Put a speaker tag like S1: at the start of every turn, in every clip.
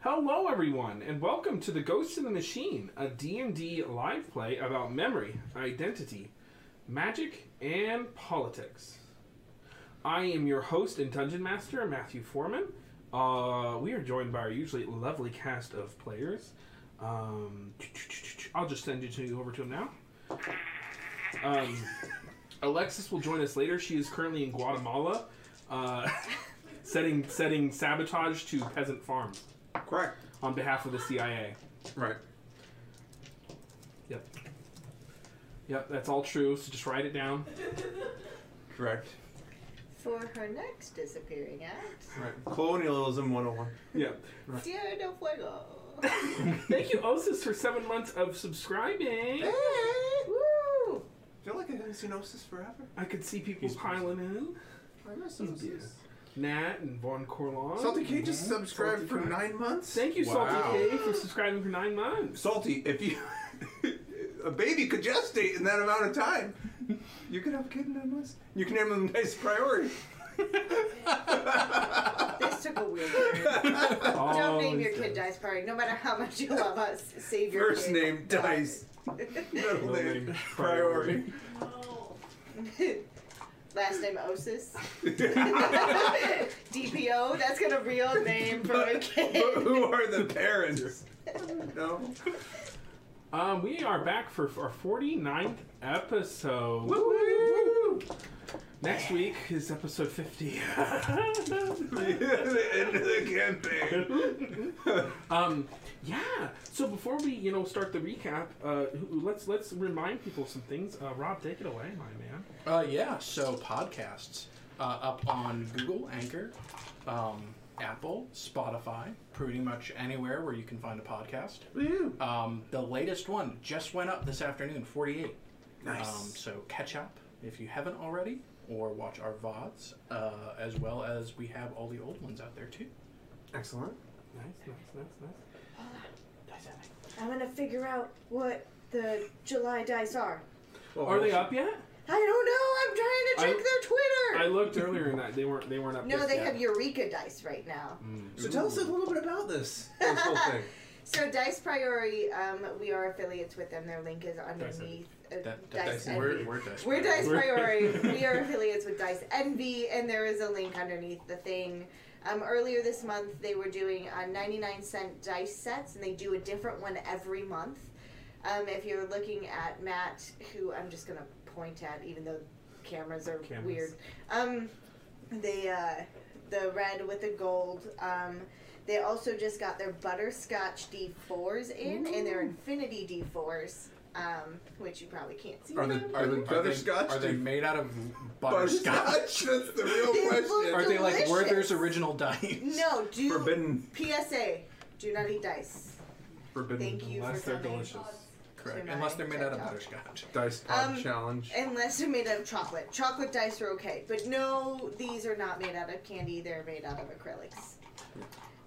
S1: Hello, everyone, and welcome to the Ghost in the Machine, a D&D live play about memory, identity, magic, and politics. I am your host and dungeon master, Matthew Foreman. Uh, we are joined by our usually lovely cast of players. Um, I'll just send you to over to him now. Um, Alexis will join us later. She is currently in Guatemala, uh, setting setting sabotage to peasant farms
S2: Correct.
S1: on behalf of the CIA.
S2: Right.
S1: Yep. Yep, that's all true. So just write it down.
S2: Correct.
S3: For her next disappearing act,
S2: Right. Colonialism 101.
S1: Yep.
S3: Tierra del Fuego.
S1: Thank you, Osis, for seven months of
S2: Eh.
S1: subscribing.
S3: Woo!
S2: I feel like I haven't seen Osis forever.
S1: I could see people
S2: He's-
S1: piling in.
S2: I miss
S1: Osis. Nat and Von Corlon.
S2: Salty K just
S1: Yeah, Salty
S2: subscribed for
S1: K.
S2: nine months.
S1: Thank you,
S2: Wow.
S1: Salty K, for subscribing for nine months.
S2: Salty, if you. a baby could gestate in that amount of time. You could have a kid in nine months. You can name them Nice Priority.
S3: This took a weird turn. Don't name your kid Dice Party, no matter how much you love us. Save your
S2: First
S3: kid.
S2: name Dice. Middle
S1: Middle
S2: name
S1: name,
S2: Priority.
S3: Last name Osis. DPO. That's gonna real name for a
S2: but, but
S3: kid.
S2: who are the parents? no.
S1: Um, we are back for our 49th episode.
S2: Woo!
S1: Next week is episode 50.
S2: the end of the campaign.
S1: um, yeah. So before we, you know, start the recap, uh, who- let's let's remind people some things. Uh, Rob, take it away, my man.
S4: Uh, yeah, so podcasts uh, up on Google, Anchor, um, Apple, Spotify, pretty much anywhere where you can find a podcast.
S2: Woo!
S4: Um, the latest one just went up this afternoon, 48.
S2: Nice.
S4: Um, so catch up if you haven't already, or watch our VODs, uh, as well as we have all the old ones out there too.
S2: Excellent.
S1: Nice, nice, nice,
S3: I'm gonna figure out what the July dice are.
S2: Well,
S1: nice. Are they
S2: well,
S1: up yet?
S3: I don't know. I'm trying to check
S1: I-
S3: their Twitter.
S1: I looked earlier and I- they weren't they weren't up.
S3: no,
S1: just
S3: they
S1: yet.
S3: have Eureka dice right now.
S2: So tell us a little bit about this, this whole thing.
S3: So Dice Priority, um, we are affiliates with them. Their link is underneath uh,
S4: That- that-
S3: Dice
S4: that's-
S3: Envy.
S4: we're, we're Dice.
S3: We're Dice
S1: We're-
S3: Priority. we are affiliates with Dice Envy, and there is a link underneath the thing. Um, earlier this month, they were doing uh, 99 cent dice sets, and they do a different one every month. Um, if you're looking at Matt, who I'm just going to point at, even though cameras are
S1: Cameras.
S3: weird, um, they, uh, the red with the gold. Um, they also just got their butterscotch D4s in and their infinity D4s, um, which you probably can't see.
S2: Are the-
S3: them.
S2: are the butterscotch
S4: Are they, are they
S2: do-
S4: made out of butterscotch?
S2: Butterscotch? That's the real
S3: They
S2: question.
S3: look-
S4: Are they like
S3: Delicious.
S4: Werther's original dice?
S3: No, do
S2: Forbidden.
S3: PSA. Do not eat dice.
S2: Forbidden.
S3: Thank you
S1: Unless
S3: for
S1: they're
S3: coming.
S1: delicious.
S4: Correct.
S3: my
S4: Unless they're made out of
S3: TikTok.
S4: butterscotch.
S2: Dice pod
S3: Um,
S2: challenge.
S3: Unless they're made out of chocolate. Chocolate dice are okay, but no, these are not made out of candy. They're made out of acrylics,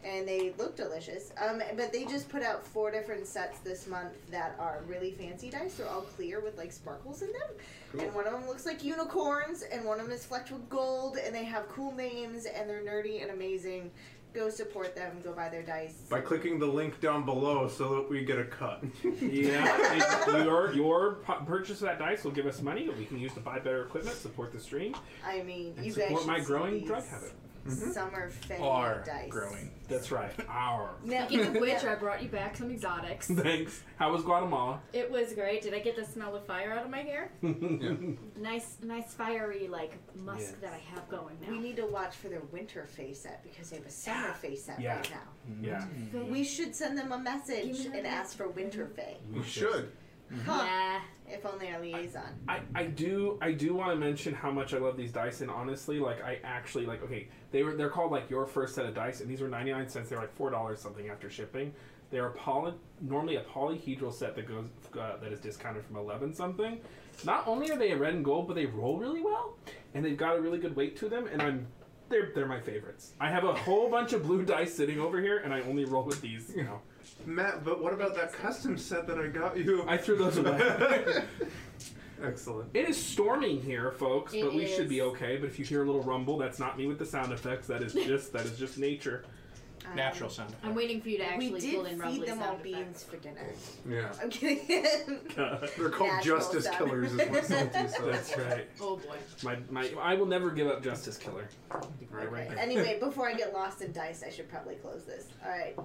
S3: and they look delicious. Um, but they just put out four different sets this month that are really fancy dice. They're all clear with like sparkles in them,
S2: Cool.
S3: and one of them looks like unicorns, and one of them is flecked with gold, and they have cool names, and they're nerdy and amazing. Go support them. Go buy their dice.
S2: By clicking the link down below so that we get a cut.
S1: Yeah, and your your pu- purchase of that dice will give us money that we can use to buy better equipment, support the stream,
S3: I mean,
S1: and
S3: you guys
S1: support
S3: should
S1: my
S3: see
S1: growing
S3: these
S1: drug habit. Mm-hmm.
S3: Summer fanny
S4: Are
S3: dice
S4: growing.
S1: That's right. Our
S3: Now,
S5: Speaking of which,
S3: yeah.
S5: I brought you back some exotics.
S1: thanks. How was Guatemala?
S5: It was great. Did I get the smell of fire out of my hair?
S2: Yeah.
S5: Nice, nice fiery like musk
S1: Yes.
S5: that I have going
S3: we
S5: now.
S3: need to watch for their winter face set because they have a summer face set
S1: Yeah.
S3: right now.
S1: Yeah,
S5: Fake-
S3: We should send them a message
S5: Give me
S3: and
S5: that Mm-hmm.
S3: ask for winter face.
S2: We should. Mm-hmm.
S3: Huh.
S5: Nah.
S3: If only our liaison.
S1: I, I do I do want to mention how much I love these dice and honestly like I actually like okay they were they're called like your first set of dice and these were 99 cents they were like four dollars something after shipping they're a poly normally a polyhedral set that goes uh, that is discounted from 11 something not only are they red and gold but they roll really well and they've got a really good weight to them and I'm they're they're my favorites I have a whole bunch of blue dice sitting over here and I only roll with these you know
S2: Matt, but what about that custom set that I got you?
S1: I threw those away.
S2: Excellent.
S1: It is storming here, folks,
S5: It
S1: but we should
S5: is.
S1: be okay. But if you hear a little rumble, that's not me with the sound effects. That is just that is just nature.
S3: Um,
S4: Natural sound effect.
S5: I'm waiting for you to actually
S3: we
S5: pull
S3: did feed
S5: in Rumbly
S3: them all
S5: sound
S3: beans
S5: effects.
S3: for dinner.
S2: Yeah.
S3: I'm kidding.
S2: They're called
S3: Natural
S2: justice
S3: sound.
S2: killers, is what Salty said.
S1: That's right.
S5: Oh boy.
S1: My, my, I will never give up Justice Killer.
S2: Right, right.
S3: anyway, before I get lost in dice, I should probably close this. All right.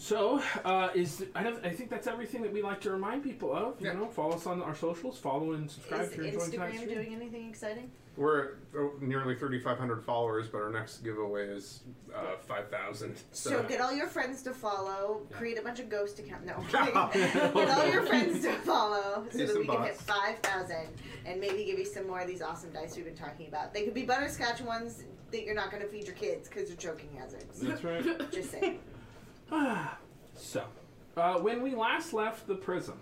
S1: So, uh, is I, don't, I think that's everything that we like to remind people of. You
S2: Yeah.
S1: know, follow us on our socials, follow and subscribe
S3: Is
S1: if you're enjoying tonight's
S3: Instagram
S1: stream.
S3: doing anything exciting?
S2: We're at oh, nearly 3,500 followers, but our next giveaway is uh, 5,000.
S3: So, get all your friends to follow. Create a bunch of ghost accounts. No, I'm kidding. get all your
S2: That's
S3: friends to follow so
S2: Pay
S3: that
S2: some
S3: we can hit
S2: bucks.
S3: five thousand and maybe give you some more of these awesome dice we've been talking about. They could be butterscotch ones that you're not going to feed your kids because they're choking hazards.
S1: That's right.
S3: Just saying.
S1: so, uh, when we last left the prism,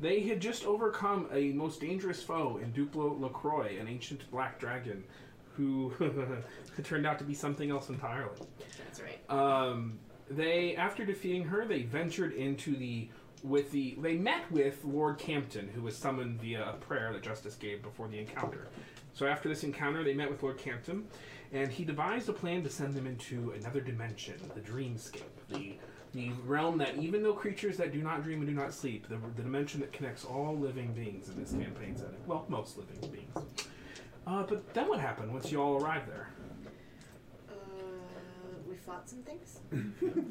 S1: they had just overcome a most dangerous foe in Duplo Lacroix, an ancient black dragon, who turned out to be something else entirely.
S5: That's right.
S2: Uh,
S1: Um, they, after defeating her, they ventured into the with the they met with Lord Campton, who was summoned via a prayer that Justice gave before the encounter. So after this encounter, they met with Lord Campton, and he devised a plan to send them into another dimension, the dreamscape, the the realm that even though creatures that do not dream and do not sleep, the, the dimension that connects all living beings in this campaign setting. Well, most living beings. Uh, but then what happened once you all arrived there?
S3: Uh, we fought some things.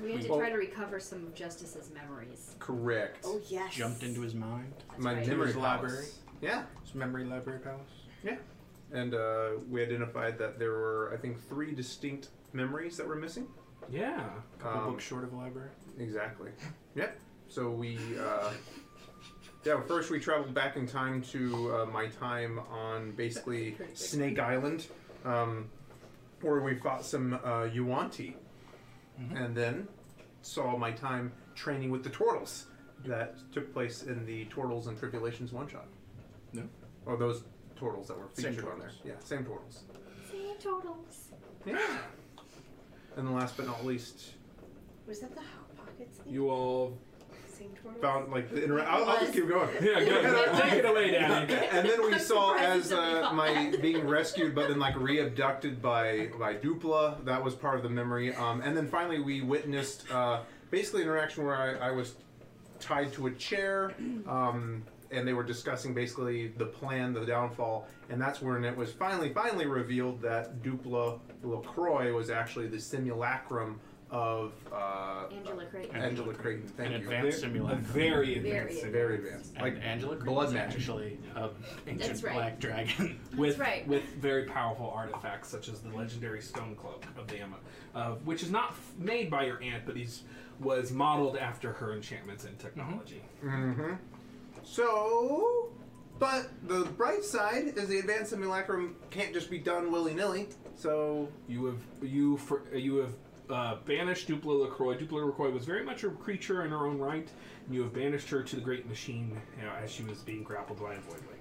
S5: We had to
S2: Well-
S5: try to recover some of Justice's memories.
S2: correct.
S3: Oh yes.
S4: Jumped into his mind.
S5: That's
S2: My
S5: right.
S4: Memory
S2: memory
S4: library.
S2: palace. Yeah.
S4: His memory library palace.
S2: And uh, we identified that there were, I think, three distinct memories that were missing.
S1: Yeah.
S4: A couple
S2: Um,
S4: books short of a library.
S2: Exactly. Yep. So we, uh, yeah, first we traveled back in time to uh, my time on basically Snake Island, um, where we fought some uh, Yuanti,
S1: Mm-hmm.
S2: and then saw my time training with the Turtles that took place in the Turtles and Tribulations one shot.
S4: No.
S2: Or those Turtles that were
S4: Same
S2: featured on there.
S4: Turtles.
S2: Yeah, same Turtles.
S5: Same totals.
S2: Yeah. And then last but not least,
S3: Was that the hot pockets thing?
S1: You all
S3: Same twirl?
S2: found like the inter- I'll, I'll just keep going.
S1: Yeah, go. Take it away, Daddy.
S2: and then we
S5: I'm
S2: saw
S5: surprised
S2: as
S5: that we
S2: uh,
S5: got
S2: my
S5: that.
S2: being rescued, but then like re-abducted by by Dupla. That was part of the memory. Um, and then finally, we witnessed uh, basically an interaction where I, I was tied to a chair, um, and they were discussing basically the plan, the downfall. And that's when it was finally finally revealed that Dupla Lacroix was actually the simulacrum of uh,
S5: Angela Creighton.
S2: Angela Creighton. Thank
S4: An
S2: you.
S4: advanced simulacrum.
S1: very advanced.
S5: Very
S2: Very advanced.
S4: And Angela Creighton
S2: blood
S4: is
S2: magic.
S4: actually a ancient
S5: That's right.
S4: black dragon.
S1: With,
S5: right.
S1: with very powerful artifacts such as the legendary stone cloak of the Emma, uh, which is not f- made by your aunt, but he's was modeled after her enchantments and technology.
S2: Mm-hmm. So, but the bright side is the advanced simulacrum can't just be done willy nilly. So,
S1: You have you for, you have uh, banished Dupla Lacroix. Dupla Lacroix was very much a creature in her own right, and you have banished her to the Great Machine you know, as she was being grappled by a voidling.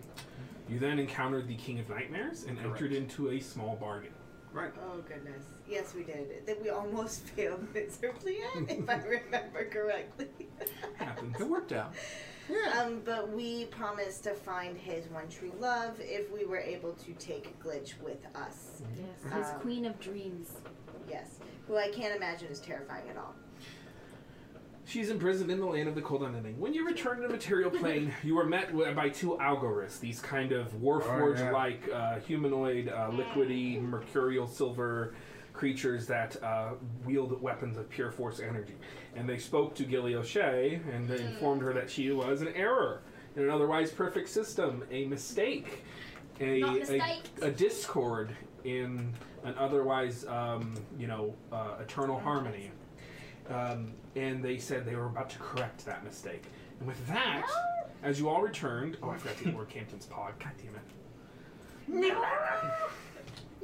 S1: You then encountered the King of Nightmares and entered
S2: Correct.
S1: into a small bargain.
S2: right.
S3: Oh goodness! Yes, we did. That we almost failed miserably at, if I remember correctly.
S1: Happens.
S4: It worked out.
S2: Yeah.
S3: um, but we promised to find his one true love if we were able to take Glitch with us.
S5: Yes, his
S3: Um,
S5: queen of dreams.
S1: Mm-hmm.
S3: Yes, who I can't imagine is terrifying at all.
S1: She's imprisoned in the land of the cold unending. When you return to the material plane, you are met wi- by two Algoriths, these kind of Warforge-like uh, humanoid, uh, liquidy, mercurial silver creatures that uh, wield weapons of pure force energy. And they spoke to Gilly O'Shea and they informed her that she was an error in an otherwise perfect system, a mistake, a,
S5: Not
S1: a-
S5: mistake.
S1: a discord in an otherwise, um, you know, uh, eternal harmony um, and they said they were about to correct that mistake. And with that, as you all returned, oh, I forgot to Lord Campton's pod. God damn it!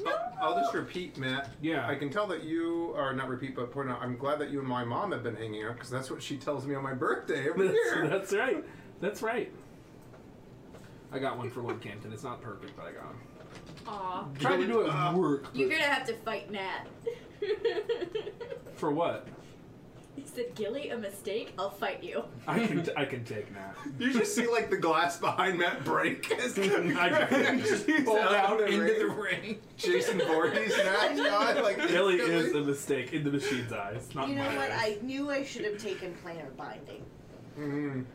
S2: I'll- I'll just repeat, Matt.
S1: Yeah.
S2: I can tell that you are not repeat, but point out. I'm glad that you and my mom have been hanging out because that's what she tells me on my birthday every
S1: That's,
S2: year.
S1: that's right. That's right. I got one for Lord Campton. It's not perfect, but I got one.
S5: Aw.
S1: Trying to do it
S2: Ah.
S1: work
S5: You're gonna have to fight Nat.
S1: for what?
S5: He said, Gilly, a mistake? I'll fight you.
S1: I can t- I can take that.
S2: You just see like the glass behind Matt break as
S1: Just
S4: Pulled out into the
S2: ring.
S4: ring.
S2: Jason Voorhees Matt guy like
S1: Billy is
S2: instantly.
S1: the mistake in the machine's eyes, not
S3: You know
S1: my
S3: what?
S1: eyes.
S3: I knew I should have taken planar binding.
S2: Mhm.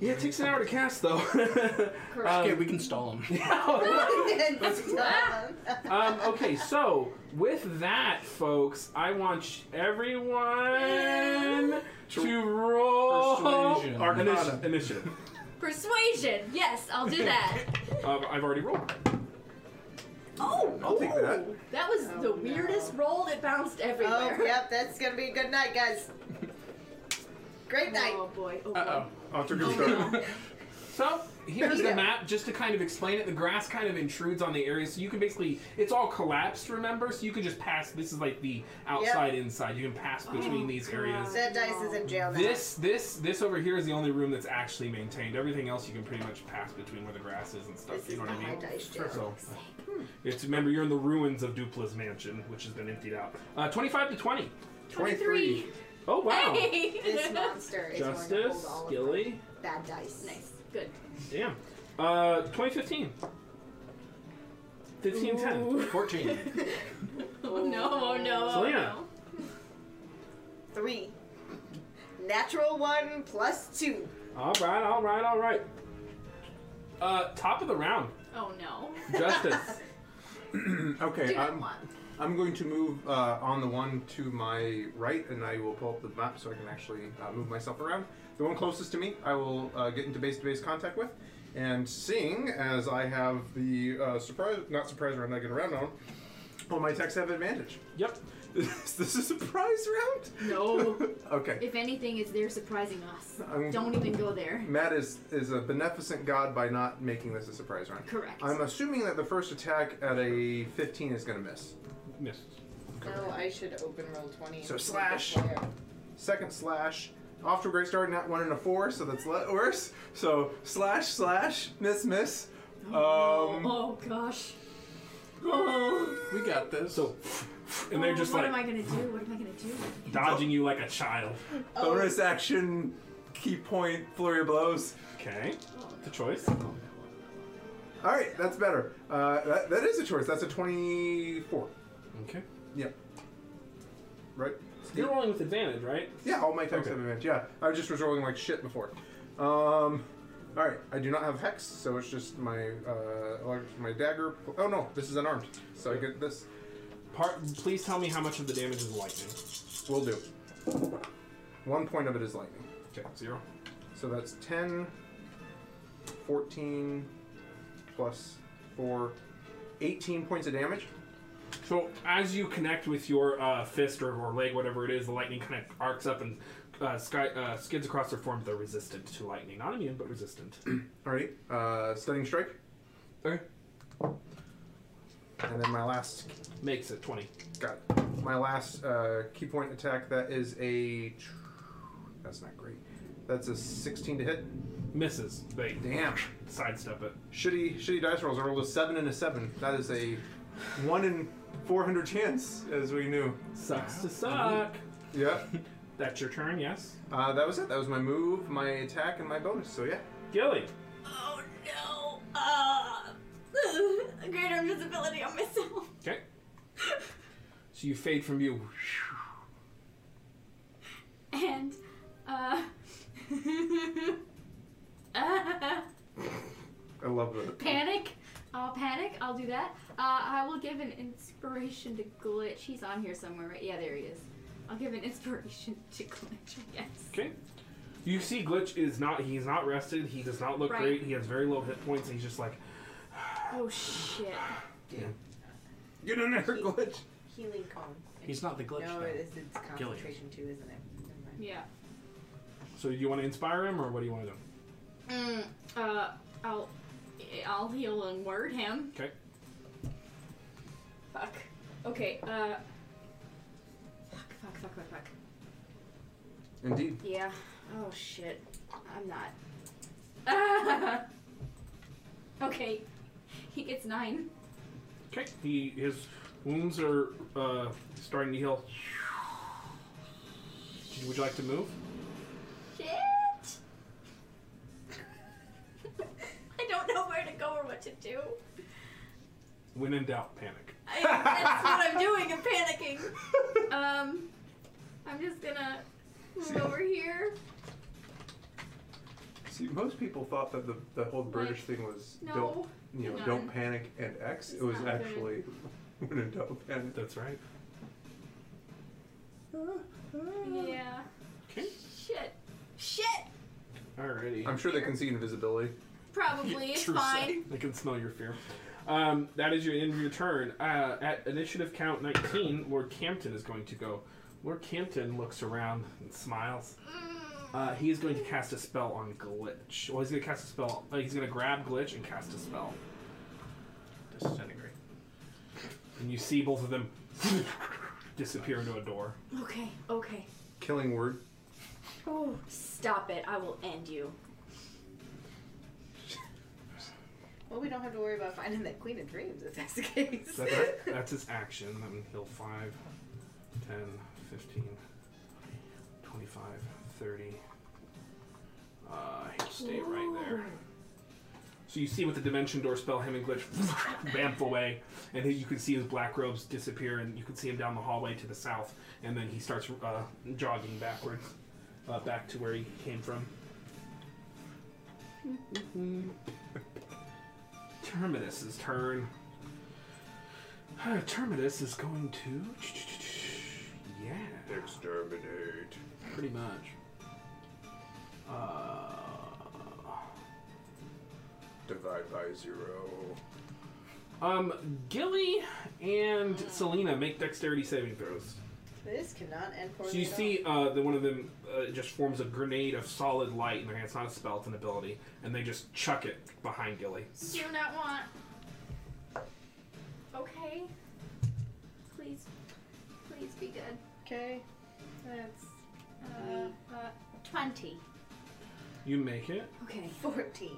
S1: Yeah, it takes an hour to cast though.
S4: Okay,
S1: Um,
S4: we can stall him.
S3: And done.
S1: um, okay, so with that, folks, I want sh- everyone to roll
S4: Persuasion.
S1: Our initi-
S2: Arcana.
S1: initiative.
S5: Persuasion. Yes, I'll do that.
S1: Um, I've already rolled.
S5: Oh,
S2: I'll take that.
S5: ooh, That was
S3: Oh,
S5: the
S3: no.
S5: weirdest roll that bounced everywhere.
S3: Oh, yep, that's gonna be a good night, guys. Great night.
S5: Oh boy. Oh, boy.
S4: Uh
S2: Off to a good start.
S1: So here's
S3: Yeah.
S1: the map, just to kind of explain it. The grass kind of intrudes on the area, so you can basically it's all collapsed. Remember, so you can just pass. This is like the outside, inside. You can pass between
S5: Oh,
S1: these
S5: God.
S1: areas.
S3: That dice is in jail now.
S1: This this this over here is the only room that's actually maintained. Everything else you can pretty much pass between where the grass is and stuff.
S3: This
S1: you know
S3: is the
S1: what I
S3: high
S1: mean?
S3: dice jail.
S1: So it's remember you're in the ruins of Dupla's mansion, which has been emptied out. Uh, Twenty-five to twenty.
S2: 23.
S1: Oh wow!
S5: Hey.
S3: This monster is going to hold
S1: Justice,
S3: all of
S1: Gilly,
S3: the bad dice.
S5: nice. Good.
S1: damn. Uh, twenty fifteen. Fifteen ten.
S4: oh. 14.
S5: Oh no! Oh no! oh,
S1: Selena.
S5: no.
S3: Three. Natural one plus two.
S1: All right, all right, all right. Uh, top of the round,
S5: Oh no!
S1: Justice.
S2: Okay,
S5: Dude,
S2: I'm,
S5: one.
S2: I'm going to move uh, on the one to my right, and I will pull up the map so I can actually uh, move myself around. The one closest to me, I will uh, get into base-to-base contact with, and seeing as I have the uh, surprise—not surprise round I get around on, all my attacks have advantage.
S1: yep.
S2: Is this a surprise round?
S5: No.
S2: okay.
S5: If anything, is they're surprising us.
S2: I'm-
S5: Don't even go there.
S2: Matt is is a beneficent god by not making this a surprise round.
S5: Correct.
S2: I'm assuming that the first attack at a 15 is going to miss.
S1: Missed.
S3: No, I should open roll 20.
S2: So slash. Second slash. Off to a great start, not one and a four, so that's le- worse. So slash slash miss miss. Um,
S5: oh gosh.
S4: We got this.
S1: So, and they're
S5: Oh,
S1: just
S5: what
S1: like
S5: am I gonna do? What am I gonna do?
S1: dodging you like a child.
S2: bonus action, key point, flurry of blows.
S1: Okay, the choice.
S2: All right, that's better. Uh, that, that is a choice. That's a twenty-four.
S1: Okay.
S2: Yep. Right.
S1: You're rolling with advantage, right?
S2: Yeah, all my attacks
S1: Okay.
S2: have advantage. Yeah, I just was rolling like shit before. Um, all right, I do not have hex, so it's just my uh, elect- my dagger. Oh no, this is unarmed, so I get this.
S1: Part. Please tell me how much of the damage is lightning.
S2: Will do. One point of it is lightning.
S1: Okay, zero.
S2: So that's 10, 14, plus 4, 18 points of damage.
S1: So as you connect with your uh, fist or, or leg, whatever it is, the lightning kind of arcs up and uh, sky, uh, skids across their form. They're resistant to lightning, not immune, but resistant.
S2: Alrighty, uh, stunning strike.
S1: okay.
S2: And then my last,
S1: Makes it twenty.
S2: got it. My last uh, key point attack, that is a, that's not great. That's a 16 to hit.
S1: Misses. They
S2: Damn.
S1: sidestep it.
S2: Shitty, shitty dice rolls. I rolled a 7 and a 7. That is a 1 in 400 chance, as we knew.
S1: Sucks to suck.
S2: Yep.
S1: That's your turn, yes?
S2: Uh, that was it. That was my move, my attack, and my bonus. So yeah.
S1: Gilly.
S5: Oh no! Oh, Uh, greater invisibility on myself.
S1: Okay. So you fade from you.
S5: And, uh, uh,
S2: I love it.
S5: panic. I'll panic. I'll do that. Uh, I will give an inspiration to Glitch. He's on here somewhere, right? Yeah, there he is. I'll give an inspiration to Glitch, I guess.
S1: Okay. You see Glitch is not he's not rested, he does not look
S5: Right.
S1: great, he has very low hit points, and he's just like
S5: Oh shit.
S2: Get in there, glitch.
S3: Healing cone.
S4: He's not the glitch.
S3: No,
S4: though.
S3: it is, it's
S4: Gillian.
S3: concentration too, isn't it? Never mind.
S5: Yeah.
S1: so you wanna inspire him or what do you want to do?
S5: Mm, uh, I'll, I'll heal and word him.
S1: Okay.
S5: Fuck. Okay. Uh. Fuck. Fuck. Fuck. Fuck. Fuck.
S2: Indeed.
S5: Yeah. Oh shit. I'm not. Ah! okay. He gets nine.
S1: Okay. He his wounds are uh starting to heal. Did- Would you like to move?
S5: Shit! I don't know where to go or what to do.
S1: When in doubt, panic.
S5: I, that's what I'm doing. I'm panicking. Um, I'm just gonna move over here.
S2: See, most people thought that the, the whole British thing was
S5: No.
S2: don't you know
S5: Hang on.
S2: don't panic and X.
S5: It's
S2: it was
S5: not good.
S2: actually when in doubt panic.
S1: That's right.
S5: Yeah.
S1: Okay.
S5: Shit. Shit.
S1: Alrighty.
S2: I'm sure they can see invisibility.
S5: Probably. It's
S4: True
S5: fine.
S1: I can smell your fear. Um, that is your end of your turn. Uh, at initiative count 19, Lord Campton is going to go. Lord Campton looks around and smiles.
S5: Mm.
S1: Uh, he is going to cast a spell on Glitch. Well, he's going to cast a spell. Uh, he's going to grab Glitch and cast a spell.
S4: Disintegrate.
S1: And you see both of them disappear into a door.
S5: Okay. Okay.
S2: Killing word.
S5: Oh, stop it! I will end you.
S3: Well, we don't have to worry about finding that Queen of Dreams if that's the case.
S1: That, that's his action. That would heal 5, 10, 15, 25, 30. Uh, he'll stay right there. So you see with the dimension door spell, him and Glitch bamf away, and then you can see his black robes disappear, and you can see him down the hallway to the south, and then he starts uh, jogging backwards, uh, back to where he came from. Terminus's turn. Uh, Terminus is going to. Yeah.
S2: Exterminate.
S1: Pretty much. Uh,
S2: Divide by zero.
S1: um, Gilly and Selena make dexterity saving throws.
S3: this cannot end poorly.
S1: So you
S3: at all.
S1: see, uh, that one of them uh, just forms a grenade of solid light, and it's not a spell, it's an ability, and they just chuck it behind Gilly.
S5: Do not want. Okay. Please, please be good.
S3: Okay. That's
S5: Uh, uh, twenty.
S1: You make it.
S5: Okay.
S3: 14.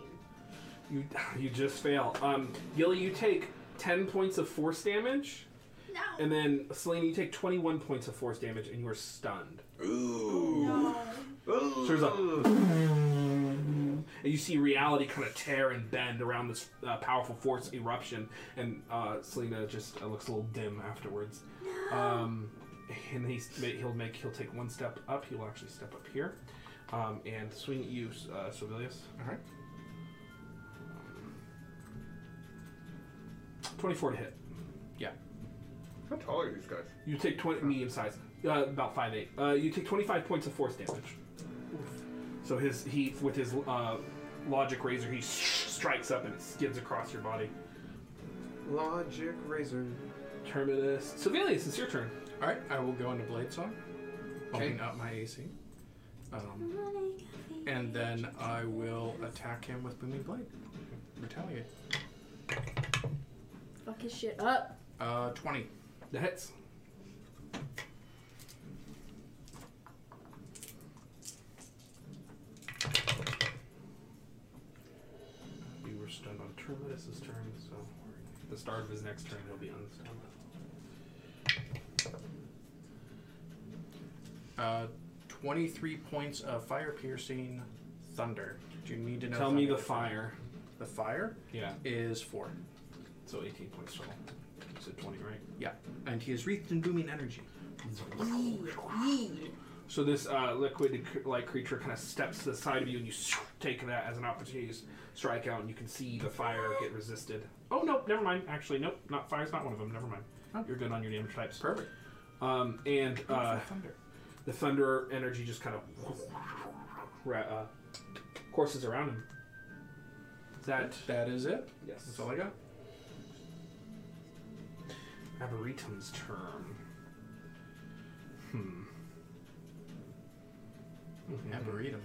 S1: You you just fail. Um, Gilly, you take ten points of force damage,
S5: No.
S1: and then Selena, you take twenty-one points of force damage, and you are stunned.
S2: Ooh.
S5: No.
S1: So
S2: Ooh.
S1: there's a- And you see reality kind of tear and bend around this uh, powerful force eruption, and uh, Selena just uh, looks a little dim afterwards. Um, and he's, ma- he'll make he'll take one step up. He'll actually step up here, um, and swing at you, uh, Servilius.
S4: All right.
S1: Twenty-four to hit.
S4: Yeah.
S2: How tall are these guys?
S1: You take twenty medium size, uh, about five eight. Uh, you take twenty-five points of force damage. So his he with his uh, logic razor he strikes up and it skids across your body.
S2: Logic razor.
S1: Terminus. Servilius, it's your turn.
S4: All right. I will go into blade song, bumping up my AC, um, and then I will attack him with booming blade. Retaliate.
S5: Fuck his shit up.
S4: Uh, twenty.
S1: That hits. You were stunned on Terminus's turn, so at the start of his next turn, he'll be unstunned.
S4: Uh, twenty-three points of fire piercing thunder. Do you need to know?
S1: Tell me
S4: thunder
S1: the
S4: to-
S1: fire.
S4: The fire
S1: Yeah.
S4: is four.
S1: So 18 points total. You said 20, right?
S4: Yeah, and he is wreathed in booming energy.
S1: So this uh, liquid-like creature kind of steps to the side of you, and you take that as an opportunity to strike out, and you can see the fire get resisted. Oh nope, never mind. Actually, nope, not fire's not one of them. Never mind.
S4: Oh.
S1: You're good on your damage types.
S4: Perfect.
S1: Um, and uh,
S4: thunder.
S1: the thunder energy just kind of ra- uh, courses around him. Is that
S4: That is it.
S1: yes?
S4: That's all I got.
S1: Arboretum's term. Hmm.
S4: Arboretum.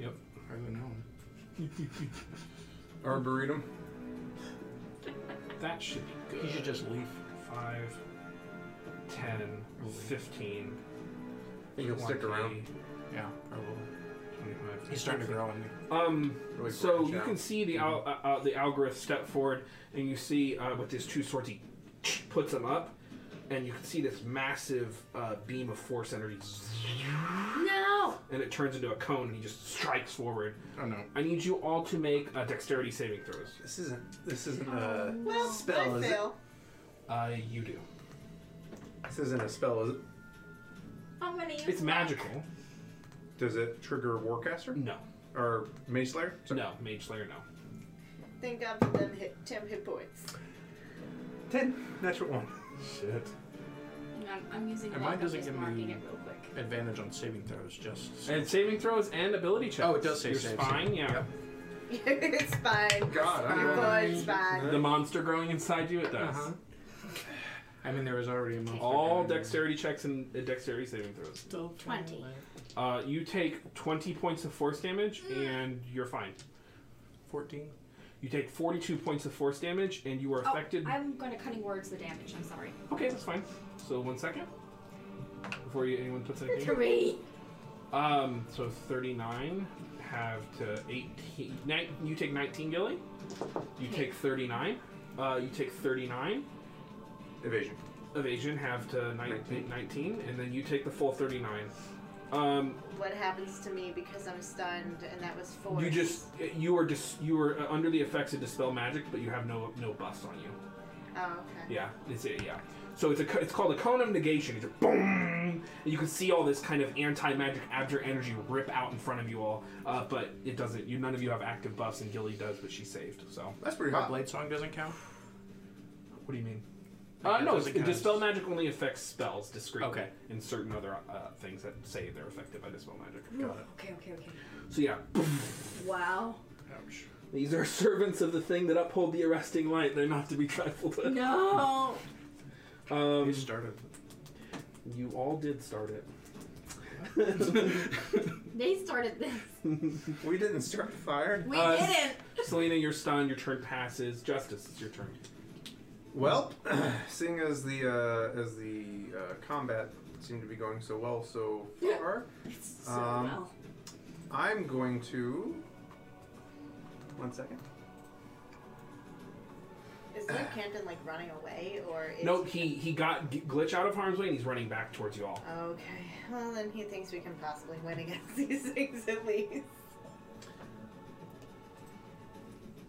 S1: Yep.
S4: Hardly know. him.
S2: Arboretum.
S1: That should be good.
S4: He should just leave.
S1: 5, 10, 15.
S2: You can stick around.
S4: Yeah, probably.
S1: 25.
S4: He's starting to grow on me.
S1: Um,
S2: Really
S1: so
S2: branch
S1: you
S2: out.
S1: can see the al- uh, uh, the Algorith step forward, and you see uh, with his two swords he puts him up, and you can see this massive uh, beam of force energy,
S5: No!
S1: and it turns into a cone, and he just strikes forward.
S4: Oh no.
S1: I need you all to make uh, dexterity saving throws.
S6: This isn't. This isn't a
S3: Well,
S6: spell,
S3: I
S6: is
S3: fail.
S1: Uh, you do.
S2: This isn't a spell, is it?
S5: I'm gonna use
S1: It's
S5: my-
S1: magical.
S2: Does it trigger Warcaster
S1: No,
S2: or Mage Slayer? Sorry.
S1: no, Mage Slayer, no.
S3: Thank God for them hit Tim hit points.
S6: it? Ten.
S2: Natural one.
S6: Shit.
S5: I'm, I'm using
S4: And
S5: luck,
S4: mine doesn't
S5: I'm just
S4: give
S5: marking
S4: me-
S5: it real quick.
S4: Advantage on saving throws, just.
S1: And saving throws and ability checks.
S4: Oh, it does say
S1: Your
S4: save,
S1: spine,
S4: save.
S1: yeah.
S4: Yep.
S3: it's fine.
S2: God, I'm
S3: Your
S2: gonna-
S3: boy's fine.
S1: The monster growing inside you, it does.
S4: Uh-huh. I mean, there was already a monster.
S1: All
S4: down there.
S1: dexterity checks and uh, dexterity saving throws.
S4: Still
S5: 20.
S1: Uh, you take 20 points of force damage and you're fine.
S4: 14.
S1: You take 42 points of force damage and you are
S5: Oh,
S1: affected.
S5: I'm gonna cutting words the damage, I'm sorry.
S1: Okay, that's fine. So one second before you, anyone puts anything. in.
S5: Three!
S1: Um, so 39 have to 18. Nine, you take 19, Gilly. You
S5: Okay.
S1: take 39. Uh, you take 39.
S2: Evasion.
S1: Evasion have to 19,
S2: Nineteen.
S1: 19, and then you take the full 39. Um,
S3: What happens to me because I'm stunned and that was four.
S1: you just you are dis, you are uh, under the effects of dispel magic, but you have no no bust on you.
S3: Oh, okay.
S1: Yeah, it's it. Yeah. So it's a co- it's called a cone of negation. It's a boom, and you can see all this kind of anti magic abjure energy rip out in front of you all. Uh, but it doesn't. You none of you have active buffs, and Gilly does, but she saved. So
S2: That's pretty
S4: My
S2: hot.
S4: blade song doesn't count?
S1: what do you mean?
S4: Like,
S1: Uh,
S4: that
S1: no,
S4: doesn't count as-
S1: dispel magic only affects spells discreetly,
S4: Okay.
S1: and certain other uh, things that say they're affected by dispel magic.
S4: Got it.
S5: Okay, okay, okay.
S1: So yeah,
S5: Wow.
S4: Ouch.
S1: These are servants of the thing that uphold the arresting light. They're not to be trifled with.
S5: No!
S1: Um,
S4: You started.
S1: you all did start it.
S5: They started this.
S2: We didn't start the fire.
S5: We
S1: Uh,
S5: didn't!
S1: Selena, you're stunned. Your turn passes. Justice, it's your turn.
S2: Well, seeing as the uh, as the uh, combat seemed to be going so well so far,
S5: It's so
S2: um,
S5: well.
S2: I'm going to. One second.
S3: Is Luke Campton like running away or is
S1: Nope, he he got g- glitch out of harm's way and he's running back towards you all.
S3: Okay. Well then he thinks we can possibly win against these things at least.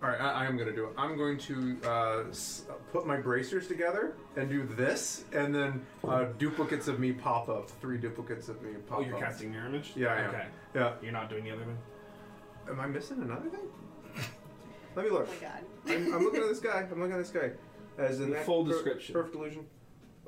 S2: All right, I, I am going to do it. I'm going to uh, s- put my bracers together and do this, and then uh, duplicates of me pop up. Three duplicates of me pop
S1: Oh,
S2: up.
S1: you're casting mirror image.
S2: Yeah, I am.
S1: Okay.
S2: Yeah.
S1: You're not doing the other thing.
S2: Am I missing another thing? Let me look.
S3: Oh my god.
S2: I'm, I'm looking at this guy. I'm looking at this guy. As in
S1: The
S2: that
S1: full
S2: per-
S1: description.
S2: Perfect illusion.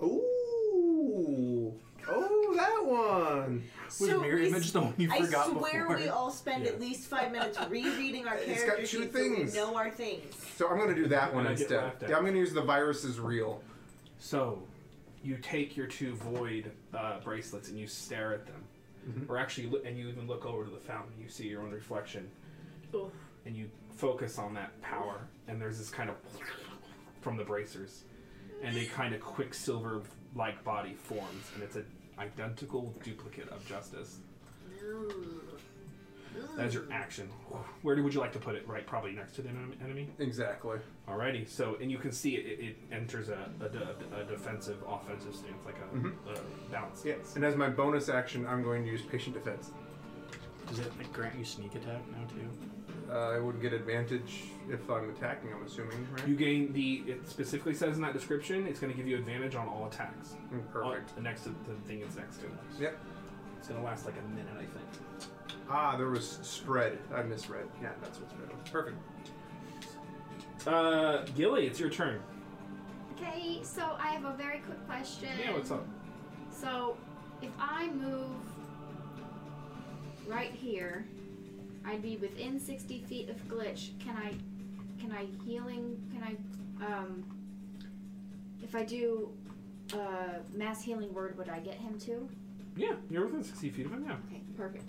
S2: Ooh. Oh, that one.
S4: Was
S3: So
S4: mirror
S3: we
S4: image the one you
S3: I
S4: forgot
S3: swear
S4: before?
S3: we all spend
S1: Yeah.
S3: at least five minutes rereading our
S2: It's
S3: character
S2: got two
S3: sheets so we
S2: things.
S3: know our things.
S2: So I'm gonna do that one
S1: And I get
S2: instead.
S1: laughed at.
S2: Yeah, I'm gonna use the virus is real.
S1: So, you take your two void uh, bracelets and you stare at them, or actually, loo- and you even look over to the fountain. You see your own reflection,
S5: Oof.
S1: and you focus on that power. And there's this kind of from the bracers, and a kind of quicksilver-like body forms, and it's an identical duplicate of Justice. That's your action. Where would you like to put it? Right, probably next to the enem- enemy.
S2: Exactly.
S1: Alrighty, so and you can see it, it, it enters a, a, de- a defensive offensive stance, like a, a balance.
S2: Mm-hmm. Yeah.
S1: stance.
S2: And as my bonus action, I'm going to use patient defense.
S4: Does it like, grant you sneak attack now, too?
S2: Uh, I would get advantage if I'm attacking. I'm assuming, right?
S1: You gain the. It specifically says in that description, it's going to give you advantage on all attacks.
S2: Mm, Perfect.
S1: On, next to the thing it's next to.
S2: Yep.
S1: It's going to last like a minute, I think.
S2: Ah, there was spread. I misread. Yeah, that's what spread was. Perfect.
S1: Uh, Gilly, it's your turn.
S5: Okay, so I have a very quick question.
S1: Yeah, what's up?
S5: So, if I move right here, I'd be within 60 feet of glitch. Can I, can I healing? Can I, um, if I do uh, mass healing word, would I get him too?
S1: Yeah, you're within 60 feet of him now.
S5: Okay, perfect.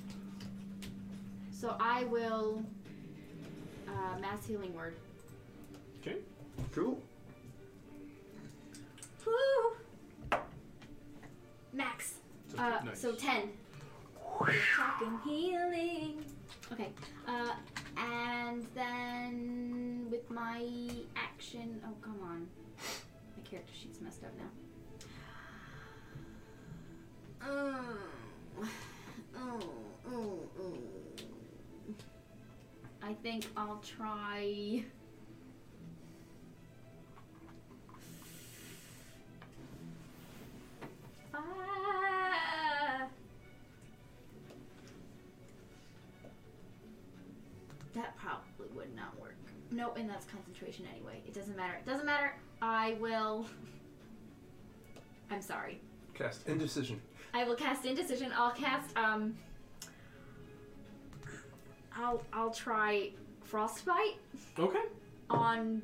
S5: So I will uh, mass healing word.
S1: Okay.
S2: Cool.
S5: Woo! Max. Uh, So ten. Talking healing. Okay. Uh, and then with my action. Oh come on, my character sheet's messed up now.
S3: Oh, oh, oh, oh.
S5: I think I'll try. Ah! That probably would not work. No, and that's concentration anyway. It doesn't matter. It doesn't matter. I will. I'm sorry.
S6: Cast indecision.
S5: I will cast indecision. I'll cast um. I'll I'll try frostbite
S1: Okay.
S5: on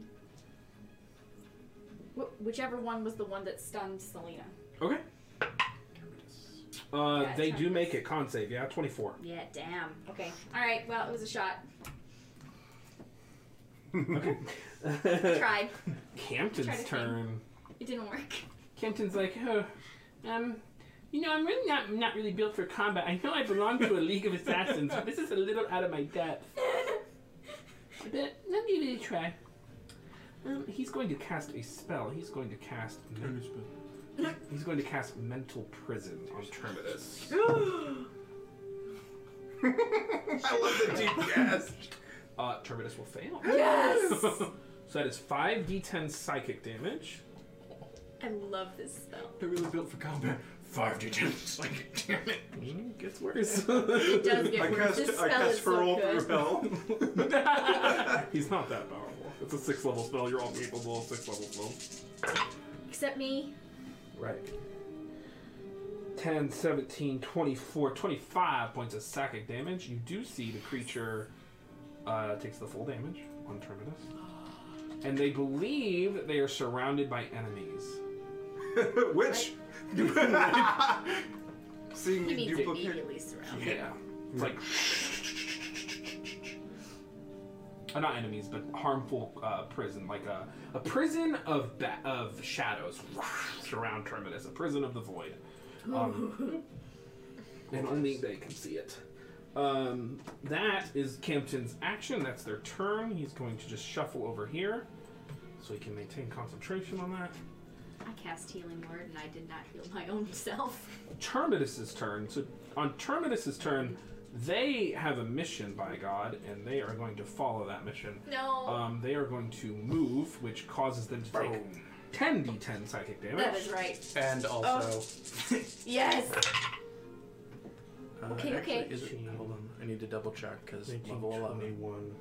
S5: wh- whichever one was the one that stunned Selena.
S1: Okay. Uh,
S5: Yeah,
S1: they
S5: it's
S1: do
S5: not-
S1: make it con save. Yeah, twenty four.
S5: Yeah, damn. Okay. All right. Well, it was a shot.
S1: Okay.
S5: I tried. Try to
S1: Campton's
S5: think.
S1: turn.
S5: It didn't work.
S1: Kenton's like, oh, um, you know, I'm really not not really built for combat. I know I belong to a league of assassins, but this is a little out of my depth. But let me really try. Um, he's going to cast a spell. He's going to cast. men- he's going to cast mental prison on Terminus.
S3: Oh
S2: I love the deep gas.
S1: Uh, Terminus will fail.
S5: Yes.
S1: so that is five d10 psychic damage.
S5: I love this spell.
S4: They're really built for combat. Five digits. Like, damn it.
S1: Mm, gets worse.
S5: It does get
S2: I cast,
S5: worse. this
S2: I
S5: spell
S2: cast
S5: is so
S2: Feral
S5: good.
S2: Repel.
S1: He's not that powerful. It's a six level spell. You're all capable of six level spells.
S5: Except me.
S1: Right. 10, 17, 24, 25 points of psychic damage. You do see the creature uh, takes the full damage on Terminus. And they believe that they are surrounded by enemies.
S2: Which? Seeing
S5: He
S2: you
S5: means
S2: duplicate.
S5: immediately surrounded.
S1: Yeah. It's like. Uh, not enemies, but harmful uh, prison, like a, a prison of ba- of shadows surround Terminus, a prison of the void, um, and only they can see it. Um, that is Campton's action. That's their turn. He's going to just shuffle over here, so he can maintain concentration on that.
S5: I cast healing word and I did not heal my own self.
S1: Terminus's turn. So on Terminus's turn, they have a mission by God, and they are going to follow that mission.
S5: No.
S2: Uh,
S1: Um, they are going to move, which causes them to take
S4: Boom.
S1: 10 d10 psychic damage.
S5: that is right.
S4: And also.
S5: Yes.
S4: Uh,
S5: Okay,
S4: actually,
S5: okay.
S4: Is it, hold on. I need to double check because level 11.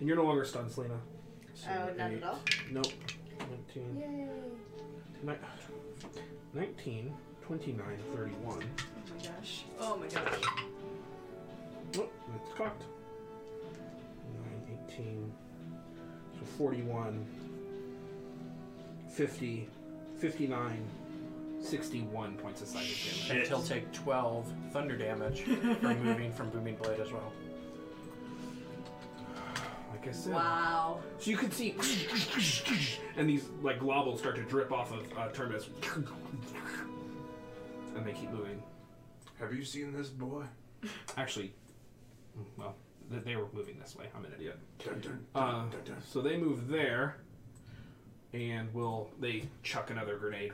S1: And you're no longer stunned, Selena.
S4: So
S3: Oh, not
S4: eight.
S3: at all.
S1: Nope. 19,
S5: Yay.
S1: ni- 19 29, 31.
S5: Oh my gosh. Oh my gosh.
S1: Oh, it's cocked. 9, 18, so 41, 50, 59, 61 points of psychic damage.
S4: And he'll take 12 thunder damage for moving from Booming Blade as well.
S1: Like I said.
S5: Wow.
S1: So you can see, and these like globbles start to drip off of uh, Terminus, and they keep moving.
S2: Have you seen this boy?
S1: Actually, well, th- they were moving this way. I'm an idiot.
S2: Dun, dun,
S1: Uh,
S2: dun, dun, dun.
S1: so they move there, and will they chuck another grenade?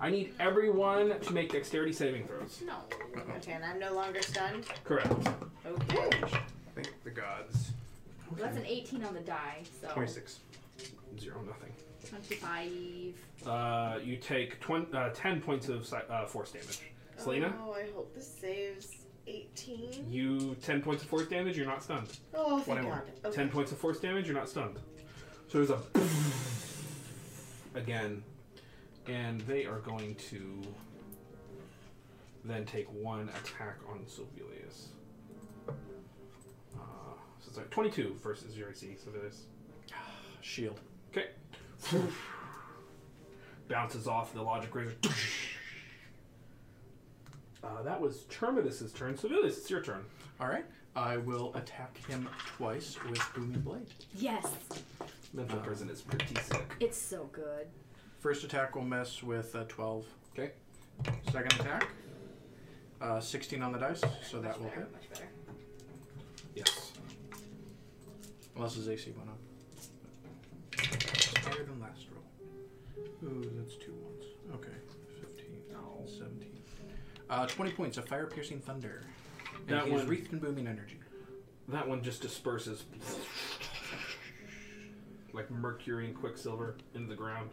S1: I need everyone to make dexterity saving throws.
S5: No.
S3: Okay, and I'm no longer stunned.
S1: Correct.
S3: Okay.
S2: Thank the gods.
S5: Well, that's an 18 on the die, so
S2: 26.
S1: Zero nothing.
S5: 25.
S1: Uh, you take twen- uh, ten points of si- uh, force damage. Selena,
S3: Oh, I hope this saves 18.
S1: you ten points of force damage. You're not stunned.
S3: Oh, thank
S4: Whatever.
S3: God. Okay.
S1: 10 points of force damage, you're not stunned. So there's a again, and they are going to then take one attack on Silvilius. Uh, so it's like 22 versus your AC, Silvilius.
S4: Shield.
S1: Okay. Bounces off the logic razor. Uh, that was Terminus's turn. Silvilius, it's your turn.
S4: All right. I will attack him twice with Booming Blade.
S5: Yes.
S1: Mental prison is pretty sick.
S5: It's so good.
S4: First attack will miss with a 12.
S1: Okay.
S4: Second attack, uh, 16 on the dice, so that will
S3: much better,
S4: hit.
S3: much better.
S1: Yes.
S4: Unless his AC went up. It's higher than last roll. Ooh, that's two ones. Okay, 15,
S1: No.
S4: 17, Uh, 20 points of fire piercing thunder. And
S1: That
S4: he is
S1: one-
S4: wreathed in booming energy.
S1: That one just disperses like mercury and quicksilver into the ground.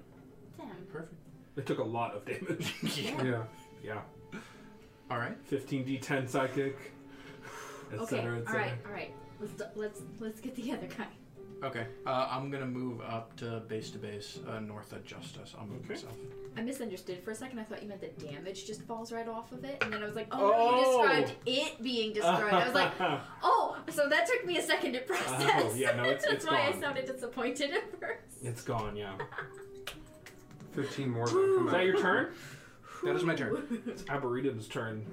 S5: Damn.
S4: Perfect.
S1: It took a lot of damage.
S4: yeah.
S2: Yeah.
S1: yeah.
S4: All right.
S1: 15d10 psychic, etc.
S5: Okay.
S1: Cetera, et
S5: all
S1: cetera.
S5: right. All right. Let's d- let's let's get the other guy.
S4: Okay. Uh, I'm gonna move up to base to base uh, north of Justice. I'll move
S1: Okay.
S4: myself.
S5: I misunderstood for a second. I thought you meant the damage just falls right off of it, and then I was like, oh, no, you
S1: Oh!
S5: described it being destroyed. I was like, oh, so that took me a second to process.
S1: Oh, yeah, no, it's-
S5: That's
S1: it's
S5: why I
S1: gone.
S5: sounded disappointed at first.
S1: it's gone, yeah.
S2: 15 more. that'll come
S1: Is that
S2: out.
S1: your turn?
S4: That is my turn.
S1: It's Aburitum's turn.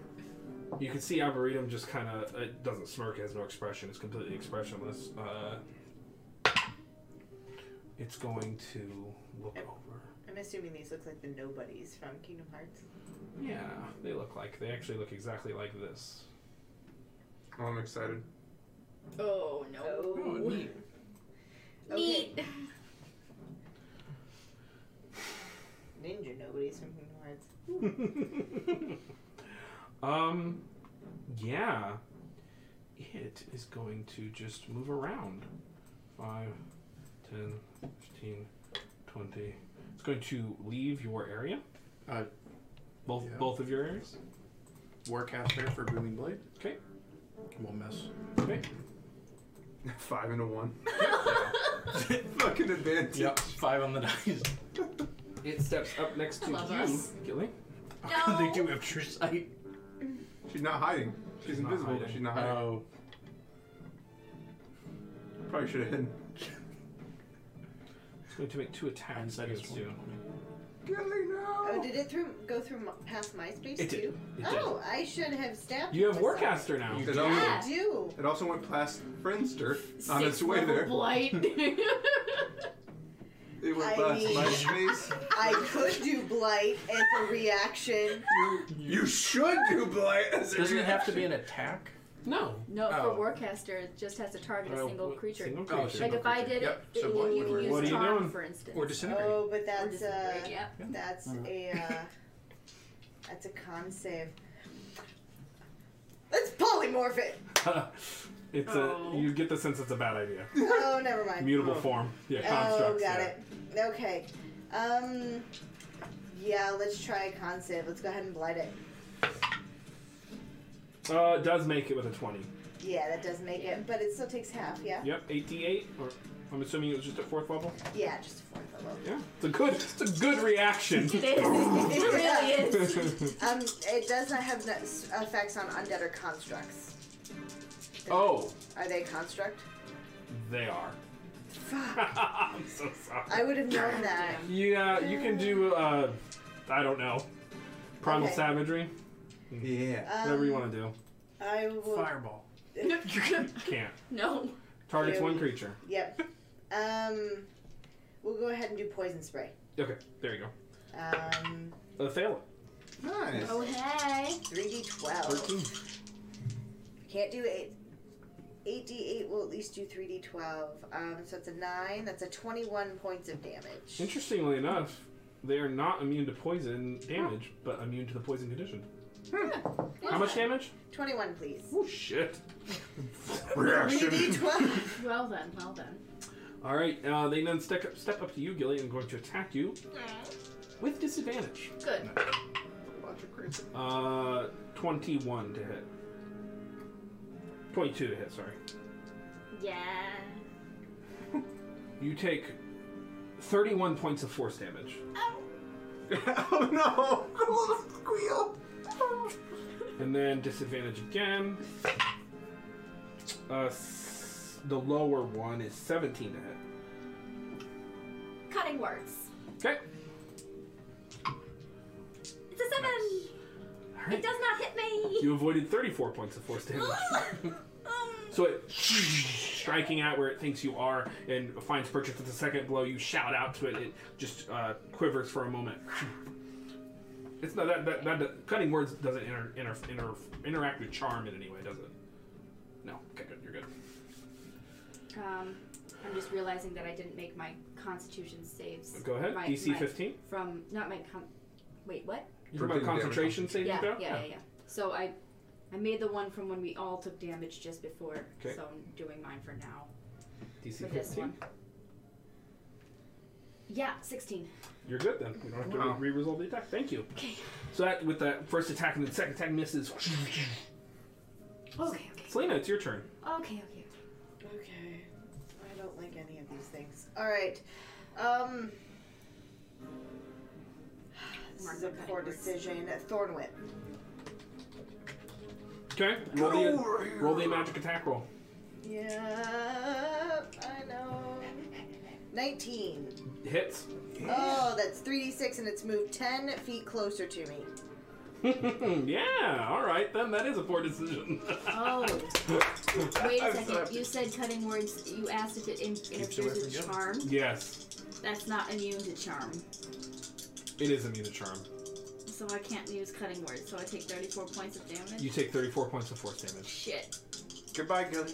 S1: You can see Aburitum just kind of it doesn't smirk. It has no expression. It's completely expressionless. Uh, it's going to look over.
S3: I'm assuming these look like the nobodies from Kingdom Hearts.
S1: Yeah, they look like they actually look exactly like this.
S2: Oh, I'm excited.
S5: Oh no.
S4: Oh, neat.
S3: Okay.
S5: Neat.
S3: Ninja nobodies from Kingdom Hearts.
S1: um, yeah. It is going to just move around. 5, 10, 15, 20. It's going to leave your area.
S4: Uh,
S1: Both
S4: Yeah.
S1: both of your areas.
S4: Warcaster for booming blade.
S1: Okay.
S4: We'll miss.
S1: Okay.
S2: Five and a one. Fucking advantage.
S4: Yep. Five on the dice.
S1: It steps up next to
S5: Love
S1: you,
S5: us.
S1: Gilly.
S5: No.
S4: they do have true sight.
S2: She's not hiding. She's,
S1: She's not
S2: invisible, but
S1: hiding.
S2: she's not hiding. Uh,
S4: Oh.
S2: Probably should have hidden.
S1: It's going to make two attacks
S4: Hindsight is
S1: against you.
S2: Gilly, no!
S3: Oh, did it through, go through m- past my space
S1: It did.
S3: too?
S1: It
S3: oh, I should have stabbed.
S1: You
S3: it
S1: have
S3: to some-
S1: Warcaster now.
S2: It
S4: Yeah.
S2: also,
S3: I do.
S2: it also went past Friendster on
S5: Six
S2: its way
S5: level
S2: there.
S5: blight.
S2: It went
S3: I
S2: past
S3: mean-
S2: my space.
S3: I could do blight as a reaction.
S2: You should do blight as a
S4: Doesn't it have to be
S2: reaction.
S4: an attack?
S1: No.
S5: no,
S4: Oh.
S5: for Warcaster, it just has to target a
S1: Uh,
S5: single
S1: what-
S5: creature.
S1: single
S4: Oh,
S1: creature.
S5: like
S4: Single
S5: if I
S4: creature.
S5: did it,
S4: Yep,
S5: it
S4: so blight
S5: you
S4: would
S5: would
S4: work.
S5: use
S1: What are you
S5: charm,
S1: doing?
S5: for instance.
S4: Or disintegrate.
S3: Oh, but
S5: Or
S3: that's
S5: disintegrate,
S3: uh,
S5: yeah.
S3: that's a uh, that's a con save. Let's polymorph it.
S1: it's
S5: Oh.
S1: a. You get the sense it's a bad idea.
S3: Oh, never mind.
S1: Mutable form. Yeah.
S3: Oh,
S1: Constructs.
S3: got
S1: yeah.
S3: it. Okay. Um. Yeah, let's try a con save. Let's go ahead and blight it.
S1: Uh, it does make it with a 20.
S3: Yeah, that does make it, but it still takes half. Yeah.
S1: Yep, 88. Or I'm assuming it was just at fourth level.
S3: Yeah, just a fourth level.
S1: Yeah, it's a good, it's a good reaction.
S5: It is. It really is.
S3: Um, it does not have no- s- effects on undead or constructs.
S1: oh,
S3: Are they construct?
S1: they are. I'm so sorry.
S3: I would have known that.
S1: Yeah, you can do. Uh, I don't know. Primal
S3: Okay.
S1: savagery.
S2: Yeah.
S3: Um,
S1: Whatever you want to do.
S3: I
S5: Oh.
S3: will.
S4: Fireball.
S1: Can't.
S5: No.
S1: Targets
S3: Ew.
S1: one creature.
S3: Yep. Um, we'll go ahead and do poison spray.
S1: Okay, there you
S3: Um,
S1: go. Uh, fail
S2: Nice.
S5: Oh hey.
S1: it.
S3: 3d12.
S1: 13.
S3: Can't do 8. 8d8 will at least do 3d12. Um, so that's a 9. That's a 21 points of damage.
S1: Interestingly enough, they are not immune to poison damage, but immune to the poison condition. How much damage?
S3: 21, please.
S1: Oh shit.
S2: Reaction.
S3: 3d12.
S5: Well then. Well then.
S1: All right, uh, they then step up, step up to you, Gilly, and going to attack you with disadvantage.
S5: Good.
S1: Uh, twenty-one to hit. Twenty-two to hit. Sorry.
S5: Yeah.
S1: You take thirty-one points of force damage.
S2: oh no! A little squeal.
S1: And then disadvantage again. Uh, s- the lower one is 17 to hit.
S5: Cutting words.
S1: Okay.
S5: It's a seven.
S1: All right.
S5: It does not hit me. Um,
S1: You avoided 34 points of force damage. So it striking out where it thinks you are and finds purchase with the second blow. You shout out to it. It just uh, quivers for a moment. It's not that, that, that, that- cutting words doesn't inter, inter, inter, interact with charm in any way, does it? No. Okay, good. You're good.
S5: um, I'm just realizing that I didn't make my Constitution saves.
S1: Go ahead.
S5: My-
S1: DC
S5: my-
S1: 15.
S5: From not my con. Wait, what?
S1: From a
S2: Forbidden damage.
S1: concentration saving
S5: Yeah,
S1: throw.
S5: yeah, yeah, yeah. So I, I made the one from when we all took damage just before.
S1: 'Kay.
S5: So I'm doing mine for now.
S1: DC
S5: For this
S1: 15.
S5: one. Yeah, 16.
S1: You're good then. We don't have to
S2: Wow.
S1: re reroll the attack. Thank you.
S5: Okay.
S1: So that with the first attack and the second attack misses.
S5: Okay, okay.
S1: Selena, it's your turn.
S5: Okay, okay.
S3: Okay. I don't like any of these things. All right. Um. This
S5: Mark
S3: is a
S5: my cutting
S3: poor
S5: words.
S3: decision. Thorn whip.
S1: Okay. Roll the roll the magic attack roll.
S3: Yeah, I know. 19.
S1: Hits.
S3: Oh, that's 3d6 and it's moved 10 feet closer to me.
S1: yeah. All right. Then that is a poor decision.
S5: Oh, wait
S6: I'm
S5: a
S6: sorry.
S5: second. You said cutting words. You asked if it in-
S4: Keeps away
S5: interferes with
S4: from
S5: charm.
S1: yes.
S5: That's not immune to charm.
S1: It is immune to charm.
S5: So I can't use cutting words. So I take 34 points of damage.
S1: You take 34 points of force damage.
S5: Shit.
S2: Goodbye, Gunny.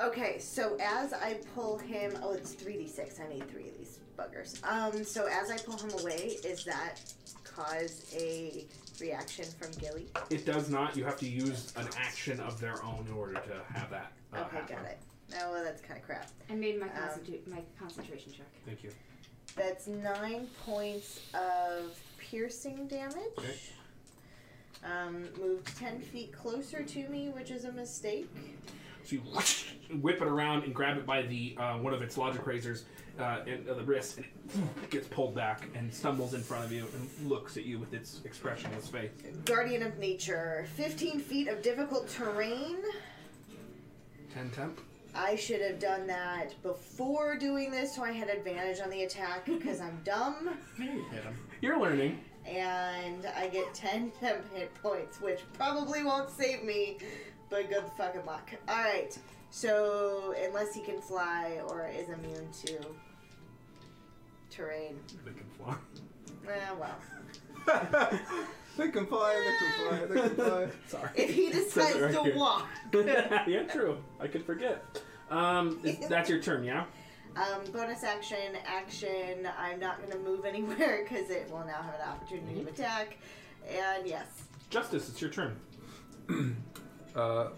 S3: Okay, so as I pull him, oh, it's 3d6. I need three of these buggers. Um, so as I pull him away, is that cause a reaction from Gilly?
S1: It does not. You have to use an action of their own in order to have that. uh,
S3: Okay,
S1: happen.
S3: got it. Oh, well, that's kind of crap.
S5: I made my,
S3: Um,
S5: constitu- my concentration check.
S1: Thank you.
S3: That's nine points of piercing damage.
S1: Okay.
S3: Um, moved 10 feet closer to me, which is a mistake.
S1: So you whip it around and grab it by the uh, one of its logic razors uh, and uh, the wrist, and it gets pulled back and stumbles in front of you and looks at you with its expressionless face.
S3: Guardian of Nature. 15 feet of difficult terrain.
S1: Ten temp.
S3: I should have done that before doing this so I had advantage on the attack because I'm dumb.
S4: Maybe hit him.
S1: You're learning.
S3: And I get 10 temp hit points, which probably won't save me, but good fucking luck. Alright, so unless he can fly or is immune to terrain.
S1: They can fly.
S3: Eh, well.
S2: they can fly, they can fly, they can fly.
S1: Sorry.
S3: If he
S1: It says
S3: decides
S1: it right
S3: to
S1: here.
S3: walk.
S1: yeah, true. I could forget. Um, is- that's your turn, yeah.
S3: Um, bonus action, action. I'm not going to move anywhere because it will now have an opportunity to attack. And yes.
S1: Justice, it's your turn.
S2: Uh,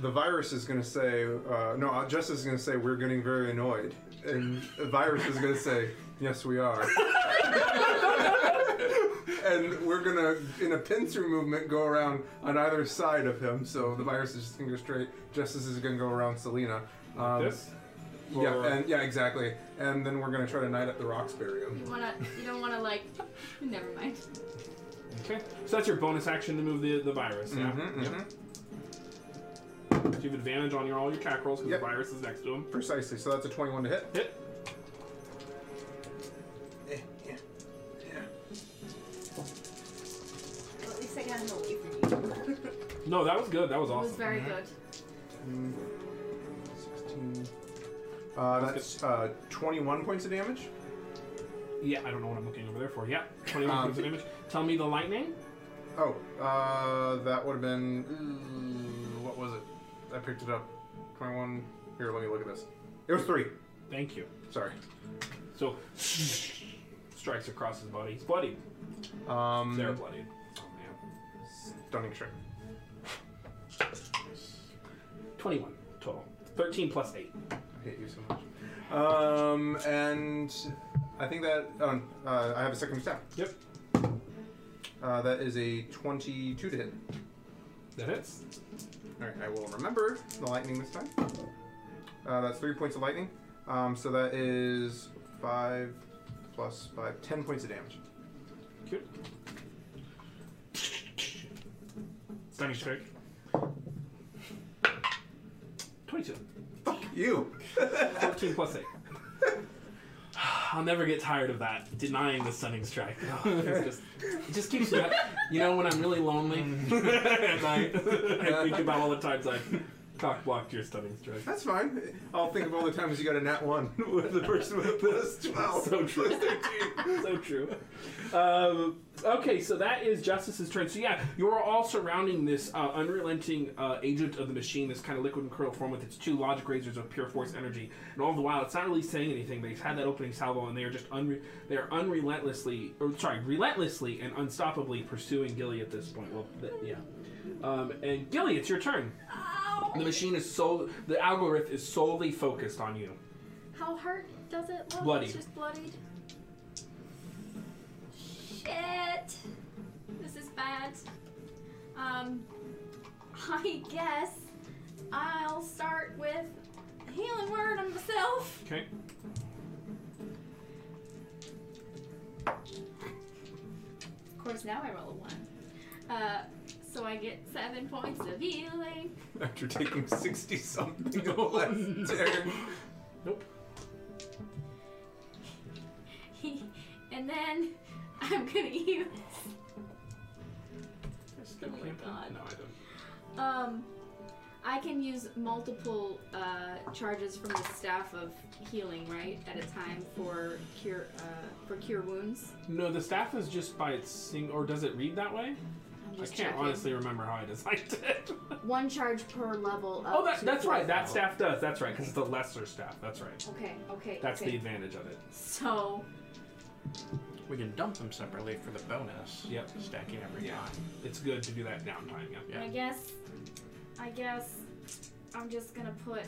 S2: the virus is going to say, uh, no, uh, Justice is going to say, we're getting very annoyed. And the virus is going to say, yes, we are. and we're going to, in a pin through movement, go around on either side of him. So the virus is just going to go straight. Justice is going to go around Selena. Um,
S1: this.
S2: Yeah,
S1: Or-
S2: and, yeah, exactly. And then we're going to try to knight up the Roxbury.
S5: You wanna? You don't wanna like? Never mind.
S1: Okay. So that's your bonus action to move the, the virus. Yeah.
S2: Mhm,
S1: Yep.
S2: mhm.
S1: So you have advantage on your all your attack rolls because
S2: Yep.
S1: the virus is next to him.
S2: Precisely. So that's a 21 to hit.
S1: Hit.
S2: Yeah, yeah, yeah.
S3: Well, at least I got him away from you.
S1: No, that was good. That was
S5: It was
S1: awesome.
S5: very good.
S2: 16. Uh, that's uh, 21 points of damage.
S1: Yeah, I don't know what I'm looking over there for. Yeah, 21
S2: Um,
S1: points of damage. Tell me the lightning.
S2: Oh, uh, that would have been. ooh, What was it? I picked it up. 21. Here, let me look at this. It was 3.
S1: Thank you.
S2: Sorry.
S1: So strikes across his body. He's bloodied.
S2: Um,
S1: They're bloodied. Oh man.
S2: Stunning strike.
S1: 21 total. 13 plus 8.
S2: I hate you so much. Um, and I think that. Oh, uh, I have a second attack.
S1: Yep.
S2: Uh, that is a 22 to hit.
S1: That hits.
S2: Alright, I will remember the lightning this time. Uh, that's three points of lightning. Um, so that is five plus five, ten points of damage.
S1: Cute. Stunning strike. 22.
S2: You!
S1: 14 plus 8. I'll never get tired of that, denying the stunning strike. Oh, It's just, it just keeps me up. Mm. You know, when I'm really lonely at night, I think about all the times I've Peacock blocked your stunning strike.
S2: That's fine. I'll think of all the times you got a nat one with the person with plus twelve.
S1: So true.
S2: plus 13.
S1: so true. Um, okay, so that is Justice's turn. So yeah, you are all surrounding this uh, unrelenting uh, agent of the machine, this kind of liquid and curl form with its two logic razors of pure force energy, and all the while it's not really saying anything. They've had that opening salvo, and they are just unre- they are unrelentlessly, or sorry, relentlessly and unstoppably pursuing Gilly at this point. Well, th- yeah. Um, and Gilly, it's your turn. The machine is so the algorithm is solely focused on you.
S5: How hurt does it look?
S1: Bloody.
S5: It's just bloodied. Shit. This is bad. Um, I guess I'll start with healing word on myself.
S1: Okay.
S5: Of course, now I roll a one. Uh, so I get seven points of healing.
S2: After taking sixty something of last turn.
S5: and then I'm gonna use. Oh my god.
S1: No, I don't.
S5: Um, I can use multiple uh, charges from the staff of healing, right, at a time for cure uh, for cure wounds.
S1: No, the staff is just by its sing, or does it read that way?
S5: I'm
S1: I
S5: just
S1: can't
S5: checking.
S1: honestly remember how I designed it.
S5: One charge per level. Up
S1: oh, that,
S5: to
S1: that's
S5: four
S1: right. That
S5: levels.
S1: staff does. That's right, because it's a lesser staff. That's right.
S5: Okay. Okay.
S1: That's the
S5: okay.
S1: advantage of it.
S5: So
S4: We can dump them separately for the bonus.
S1: Yep.
S4: Stacking every
S1: Yeah.
S4: time.
S1: It's good to do that downtime. Yeah.
S4: Yeah.
S5: I guess, I guess, I'm just gonna put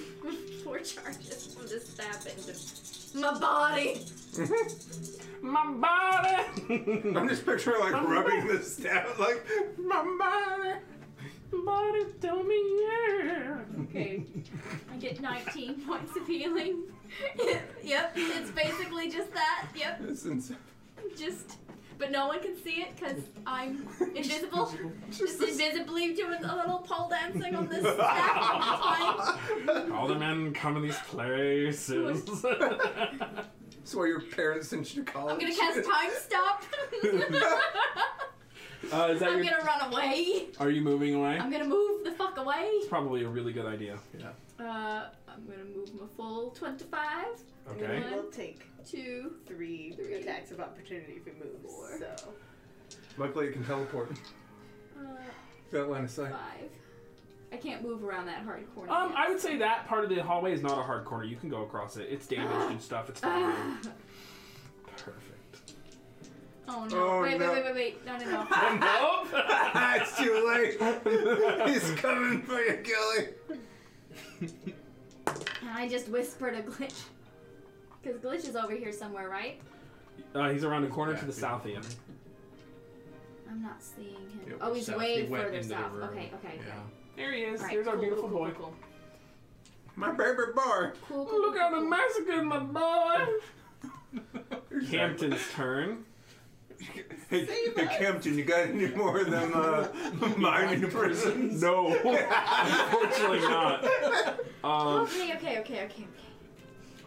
S5: four charges from the staff into my body.
S1: My body,
S2: I'm just picturing like
S5: Uh-huh.
S2: rubbing the staff like my body.
S1: body, tell me yeah.
S5: Okay. I get 19 points of healing. yep, it's basically just that. Yep,
S2: It's insane.
S5: just. But no one can see it because I'm invisible.
S2: Just
S5: Just
S2: this-
S5: invisibly doing a little pole dancing on this staff. It's fine.
S1: All the men come in these places. Uh,
S2: That's why your parents sent you to college.
S5: I'm gonna cast time stop.
S1: uh, is that
S5: I'm
S1: your,
S5: gonna run away.
S1: Are you moving away?
S5: I'm gonna move the fuck away.
S1: It's probably a really good idea.
S5: Uh, I'm gonna move my full 25.
S1: Okay.
S5: One,
S3: We'll take
S5: two,
S3: three,
S5: Three.
S3: attacks of opportunity if it moves.
S5: Four.
S3: So
S2: Luckily, it can teleport.
S5: uh,
S2: That line of sight.
S5: five. I can't move around that hard corner.
S1: Um,
S5: yet.
S1: I would say that part of the hallway is not a hard corner. You can go across it. It's damaged and stuff. It's fine.
S5: Ah.
S1: Perfect.
S5: Oh no.
S2: Oh,
S5: wait,
S2: no.
S5: wait, wait, wait, wait. No, no, no.
S1: Oh, nope.
S2: Ah, it's too late. He's coming for you, Gilly.
S5: And I just whispered a glitch. Because glitch is over here somewhere, right?
S1: Uh, he's around the corner to
S4: Yeah,
S1: the
S4: he's
S1: south
S4: around
S1: end.
S4: the
S5: I'm not seeing him.
S4: It
S5: oh,
S4: was
S5: he's
S4: south.
S5: way
S4: He went
S5: further
S4: into the
S5: south.
S4: room.
S5: Okay, okay.
S4: Yeah.
S1: There he is.
S5: All right,
S1: Here's our
S5: cool,
S1: beautiful
S5: cool,
S1: boy.
S5: Cool,
S2: My baby bar.
S5: cool, cool. cool, cool,
S1: Look
S5: cool,
S1: at the
S5: cool.
S1: massacre, my boy.
S2: Exactly.
S1: Hampton's turn.
S2: Hey,
S3: Save
S2: hey
S3: us.
S2: Campton, you got any more of them uh, mining prisons?
S1: No, unfortunately not. Um,
S5: Okay, okay, okay, okay, okay.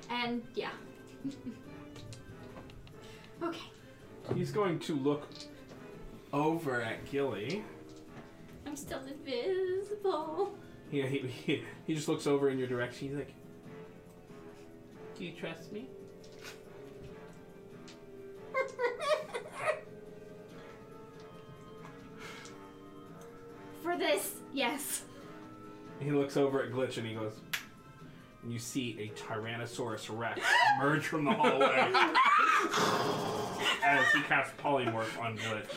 S5: And yeah. okay.
S1: he's going to look over at Gilly.
S5: I'm still invisible.
S1: He, he, he, he just looks over in your direction. He's like, "Do you trust me?"
S5: For this, yes.
S1: He looks over at Glitch and he goes, and you see a Tyrannosaurus Rex emerge from the hallway as he casts polymorph on Glitch.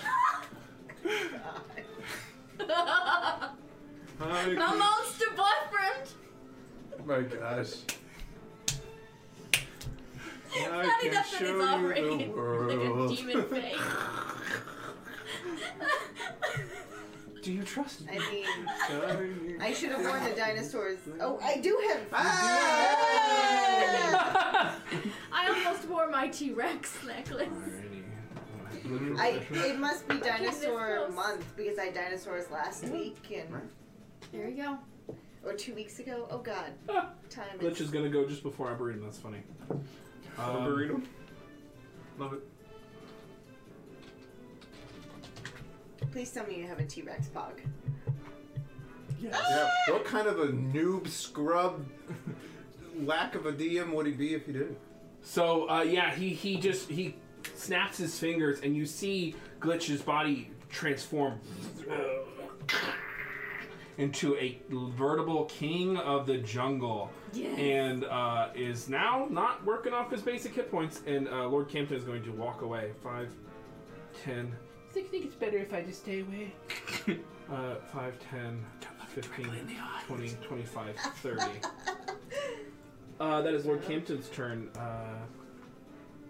S5: My
S2: My,
S5: monster boyfriend.
S2: Oh my gosh.
S5: It's
S2: I
S5: not
S2: can
S5: enough that
S2: show
S5: it's
S2: you
S5: already
S2: the
S5: like
S2: world.
S5: a demon face.
S1: Do you trust me?
S3: I mean, I should have warned the dinosaurs. Oh, I do have.
S1: Ah!
S5: I almost wore my T Rex necklace.
S3: I, it must be
S5: this
S3: dinosaur
S5: close.
S3: month because I had dinosaurs last week and
S5: There you go.
S3: or two weeks ago. Oh God, time.
S1: Glitch is gonna go just before Arboretum. That's funny. Um,
S2: Arboretum. Love it.
S3: Please tell me you have a T Rex pog.
S6: Yes.
S2: Yeah. What kind of a noob scrub lack of a DM would he be if he didn't?
S1: So uh, yeah, he he just he snaps his fingers, and you see Glitch's body transform uh, into a veritable king of the jungle,
S5: Yes.
S1: and uh, is now not working off his basic hit points. And uh, Lord Campton is going to walk away. Five, ten.
S7: I think it's better if I just stay away.
S1: Uh, 5, 10, 15, 20, 25, 30. uh, that is Lord Campton's turn. Uh,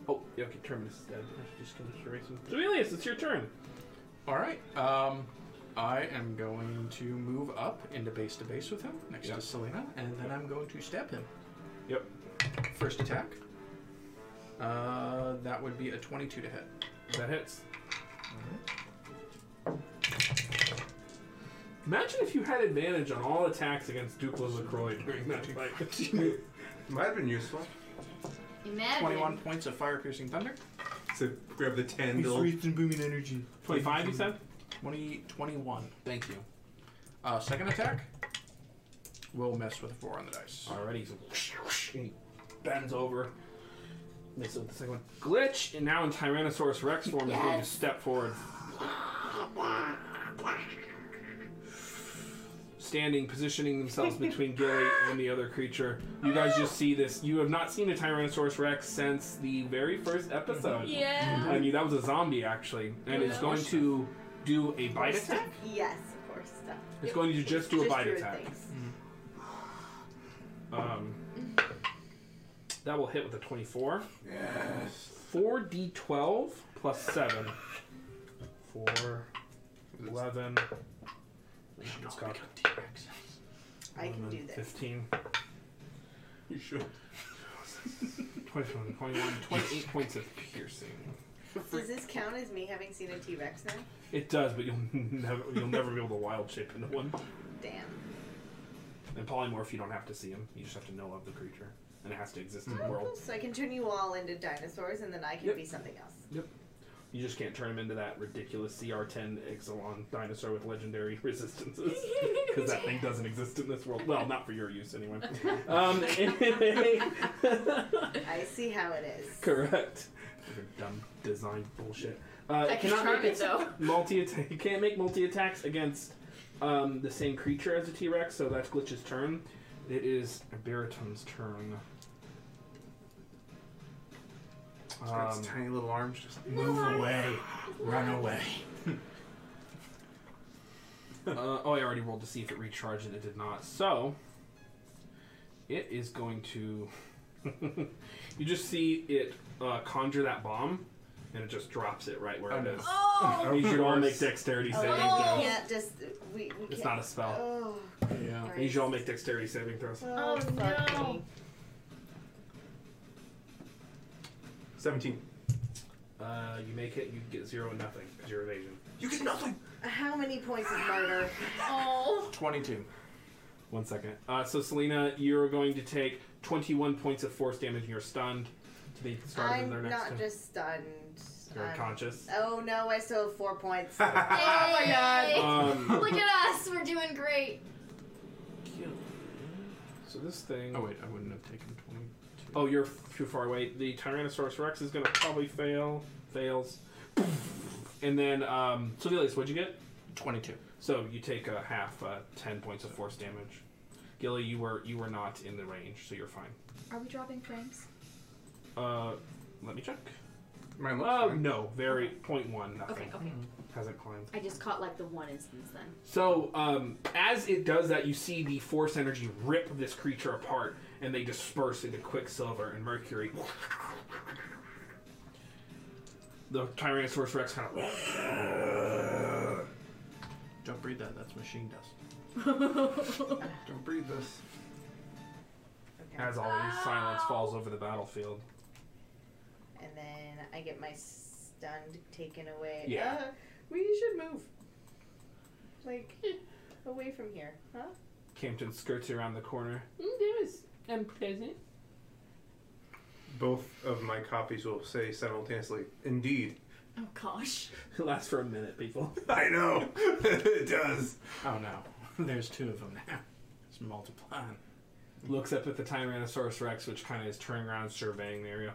S1: oh, yeah, okay, Terminus is dead. I should just finish erasing. Duilius, it's your turn.
S4: All right. Um, I am going to move up into base to base with him next
S1: Yeah.
S4: to Selena, and then I'm going to stab him.
S1: Yep.
S4: First attack. Uh, that would be a 22 to hit.
S1: That hits. Imagine if you had advantage on all attacks against Duplo LaCroix during that fight.
S2: Might have been useful.
S5: Imagine.
S4: 21 points of fire piercing thunder.
S2: So grab the tendril.
S4: and booming energy.
S1: 25, you said?
S4: 20, 21.
S1: Thank you.
S4: Uh, second attack. Will miss with a 4 on the dice.
S1: Alrighty, so whoosh, whoosh, and he bends over. Makes it with the second one. Glitch, and now in Tyrannosaurus Rex form, is going to
S5: Yes.
S1: step forward. Standing, positioning themselves between Gilly and the other creature. You guys just see this. You have not seen a Tyrannosaurus Rex since the very first episode.
S5: Yeah.
S1: I mean, that was a zombie, actually. And it's going to do a bite attack.
S3: Yes, of course. Stuff.
S1: It's going to just do a
S3: Just
S1: bite
S3: your
S1: attack.
S3: things.
S1: Um, that will hit with a 24.
S2: Yes.
S1: 4d12 plus 7. 4, 11, it's got
S3: I can do this.
S1: 15,
S2: You should.
S1: 21, 21, 28 points of piercing.
S3: Does this count as me having seen a T Rex now?
S1: It does, but you'll never you'll never be able to wild shape into one.
S3: Damn.
S1: And polymorph, you don't have to see him. You just have to know of the creature, and it has to exist in the world.
S3: So I can turn you all into dinosaurs, and then I can
S1: Yep.
S3: be something else.
S1: You just can't turn him into that ridiculous CR10 Exelon dinosaur with legendary resistances. Because that thing doesn't exist in this world. Well, not for your use, anyway. Um,
S3: I see how it is.
S1: correct. Your dumb design bullshit. Uh,
S5: I
S1: it
S5: can
S1: cannot
S5: charm
S1: make
S5: it though.
S1: multi attack. You can't make multi attacks against um, the same creature as a T Rex, so that's Glitch's turn. It is Baratum's turn.
S2: It's got its
S1: Um,
S2: tiny little arms just.
S4: Move away. Run away.
S1: Uh, oh, I already rolled to see if it recharged and it did not. So, it is going to. you just see it uh, conjure that bomb and it just drops it right where
S4: Oh,
S1: it
S4: no.
S1: is.
S5: Oh.
S1: I need you to all make dexterity
S3: Oh,
S1: saving
S3: we
S1: throws.
S3: can't just. We, we
S1: It's
S3: can't.
S1: not a spell.
S3: Oh,
S4: Yeah.
S1: I need you all make dexterity saving throws.
S5: Oh,
S3: fuck
S5: no.
S3: me.
S2: 17.
S1: Uh, you make it, you get zero and nothing because you're evasion.
S2: You get nothing!
S3: How many points of murder?
S5: Oh.
S4: 22.
S1: One second. Uh, so, Selena, you're going to take 21 points of force damage and you're stunned. They started in their
S3: I'm
S1: next
S3: not
S1: turn.
S3: just stunned.
S1: You're
S3: I'm-
S1: unconscious.
S3: Oh no, I still have four points.
S5: Oh
S3: my God.
S1: Um,
S2: Uh,
S5: Look at us. We're doing great.
S1: so, this thing.
S4: Oh, wait, I wouldn't have taken 20.
S1: Oh, you're f- too far away. The Tyrannosaurus Rex is gonna probably fail. Fails. And then, um, Sylvius, what'd you get?
S4: 22.
S1: So you take uh, half, uh, ten points of force damage. Gilly, you were you were not in the range, so you're fine.
S5: Are we dropping frames?
S1: Uh, let me check.
S2: Mine looks
S1: Oh
S5: Um,
S2: fine.
S1: no, very point one. Nothing
S5: Okay. Okay.
S2: Mm-hmm.
S1: hasn't climbed.
S5: I just caught like the one instance then.
S1: So, um, as it does that, you see the force energy rip this creature apart, and they disperse into quicksilver and mercury. The Tyrannosaurus Rex kind of
S4: Don't breathe that. That's machine dust.
S2: Don't breathe this.
S1: As always, silence falls over the battlefield.
S3: And then I get my stunned taken away.
S1: Yeah.
S3: Uh, we should move. Like, eh, away from here, huh?
S1: Campton skirts around the corner.
S7: That was unpleasant.
S2: Both of my copies will say simultaneously, indeed.
S5: Oh gosh.
S1: It lasts for a minute, people.
S2: I know! it does.
S4: Oh, no. There's two of them now. It's multiplying.
S1: Looks up at the Tyrannosaurus Rex, which kind of is turning around, surveying the area.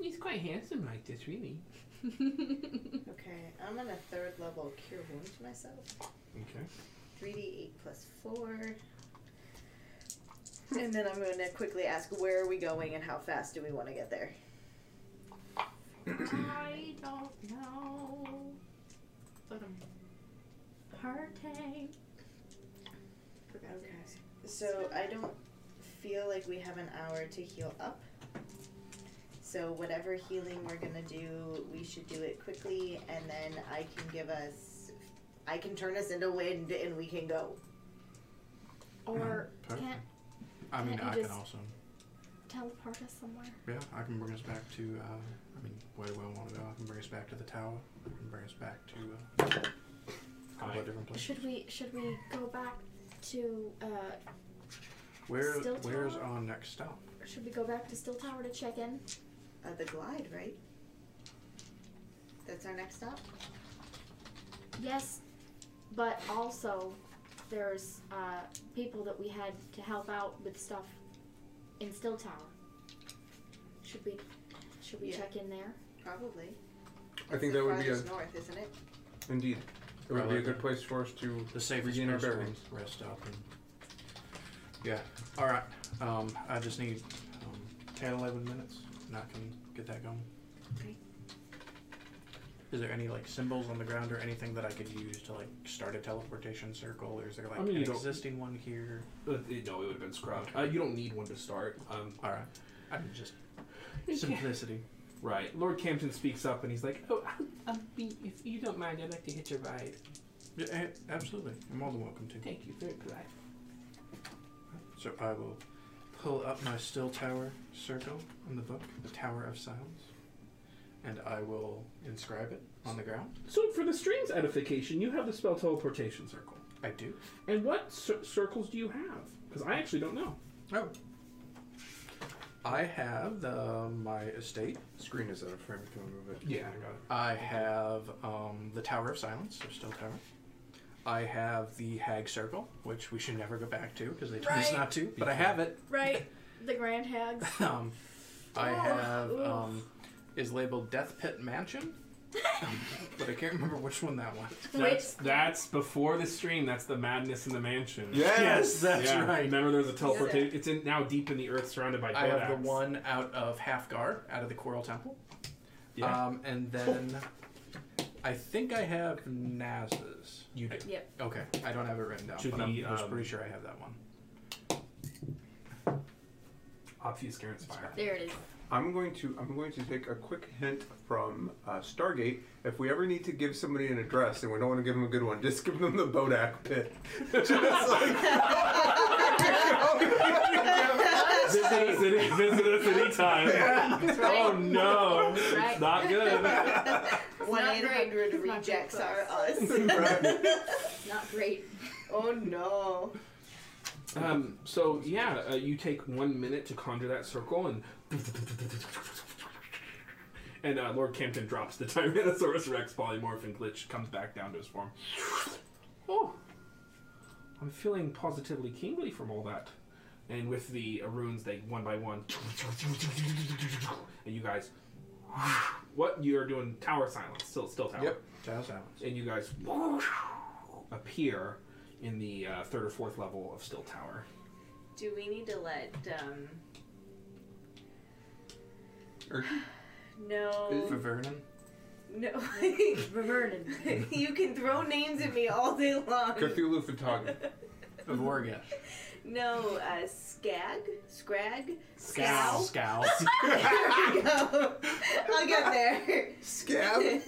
S7: He's quite handsome like this, really.
S3: Okay, I'm gonna third level cure wound myself.
S1: Okay.
S3: 3d8 plus 4. And then I'm going to quickly ask where are we going and how fast do we want to get there?
S5: I don't know. But I'm hurting. Forgot to ask.
S3: So I don't feel like we have an hour to heal up. So whatever healing we're going to do, we should do it quickly and then I can give us. I can turn us into wind and we can go.
S5: Or
S1: Uh-huh.
S4: Perfect.
S5: can't
S4: I mean,
S5: Can't you
S4: I can
S5: just-
S4: also.
S5: teleport us somewhere.
S4: Yeah, I can bring us back to. Uh, I mean, where do I want to go? I can bring us back to the tower. I can bring us back to uh, a couple of different places.
S5: Should we should we go back to uh
S4: Where
S5: Still
S4: Where's
S5: tower?
S4: our next stop?
S5: should we go back to Still Tower to check in?
S3: Uh, the glide, right? That's our next stop?
S5: Yes, but also there's uh people that we had to help out with stuff in Still Tower. Should we should we
S3: Yeah.
S5: check in there?
S3: Probably.
S2: I think
S3: The
S2: that would be a,
S3: farthest north, isn't it?
S2: indeed. It would be a good place for us to
S4: The safest
S2: regain our
S4: place to
S2: bearings.
S4: rest up. And... Yeah. All right. Um, I just need um, 10, 11 minutes, and I can get that going.
S5: Okay.
S4: Is there any like symbols on the ground or anything that I could use to like start a teleportation circle, or is there like
S1: I mean,
S4: an
S1: you don't-
S4: existing one here?
S1: Uh, it- no, it would have been scrubbed. Uh, you don't need one to start. Um,
S4: All right. I can just
S7: Okay.
S4: simplicity.
S1: right. Lord Campton speaks up and he's like,
S7: Oh, I'll, I'll be, if you don't mind, I'd like to hitch a ride.
S4: Yeah, a- absolutely. You're more than welcome to.
S7: Thank you, very glad.
S4: So I will pull up my still tower circle in the book, the Tower of Silence, and I will inscribe it on the ground.
S1: So, for the stream's edification, you have the spell teleportation circle.
S4: I do.
S1: And what cir- circles do you have? Because I actually don't know.
S4: Oh. I have the, um, my estate.
S2: Screen is out of frame. Can we move it?
S1: Yeah, I got it.
S4: I have um, the Tower of Silence, or Still Tower. I have the Hag Circle, which we should never go back to because they told us
S5: Right.
S4: not to, but I have it.
S5: Right. The Grand Hags.
S4: Um, I
S5: Oh,
S4: have
S5: oof.
S4: um, is labeled Death Pit Mansion, but I can't remember which one that was.
S1: That's, that's before the stream. That's the madness in the mansion.
S4: Yes, that's
S1: yeah.
S4: right.
S1: Remember, there's a teleportation. It's in, now deep in the earth, surrounded by.
S4: I have the
S1: Todax.
S4: one out of Halfgar, out of the Coral Temple.
S1: Yeah.
S4: Um, and then I think I have Naz's.
S1: you do.
S5: Yep.
S4: Okay, I don't have it written down,
S1: To
S4: but
S1: the,
S4: I'm, I was
S1: um,
S4: pretty sure I have that one.
S1: Obfuscare inspire.
S5: There it is.
S2: I'm going to I'm going to take a quick hint from uh, Stargate. If we ever need to give somebody an address and we don't want to give them a good one, just give them the Bodak Pit. Just like-
S1: Visit us, any, visit us anytime. oh no,
S5: Right.
S1: it's not good.
S3: One
S5: not
S3: eight
S5: great.
S3: hundred
S5: It's not
S3: rejects
S5: great
S3: are
S5: for
S3: us.
S5: Not great.
S3: oh no!
S1: Um, so yeah, uh, you take one minute to conjure that circle, and and uh, Lord Campton drops the Tyrannosaurus Rex polymorph, and glitch comes back down to his form. Oh, I'm feeling positively kingly from all that. And with the uh, runes, they one by one, and you guys, what you are doing? Tower silence, still, still tower
S2: Yep.
S4: Tower of Silence.
S1: and you guys appear in the uh, third or fourth level of Still Tower.
S3: Do we need to let? um...
S2: Or-
S4: For
S3: No,
S4: Vernon.
S3: no.
S5: Reverted.
S3: you can throw names at me all day long.
S2: Cthulhu Fataga.
S4: Of Orga.
S3: No, uh, Skag, Scrag,
S1: Scow.
S4: Scowl.
S3: There you go. I'll get there.
S2: Scab.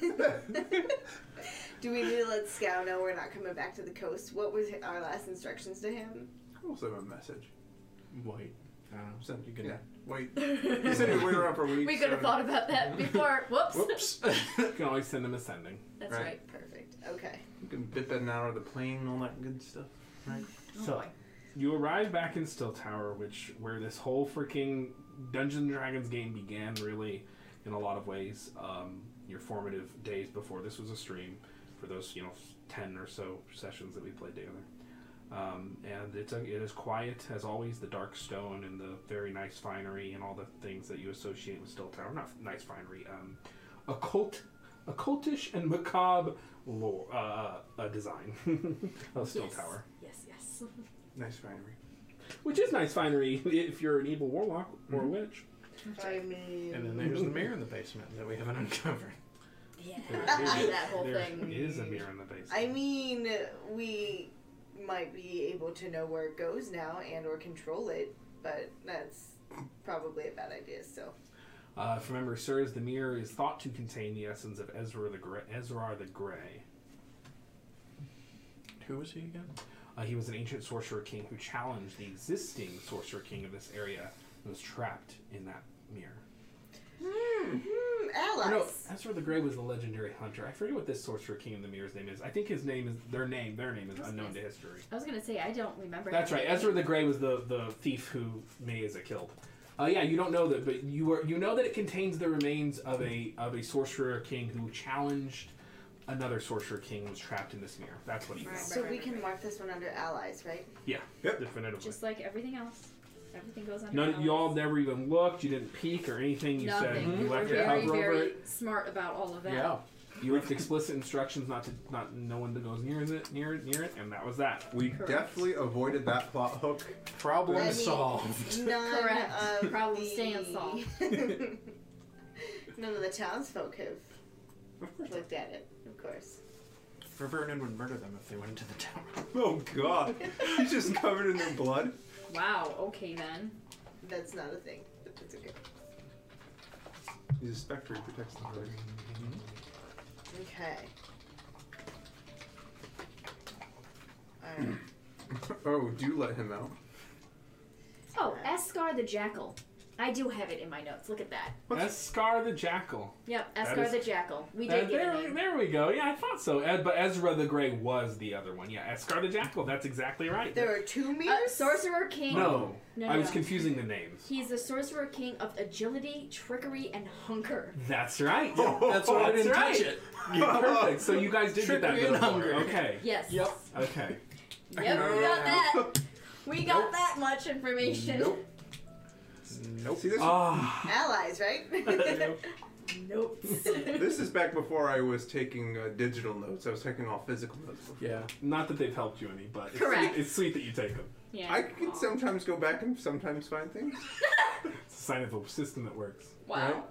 S3: Do we need to let Scow know we're not coming back to the coast? What was our last instructions to him?
S2: I also have a message.
S4: White. I don't know.
S2: Send
S4: You can-
S2: yeah. Wait. He said he'd wait around for weeks.
S5: We could have
S2: so-
S5: thought about that before. Whoops.
S4: Whoops.
S1: You can always send them ascending.
S5: That's
S2: Right.
S5: right.
S3: Perfect. Okay.
S2: You can bit that an hour of the plane, all that good stuff.
S1: So you arrive back in Still Tower, which where this whole freaking Dungeons and Dragons game began, really, in a lot of ways. Um, your formative days before this was a stream. For for those you know ten or so sessions that we played together. Um, and it's a, it is quiet as always. The dark stone and the very nice finery and all the things that you associate with Still Tower. Not nice finery. Um, occult, occultish and macabre lore, uh, uh, design of Still
S5: yes.
S1: Tower,
S5: Yes, yes.
S2: Nice finery.
S1: which is nice finery if you're an evil warlock or a witch.
S3: I mean,
S4: And then there's the mirror in the basement that we haven't uncovered.
S5: Yeah.
S1: There is-
S5: that whole
S1: there
S5: thing.
S1: is a mirror in the basement.
S3: I mean, we might be able to know where it goes now and or control it, but that's probably a bad idea. So
S1: Uh, if memory serves, the mirror is thought to contain the essence of Ezra the Gray. Ezra the Gray.
S4: Who was he again?
S1: Uh, he was an ancient sorcerer king who challenged the existing sorcerer king of this area and was trapped in that mirror.
S3: hmm,
S1: Or
S3: allies.
S1: no, Ezra the Gray was the legendary hunter. I forget what this sorcerer king of the mirror's name is. I think his name is their name. Their name is
S5: That's
S1: unknown
S5: nice.
S1: to history.
S5: I was gonna say I don't remember.
S1: That's
S5: him.
S1: right. Ezra the Grey was the, the thief who Mayza killed. Uh, yeah, you don't know that, but you were you know that it contains the remains of a of a sorcerer king who challenged another sorcerer king who was trapped in this mirror. That's what he
S5: Right.
S1: was.
S3: So we can mark this one under allies, right?
S1: Yeah,
S2: Yep.
S1: definitively.
S5: Just like everything else, everything goes under.
S1: None,
S5: balance.
S1: you all never even looked. You didn't peek or anything. You
S5: Nothing.
S1: said you
S5: We're
S1: left your
S5: very,
S1: cover over
S5: very
S1: it.
S5: smart about all of that.
S1: You left explicit instructions not to not no one that goes near it near it near it, and that was that.
S2: We
S5: Correct.
S2: definitely avoided that plot hook.
S4: Problem
S3: I mean-
S4: solved.
S3: None
S5: Correct.
S3: of
S5: Problem
S3: the...
S5: stands solved.
S3: None of the townsfolk have looked at it, of course.
S4: For Vernon would murder them if they went into the tower.
S6: Oh god. He's just covered in their blood.
S5: Wow. Okay then.
S3: That's not a thing, but that's okay.
S2: He's a spectre. He protects the hood.
S3: Okay. Alright.
S2: oh, do let him out.
S5: Oh, Escar the Jackal. I do have it in my notes. Look at that.
S1: That's Scar the Jackal.
S5: Yep,
S1: That
S5: Escar
S1: is-
S5: the Jackal. We
S1: Uh,
S5: did get a
S1: there,
S5: name.
S1: there we go. Yeah, I thought so. Ed, but Ezra the Grey was the other one. Yeah, Escar the Jackal. That's exactly right.
S3: There are two
S5: Uh,
S3: mirrors?
S5: Sorcerer King.
S1: no,
S5: No,
S1: I
S5: no,
S1: was
S5: no.
S1: confusing the names.
S5: He's the Sorcerer King of agility, trickery, and hunker.
S1: That's right.
S2: Oh.
S4: That's why I
S1: That's
S4: didn't
S1: right.
S4: touch it.
S1: Perfect. So you guys did get that
S4: Trickery
S1: bit
S4: and
S1: of lore.
S4: hunger.
S1: Okay.
S5: Yes.
S4: Yep.
S1: Okay.
S5: Yep, we got that. We got
S2: Nope.
S5: that much information.
S2: Nope.
S4: Nope.
S2: See this?
S1: Ah.
S3: Allies, right?
S5: Nope.
S2: this is back before I was taking uh, digital notes. I was taking all physical notes. Before.
S4: Yeah.
S1: Not that they've helped you any, but it's
S5: Correct.
S1: Sweet, it's sweet that you take them.
S5: yeah.
S2: I can sometimes go back and sometimes find things.
S1: It's a sign of a system that works.
S5: Wow.
S2: Right?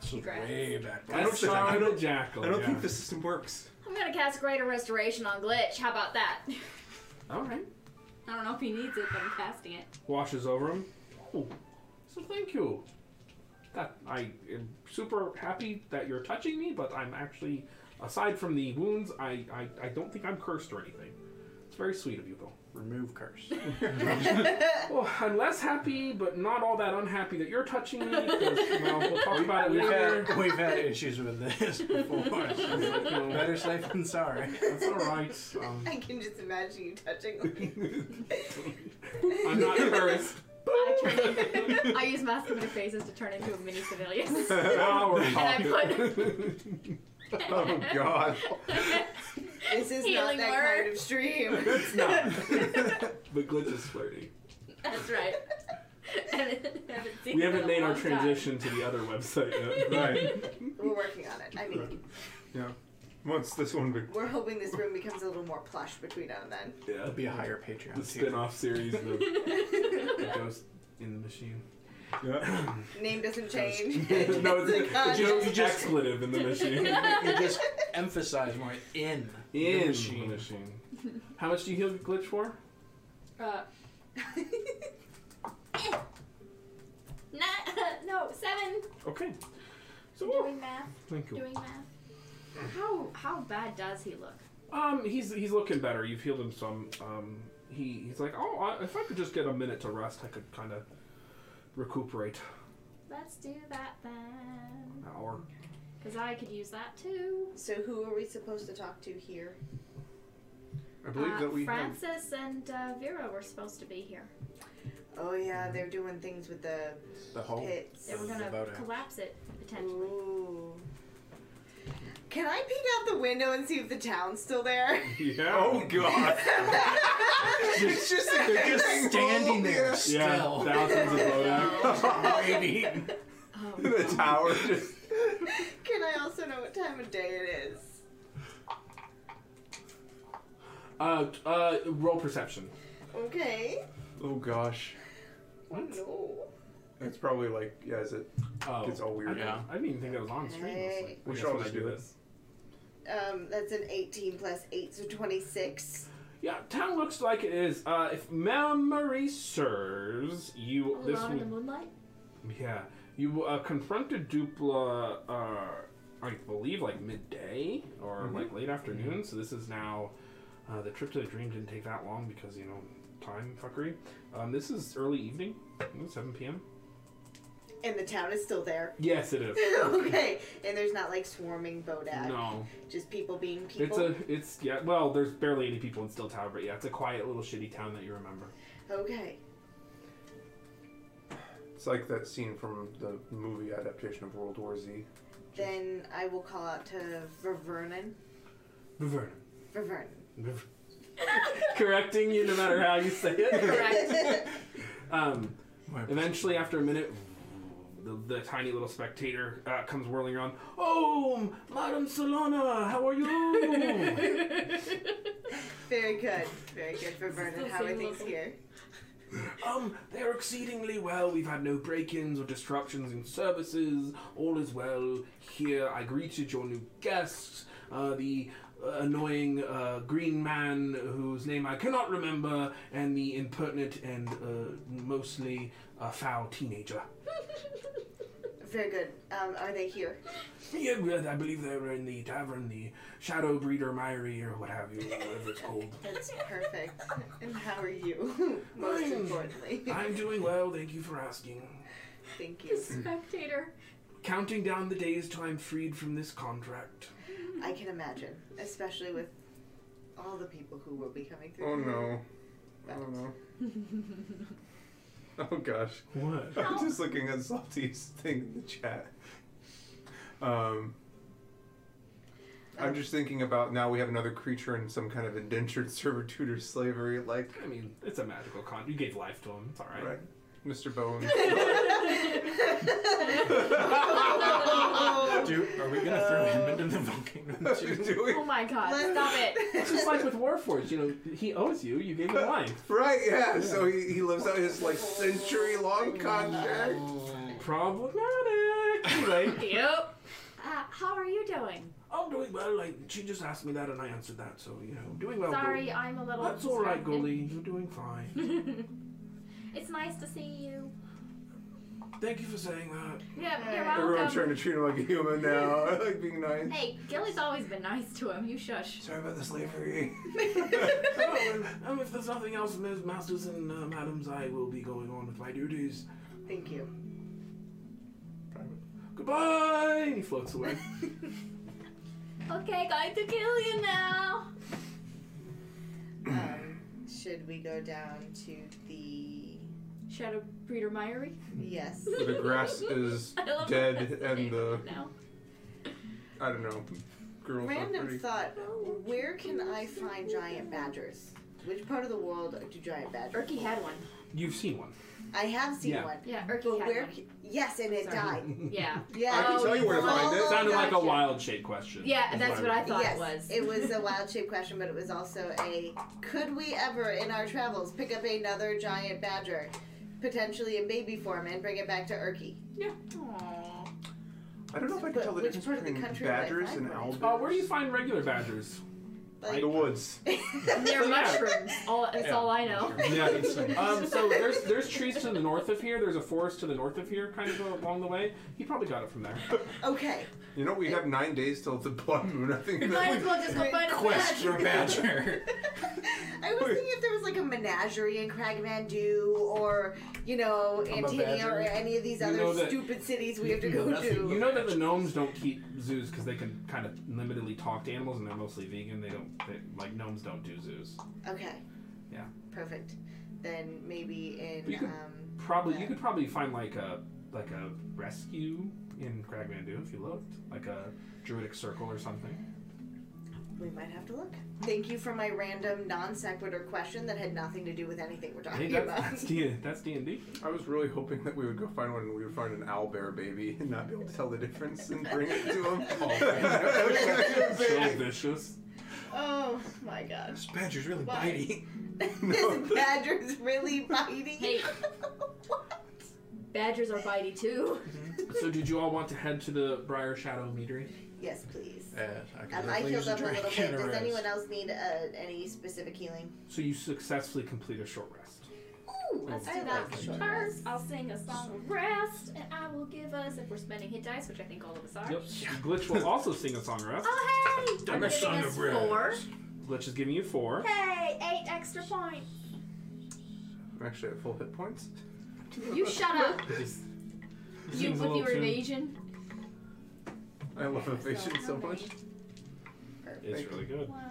S4: This was
S5: Congrats.
S4: way back.
S2: I don't think- I
S1: Escar the
S2: don't-
S1: Jackal.
S2: I don't
S1: yeah.
S2: think the system works.
S5: I'm gonna cast Greater Restoration on Glitch. How about that?
S1: All right.
S5: I don't know if he needs it, but I'm casting it.
S1: washes over him. Oh, so thank you. That I am super happy that you're touching me, but I'm actually, aside from the wounds, I I, I don't think I'm cursed or anything. It's very sweet of you, though.
S4: Remove curse.
S1: Well, Oh, I'm less happy, but not all that unhappy that you're touching me. Because, well, we'll talk about it
S4: We've
S1: later.
S4: had, we've had issues with this before.
S1: No,
S4: Better safe than sorry.
S1: That's all right. Um,
S3: I can just imagine you touching
S1: I'm not cursed.
S5: I, turn into, I use mask of faces to turn into a mini civilian.
S1: Now we're talking.
S2: Oh God.
S3: This is
S5: Healing
S3: not that
S5: word.
S3: kind of stream.
S1: It's not. But glitch is flirty.
S5: That's right. haven't seen
S1: We
S5: it in
S1: haven't
S5: a
S1: made our
S5: long time.
S1: transition to the other website yet.
S2: Right.
S3: We're working on it. I mean,
S2: Yeah. Once this one be-
S3: we're hoping this room becomes a little more plush between now and then.
S1: Yeah.
S4: It'll be a higher Patreon.
S1: the
S4: tier.
S1: spin-off series of the Ghost in the Machine.
S2: yeah.
S3: Name doesn't change.
S1: no, it's, uh, it's
S3: It's a
S1: just
S3: concept.
S1: expletive in the machine.
S4: You just emphasize more in
S1: In
S4: the
S1: the
S4: machine.
S1: machine. How much do you heal glitch for?
S5: Uh, nah, uh, no, seven.
S1: Okay. So oh,
S5: Doing math.
S1: thank you.
S5: Doing math. How how bad does he look?
S1: Um, he's he's looking better. You've healed him some. Um, he he's like, oh, I, if I could just get a minute to rest, I could kind of recuperate
S5: Let's do that then.
S1: an hour.
S5: Cause I could use that too.
S3: So who are we supposed to talk to here?
S2: I believe
S5: Uh,
S2: that we have.
S5: Francis and uh, Vera were supposed to be here.
S3: Oh yeah, they're doing things with the
S1: Oh.
S4: The whole.
S3: pits.
S5: They were
S4: This is
S5: gonna
S4: about it.
S5: collapse it potentially.
S3: Ooh. Can I peek out the window and see if the town's still there?
S1: Yeah.
S6: Oh god.
S2: it's just they're
S4: Just standing there
S1: yeah.
S4: still.
S1: Thousands of blowback.
S6: Waiting.
S5: Oh,
S6: the tower just.
S3: Can I also know what time of day it is?
S1: Uh, uh, roll perception.
S3: Okay.
S6: Oh gosh.
S3: No.
S6: It's probably like yeah. Is it?
S1: Oh,
S6: It's all weird.
S1: I, didn't-
S4: Yeah.
S1: I didn't even think that was on screen.
S3: Hey.
S1: We
S6: We
S1: should
S6: should
S1: always
S6: just
S1: do
S6: do it.
S1: this.
S3: Um, that's an 18 plus 8, so 26.
S1: Yeah, town looks like it is. Uh, if memory serves, you this
S5: alone in the
S1: will-
S5: moonlight?
S1: yeah you uh, confronted Dupla. Uh, I believe like midday or like late afternoon. So this is now. Uh, the trip to the dream didn't take that long because you know time fuckery. Um, this is early evening, seven p.m.
S3: And the town is still there.
S1: Yes, it is.
S3: okay. And there's not like swarming bodak.
S1: no,
S3: Just people being people.
S1: it's a it's yeah. Well, there's barely any people in Still Tower, but yeah, it's a quiet little shitty town that you remember.
S3: Okay.
S6: It's like that scene from the movie adaptation of World War Z.
S3: Then I will call out to Ververnon.
S1: Vernon.
S3: Ververnon.
S1: Correcting you no matter how you say it.
S5: Correct.
S1: Um,
S4: My-
S1: eventually, after a minute, the, the tiny little spectator uh, comes whirling around. Oh, Madame Solana, how are you?
S3: Very good. Very good, Ververnon.
S5: Still
S3: How are
S5: same
S3: things
S5: level.
S3: here?
S1: um, they're exceedingly well. We've had no break-ins or disruptions in services. All is well here. I greeted your new guests. Uh, the uh, annoying uh, green man whose name I cannot remember, and the impertinent and uh, mostly uh, foul teenager.
S3: Very good. Um, are they here?
S1: Yeah, well, I believe they were in the tavern, the Shadow Breeder Myery or what have you, whatever it's called.
S3: That's perfect. and how are you? Most
S1: Fine.
S3: importantly.
S1: I'm doing well, thank you for asking.
S3: Thank
S5: The
S3: you.
S5: spectator.
S1: Counting down the days till I'm freed from this contract.
S3: I can imagine, especially with all the people who will be coming through.
S2: Oh no.
S3: But-
S2: Oh no.
S6: Oh gosh.
S1: What?
S6: I'm just looking at Salty's thing in the chat. Um, I'm just thinking about now we have another creature in some kind of indentured servitude or slavery, like
S1: I mean, it's a magical con. You gave life to him, it's alright.
S6: right, Mr. Bowen.
S4: Do, are we gonna throw him into the volcano? too?
S5: Oh my god, stop it.
S1: It's just like with Warforged, you know, he owes you, you gave him life.
S6: Right, yeah. So he, he lives out his like century long contract.
S1: Problematic! Right?
S5: Yep. Uh, how are you doing?
S1: I'm doing well, like, she just asked me that and I answered that, so, you know, doing well.
S5: Sorry,
S1: Goldie.
S5: I'm a little.
S1: Oh, That's alright,
S5: distracted.
S1: Goldie, you're doing fine.
S5: it's nice to see you.
S1: Thank you for saying that.
S5: Yeah, you're
S6: Everyone's trying
S5: welcome.
S6: to treat him like a human now, like being nice.
S5: Hey, Gilly's always been nice to him. You shush.
S6: Sorry about the slavery.
S1: Oh, and, and if there's nothing else, Ms. Masters and uh, Madams, I will be going on with my duties.
S3: Thank you.
S1: Goodbye! And he floats away.
S5: Okay, going to kill you now.
S3: Um, should we go down to the
S5: Shadow Breeder Myery.
S3: yes?
S6: The grass is
S5: I love
S6: dead
S5: that.
S6: and the
S5: No.
S6: I don't know. Girls are
S3: Random
S6: pretty.
S3: thought: Where can I find giant badgers? Which part of the world do giant badgers?
S5: Erky had one.
S1: You've seen one.
S3: I have seen
S1: Yeah.
S3: one,
S5: Yeah, Erky
S3: but
S5: had
S3: where?
S5: one.
S3: Can, yes, and it
S5: Sorry.
S3: died.
S5: Yeah.
S3: Yeah,
S5: I can tell you
S6: where to find it.
S3: Oh,
S1: Sounded like a
S3: gotcha.
S1: wild shape question.
S5: Yeah,
S1: Is
S5: that's what I thought
S3: yes,
S5: it was.
S3: it was a wild shape question, but it was also a could we ever in our travels pick up another giant badger, potentially in baby form, and bring it back to Erky?
S5: Aw.
S6: I don't know if I can
S3: But
S6: tell the
S3: which
S6: difference
S3: part of the
S6: between
S3: country would I
S6: badgers
S3: find Oh,
S6: and
S3: one?
S6: owlbears.
S1: Uh, where do you find regular badgers?
S3: Like,
S6: the woods.
S5: They're mushrooms. All, that's
S4: Yeah,
S5: all I know.
S4: mushrooms.
S1: Yeah. Um, so there's there's trees to the north of here. There's a forest to the north of here, kind of along the way. He probably got it from there.
S3: okay,
S6: You know we have nine days till the blood moon. I think
S5: Might as
S6: that
S5: well just go find a
S4: Quest
S5: badger.
S4: for Badger.
S3: I was thinking if there was like a menagerie in Cragmandu or you know
S4: I'm a
S3: Antinia or
S4: badger.
S3: any of these
S1: You know
S3: other
S1: that-
S3: stupid cities we have to go to.
S1: You know that the gnomes don't keep zoos because they can kind of limitedly talk to animals, and they're mostly vegan. They don't they, like gnomes don't do zoos.
S3: okay.
S1: Yeah.
S3: Perfect. Then maybe
S1: You
S3: in
S1: could-
S3: um,
S1: Probably you could probably find like a like a rescue in Kragmandu if you looked, like a druidic circle or something.
S3: We might have to look. Thank you for my random non sequitur question that had nothing to do with anything we're
S1: I think
S3: talking
S1: that's
S3: about.
S1: that's D that's D and D.
S6: I was really hoping that we would go find one and we would find an owl bear baby and not be able to tell the difference and bring it to him.
S1: So vicious.
S3: Oh my gosh.
S4: This badger's really
S3: Why?
S4: bitey.
S3: this badger's really biting.
S5: Hey. Badgers are bitey too.
S1: So did you all want to head to the Briar Shadow Meadery?
S3: Yes, please.
S4: Yes, I could
S3: Um, I
S4: definitely
S3: healed
S4: use a
S3: up a little
S4: drink
S3: bit.
S4: and a
S3: Does
S4: rest.
S3: anyone else need uh, any specific healing?
S1: So you successfully complete a short rest.
S3: Ooh,
S5: Let's
S3: I
S5: do that
S3: like short
S5: first.
S3: rest.
S5: I'll sing a song of rest, and I will give us if we're spending hit dice, which I think all of us are.
S1: Yep. Glitch will also sing a song rest.
S5: Oh hey!
S4: I'm a
S5: giving
S4: song
S5: us
S4: of rest.
S5: four.
S1: Glitch is giving you four.
S5: Hey, eight extra points.
S6: I'm actually at full hit points.
S5: You shut up.
S1: It just- it
S5: you
S1: sings a
S5: with
S1: little
S5: your
S1: tune.
S5: evasion.
S6: I love evasion
S5: how
S6: so much.
S5: many?
S1: It's
S6: Thank
S1: really good.
S5: One.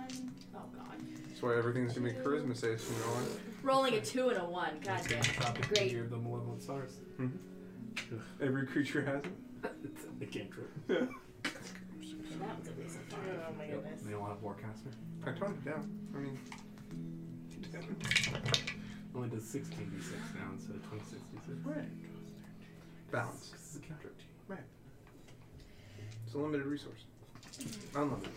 S5: Oh god.
S6: That's why everything's gonna be charisma saves from now on.
S5: Rolling a two and a one. God damn.
S1: Tropic
S5: Great.
S1: Meteor of the malevolent stars.
S6: Every creature has it.
S1: It's a cantrip.
S5: That was a waste of time.
S3: Oh my goodness.
S1: They all have Warcaster.
S6: I toned it down. I mean,
S1: Only does 16d6 now instead of 2066.
S6: right. Balance.
S1: Because it's a cantrip.
S6: It's a limited resource. Unlimited.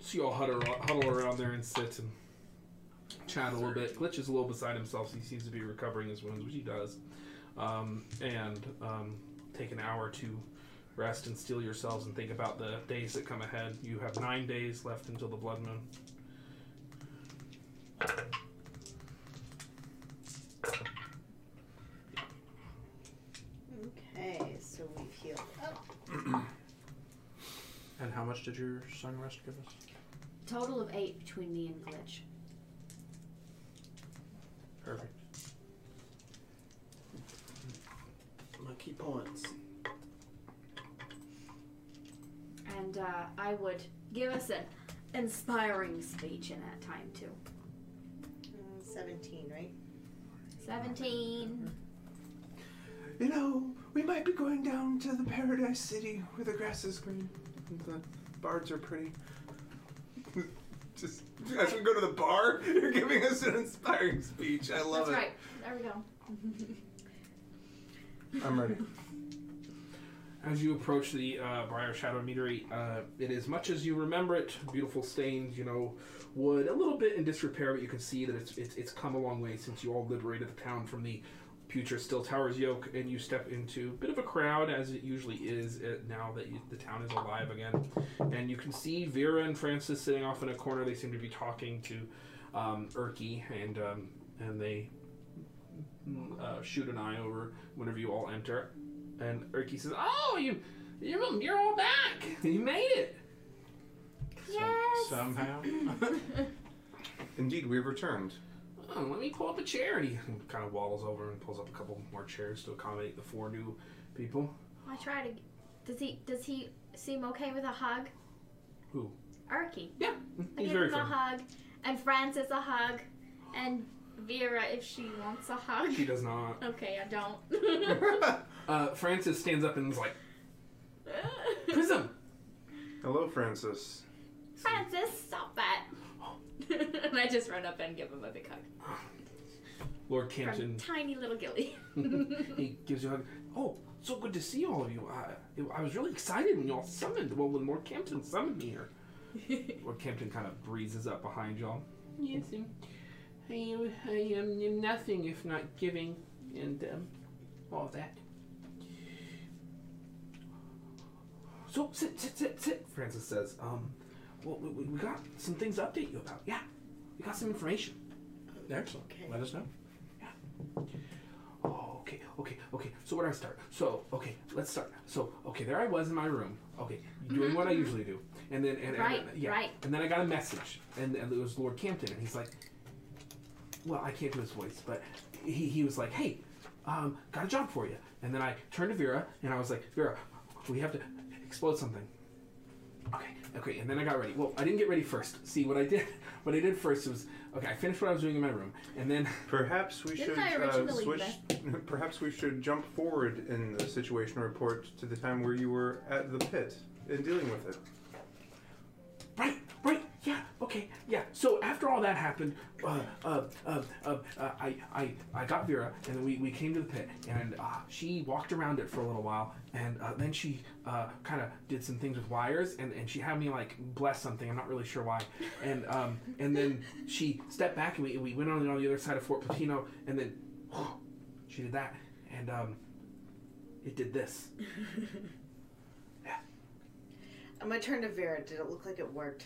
S1: So you all huddle, huddle around there and sit and chat a little bit. Glitch is a little beside himself. He seems to be recovering his wounds, which he does. Um, and um, take an hour to rest and steel yourselves and think about the days that come ahead. You have nine days left until the blood moon.
S3: Okay, so we've healed up.
S4: And how much did your song rest give us?
S5: Total of eight between me and Glitch.
S4: Perfect.
S8: Lucky points.
S5: And uh, I would give us an inspiring speech in that time too.
S3: Mm, 17, right?
S5: Seventeen.
S6: You know, we might be going down to the paradise city where the grass is green and the bards are pretty. Just as we go to the bar, you're giving us an inspiring speech. I love
S5: That's
S6: it.
S5: right. There we go.
S6: I'm ready.
S1: As you approach the uh, Briar Shadow Meadery, uh, it is much as you remember it. Beautiful stains, you know, wood, a little bit in disrepair, but you can see that it's, it's, it's come a long way since you all liberated the town from the future Still Towers yoke, and you step into a bit of a crowd, as it usually is uh now that you, the town is alive again. And you can see Vera and Francis sitting off in a corner. They seem to be talking to um, Erky, and, um, and they mm, uh, shoot an eye over whenever you all enter. And Erky says, "Oh, you, you're, you're all back. You made it."
S5: Yes.
S4: Somehow.
S6: Indeed, we have returned.
S1: Oh, let me pull up a chair. And he kind of waddles over and pulls up a couple more chairs to accommodate the four new people.
S5: I try to. Does he? Does he seem okay with a hug?
S1: Who?
S5: Erky.
S1: Yeah,
S5: I
S1: he's
S5: give
S1: very
S5: him a
S1: friendly.
S5: hug, and Francis a hug, and Vera if she wants a hug.
S1: She does not.
S5: Okay, I don't.
S1: Uh, Francis stands up and is like, "Prism."
S6: Hello, Francis.
S5: Francis, stop that. and I just run up and give him a big hug.
S1: Lord
S5: From
S1: Campton.
S5: tiny little Gilly.
S1: he gives you a hug. Oh, so good to see all of you. I, I was really excited when you all summoned. Well, when Lord Campton summoned me here. Lord Campton kind of breezes up behind y'all.
S7: Yes, um, I am, I am am nothing if not giving and um, all that.
S1: So sit, sit, sit, sit. Francis says, um, well, we, we we got some things to update you about. Yeah, we got some information.
S4: Excellent. Let us know.
S1: Oh, okay, okay, okay. So where do I start? So, okay, let's start. So, okay, there I was in my room. Okay, doing what I usually do, and then and, and-
S5: Mm-hmm. Right,
S1: yeah,
S5: right.
S1: and then I got a message, and, and it was Lord Campton, and he's like, well, I can't do his voice, but he he was like, hey, um, got a job for you, and then I turned to Vera, and I was like, Vera, we have to explode something. Okay, okay, and then I got ready. Well, I didn't get ready first. See, what I did, what I did first was, okay, I finished what I was doing in my room, and then
S2: Perhaps we
S5: Didn't
S2: should
S5: I
S2: uh,
S5: originally
S2: switch. Perhaps we should jump forward in the situation report to the time where you were at the pit and dealing with it.
S1: Right, right, yeah, okay, yeah. So after all that happened, uh, uh, uh, uh, uh, I, I, I got Vera, and then we, we came to the pit, and uh, she walked around it for a little while, and uh, then she uh, kind of did some things with wires, and, and she had me like bless something. I'm not really sure why, and um, and then she stepped back, and we, we went on, on the other side of Fort Platino, and then she did that, and um, it did this.
S3: I'm gonna turn to Vera. Did it look like it worked?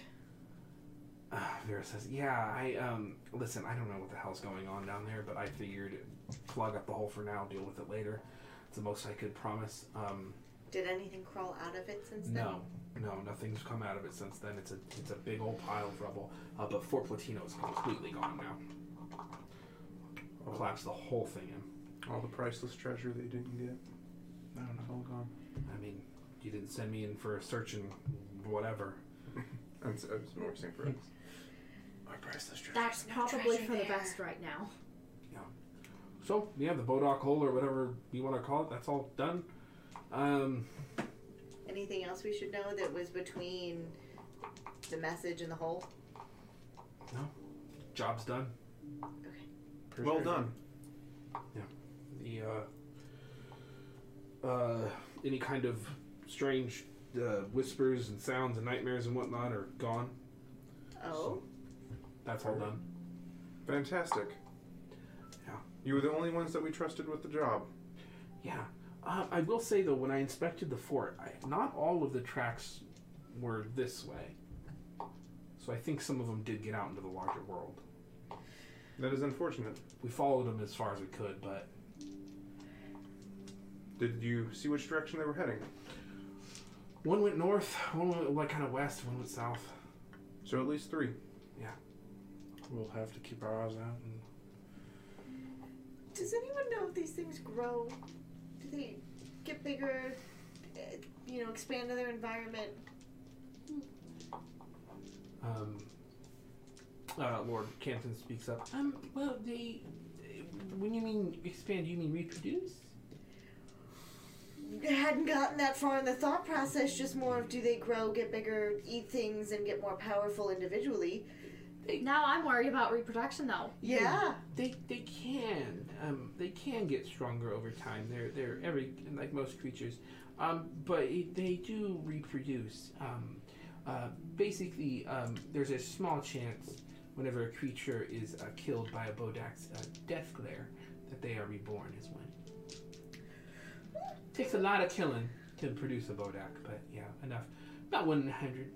S1: Uh, Vera says, "Yeah, I um, listen. I don't know what the hell's going on down there, but I figured plug up the hole for now, deal with it later. It's the most I could promise. Um,
S3: Did anything crawl out of it since then?
S1: no, no, nothing's come out of it since then. It's a it's a big old pile of rubble. Uh, but Fort Platino is completely gone now. Collapsed the whole thing in.
S2: All the priceless treasure they didn't get.
S4: I don't know.
S2: All gone.
S1: I mean, you didn't send me in for a search and whatever.
S2: I'm, s- I'm more saying for us.
S4: Our priceless treasure.
S5: That's probably for the best right now.
S1: So yeah, the Bodoc hole or whatever you want to call it, that's all done. Um,
S3: Anything else we should know that was between the message and the hole?
S1: job's done.
S2: Well done.
S1: the uh, uh, any kind of strange uh, whispers and sounds and nightmares and whatnot are gone.
S3: Oh,
S1: That's all done.
S2: Fantastic.
S1: Yeah.
S2: You were the only ones that we trusted with the job.
S1: Yeah. Uh, I will say though, when I inspected the fort, I, not all of the tracks were this way. So I think some of them did get out into the larger world.
S2: That is unfortunate.
S1: We followed them as far as we could, but
S2: Did you see which direction they were heading?
S1: one went north, one went like kind of west, one went south.
S2: So at least three.
S4: We'll have to keep our eyes out. And
S3: does anyone know if these things grow? Do they get bigger? Uh, you know, expand to their environment.
S1: Um, uh, Lord Canton speaks up.
S9: Um, well, they. When you mean expand, you mean reproduce?
S3: I hadn't gotten that far in the thought process. Just more of do they grow, get bigger, eat things, and get more powerful individually?
S5: Now I'm worried about reproduction though.
S3: Yeah. Oh,
S9: They they can um they can get stronger over time. They're they're every like most creatures, um but it, they do reproduce. Um, uh, basically um there's a small chance whenever a creature is uh, killed by a Bodak's uh, death glare that they are reborn is when. Takes a lot of killing to produce a Bodak, but yeah enough. About one in a hundred.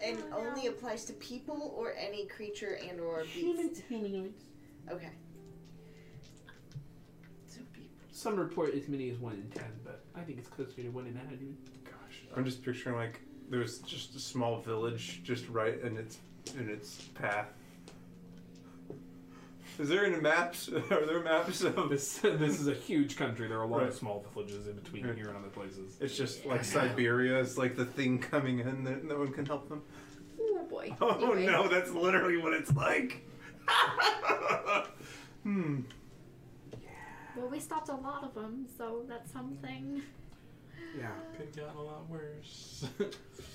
S3: And only applies to people or any creature and or beast.
S9: Human humanoids.
S3: Okay. So be
S9: Some report as many as one in ten, but I think it's closer to one in a hundred.
S2: Gosh, I'm just picturing like there's just a small village just right in its in its path. Is there any maps? Are there maps of?
S1: This this is a huge country. There are a lot
S2: Right.
S1: of small villages in between
S2: Right.
S1: here and other places.
S2: It's just like Siberia is like the thing coming in that no one can help them.
S5: Oh boy.
S2: Oh
S5: Anyway.
S2: no, that's literally what it's like. hmm.
S5: Well, we stopped a lot of them, so that's something.
S1: Yeah.
S4: could have gotten a lot worse.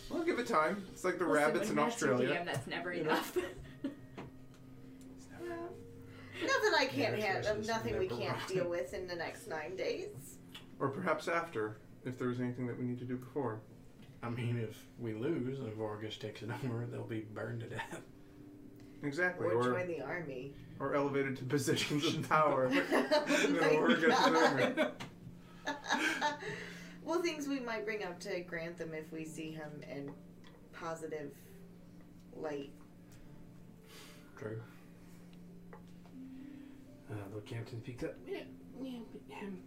S2: We'll give it time. It's like the
S5: Listen,
S2: rabbits in
S5: when you have two
S2: Australia.
S5: PM, that's never
S4: You know?
S5: enough.
S3: well, nothing I can't
S4: Yeah,
S3: handle.
S4: choices
S3: Nothing we
S4: never
S3: can't
S4: wrong.
S3: deal with in the next nine days.
S2: Or perhaps after, if there was anything that we need to do before.
S4: I mean, if we lose and Vargas takes it over, they'll be burned to death.
S2: Exactly.
S3: Or
S2: Or,
S3: join the army.
S2: or elevated to positions of power.
S5: Oh
S3: My
S2: or get
S3: God.
S2: over.
S3: well, things we might bring up to Grantham if we see him in positive light.
S4: True.
S1: Uh, Lord Campton speaks up.
S9: Yeah, yeah, but um,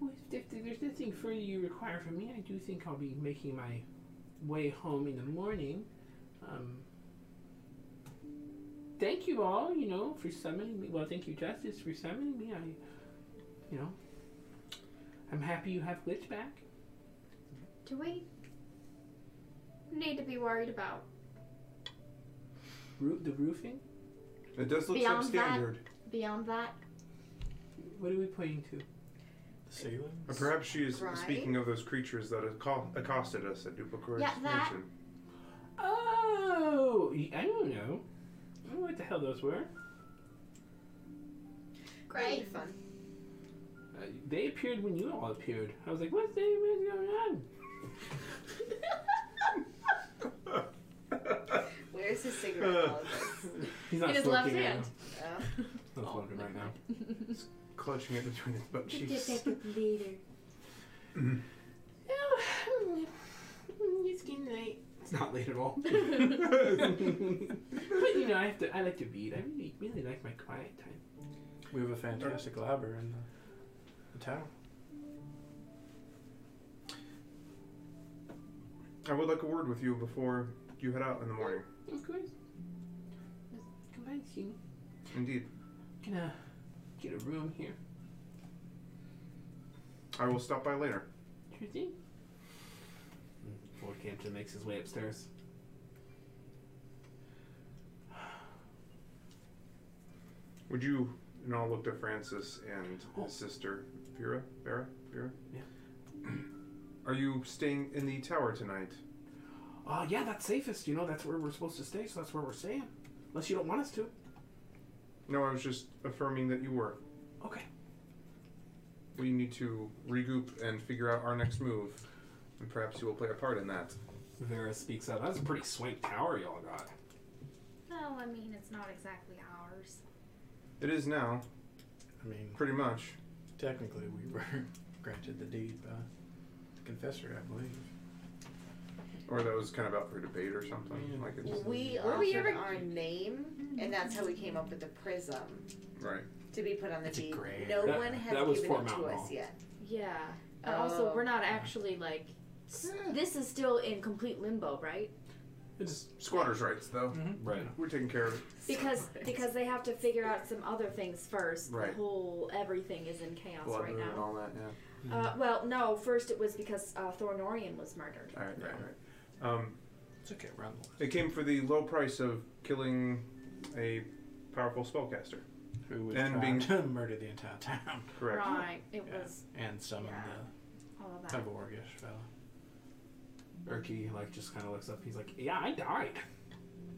S9: well, if, if there's nothing further you require from me, I do think I'll be making my way home in the morning. Um, thank you all, you know, for summoning me. Well, thank you, Justice, for summoning me. I, you know, I'm happy you have Glitch back.
S5: Do we need to be worried about?
S1: Roo- the roofing?
S2: It does look
S5: Beyond that-
S2: substandard.
S5: Beyond that,
S1: What are we pointing to?
S4: The ceiling?
S2: Or perhaps she is
S3: Right.
S2: speaking of those creatures that acco- accosted us at Dupacor's
S5: Yeah, that-
S2: mansion.
S1: Oh, I don't know. I don't know what the hell those were.
S3: Really
S5: great.
S3: fun.
S1: Uh, they appeared when you all appeared. I was like, what's, the, what's going on?
S3: Where's his cigarette? all of this?
S1: He's not
S5: In his left
S1: smoking right
S5: hand.
S3: Oh.
S1: now. Not smoking right now.
S2: Clutching it between his butt cheeks.
S5: later.
S1: Oh, it's getting late. It's not late at all. but you know, I have to. I like to read. I really, really like my quiet time.
S4: We have a fantastic labber in the, the tower.
S2: I would like a word with you before you head out in the morning.
S1: Of course. Come on, see me.
S2: Indeed.
S1: Can I get a room here?
S2: I will stop by later.
S1: Sure thing. Hmm, Lord Campton makes his way upstairs.
S2: Would you, and I'll look to Francis and
S1: Oh.
S2: his sister, Vera? Vera? Vera?
S1: Yeah.
S2: Are you staying in the tower tonight?
S1: Oh, yeah, that's safest. You know, that's where we're supposed to stay, so that's where we're staying. Unless you don't want us to.
S2: No, I was just affirming that you were.
S1: Okay.
S2: We need to regroup and figure out our next move, and perhaps you will play a part in that.
S1: Vera speaks up. That's a pretty swank tower y'all got.
S5: No, I mean it's not exactly ours.
S2: It is now,
S4: I mean,
S2: pretty much.
S4: technically, we were granted the deed by the confessor, I believe.
S2: Or that was kind of out for debate or something. Like it's
S3: We
S5: Were
S3: offered
S5: we ever-
S3: Oh. our
S5: Mm.
S3: name, and that's how we came up with the prism
S2: right.
S3: to be put on the
S4: It's a
S3: deed.
S4: grave.
S3: No
S1: That-
S3: one has
S1: that was
S3: given
S1: for
S3: it to
S1: Mount Laurel.
S3: us yet.
S5: Yeah. But also,
S3: Oh.
S5: we're not actually like. s- This is still in complete limbo, right?
S1: It's
S2: Squatters' rights, though.
S1: right.
S2: We're taking care of it.
S5: Because because they have to figure out some other things first.
S2: Right.
S5: The whole everything is in chaos
S2: blood
S5: right
S2: moon and
S5: now.
S2: all that. Yeah.
S5: Uh, well, no. First, it was because uh, Thornorian was murdered.
S2: All right, right, right. Um,
S4: It's okay, around the
S2: it came for the low price of killing a powerful spellcaster.
S4: Who was
S2: And
S4: and
S2: being-
S4: being to murder the entire town
S2: Correct.
S5: Right. It
S4: Yeah.
S5: was
S4: and summon
S5: Yeah. all of
S4: the
S5: that.
S4: Taborgish fella.
S1: Erky, like, just kind of looks up. He's like, yeah, I died.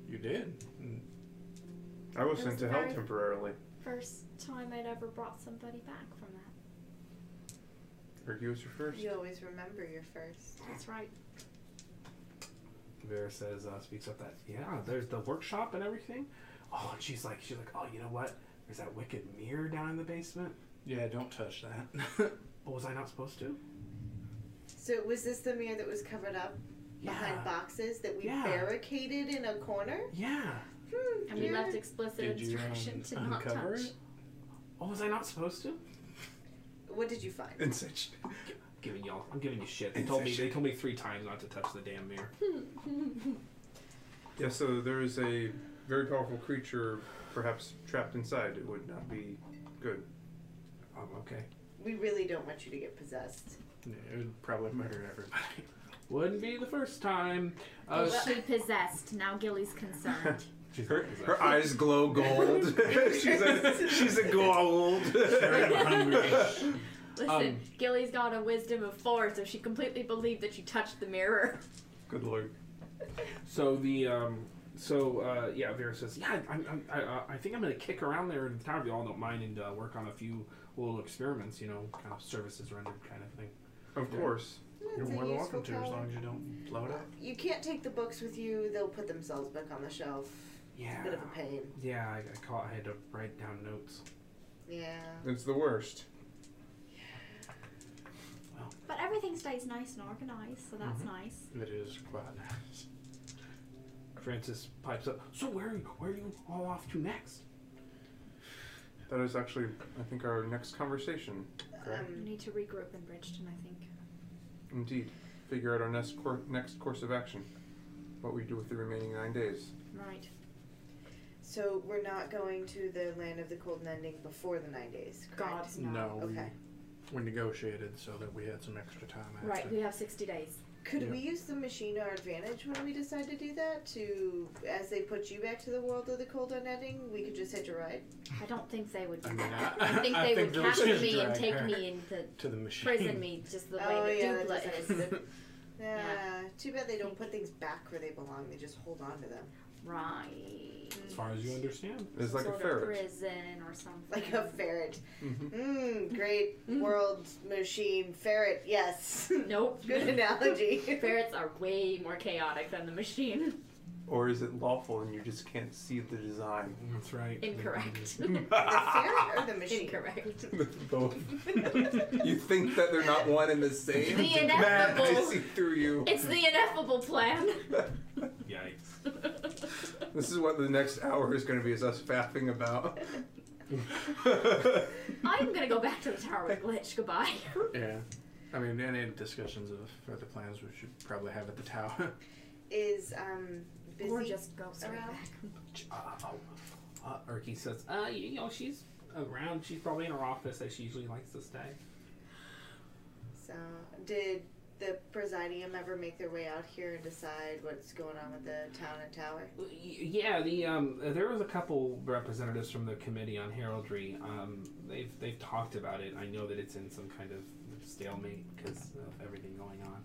S4: You did. Mm,
S2: I was
S5: It
S2: sent
S5: was
S2: to
S5: very-
S2: hell temporarily.
S5: First time I'd ever brought somebody back from that.
S2: Or he was your first.
S3: You always remember your first.
S5: That's right.
S1: Vera says, uh, speaks up that, yeah, there's the workshop and everything. Oh, and she's like, she's like, oh, you know what? There's that wicked mirror down in the basement.
S4: Yeah, don't touch that.
S1: Oh, was I not supposed to?
S3: So was this the mirror that was covered up behind boxes that we
S1: Yeah.
S3: barricaded in a corner?
S1: Yeah.
S3: Hmm,
S5: And we
S3: you're-
S5: left explicit
S4: Did you
S5: instruction
S4: um,
S5: to not
S4: uncover
S5: touch.
S4: it?
S1: Oh, was I not supposed to?
S3: What did you find?
S2: And such.
S1: Giving y'all, I'm giving you shit. They told me, they told me three times not to touch the damn mirror.
S2: Yeah. So there is a very powerful creature, perhaps trapped inside. It would not be good.
S1: Um, okay.
S3: We really don't want you to get possessed.
S4: Yeah, it would probably murder everybody.
S1: Wouldn't be the first time.
S4: Oh,
S1: Uh,
S5: Is she possessed? Now Gilly's concerned.
S1: she's
S2: Her,
S1: like,
S2: her eyes glow gold. she's a she's a gold.
S5: Listen,
S1: Um,
S5: Gilly's got a wisdom of four, so she completely believed that you touched the mirror.
S2: Good lord.
S1: So the um, so uh, yeah, Vera says, yeah, I'm, I'm, I, uh, I think I'm gonna kick around there in the town if y'all don't mind and uh, work on a few little experiments, you know, kind of services rendered kind of thing.
S2: Of course.
S4: You're
S3: It's a
S4: more than
S3: useful
S4: welcome to, as
S3: power.
S4: long as you don't blow it up.
S3: You can't take the books with you. They'll put themselves back on the shelf. It's a
S1: Yeah.
S3: bit of a pain.
S1: Yeah, I, I caught. I had to write down notes.
S3: Yeah.
S2: It's the worst.
S5: But everything stays nice and organized, so
S4: Mm-hmm.
S5: that's nice.
S4: It is quite nice.
S1: Francis pipes up. So where are you, where are you all off to next?
S2: That is actually, I think, our next conversation.
S5: We
S3: Um,
S5: need to regroup in Bridgeton, I think.
S2: Indeed. Figure out our next cour- next course of action. What we do with the remaining nine days.
S5: Right.
S3: so we're not going to the land of the cold and ending before the nine days. Correct?
S5: God's
S4: No,
S5: no.
S4: we,
S3: Okay.
S4: we negotiated so that we had some extra time after.
S5: Right, we have 60 days.
S3: Could
S1: Yeah.
S3: we use the machine our advantage when we decide to do that? To as they put you back to the world of the cold unending, we could just hitch a ride.
S5: I don't think they would do
S4: I mean,
S5: that.
S4: I-
S5: I think they
S4: I think
S5: would
S4: they would
S5: capture
S4: just
S5: me and
S4: drag
S5: take
S4: her.
S5: me into
S4: to the machine.
S5: prison me just the way
S3: Oh,
S5: the
S3: yeah, that
S5: dupla
S3: doesn't
S5: is.
S3: exist. Yeah.
S5: Yeah.
S3: Too bad they don't put things back where they belong. They just hold on to them.
S5: Right.
S1: As far as you understand.
S6: It's
S5: Some
S6: like a
S5: sort Of
S6: ferret.
S5: prison or something.
S3: Like a ferret.
S6: Mhm.
S3: Mm, great world machine ferret. Yes.
S5: Nope.
S3: Good analogy.
S5: Ferrets are way more chaotic than the machine.
S6: Or is it lawful and you just can't see the design?
S1: That's right.
S5: Incorrect.
S3: the ferret or the machine?
S5: Incorrect.
S6: Both. you think that they're not one and the same?
S5: The
S6: Matt, I
S5: ineffable.
S6: see through you.
S5: It's the ineffable plan.
S1: Yikes.
S6: This is what the next hour is going to be: is us faffing about.
S5: I'm gonna go back to the tower with glitch. Goodbye.
S4: Yeah. I mean, any discussions of further plans we should probably have at the tower.
S3: Is um busy.
S5: Or just go straight
S3: around?
S5: back.
S1: Uh, oh, uh, Erky says, uh, you know, she's around. She's probably in her office as she usually likes to stay.
S3: So did the presidium ever make their way out here and decide what's going on with the town and tower?
S1: Y- Yeah, the um, there was a couple representatives from the committee on heraldry. Um, they've they've talked about it. I know that it's in some kind of stalemate because of everything going on.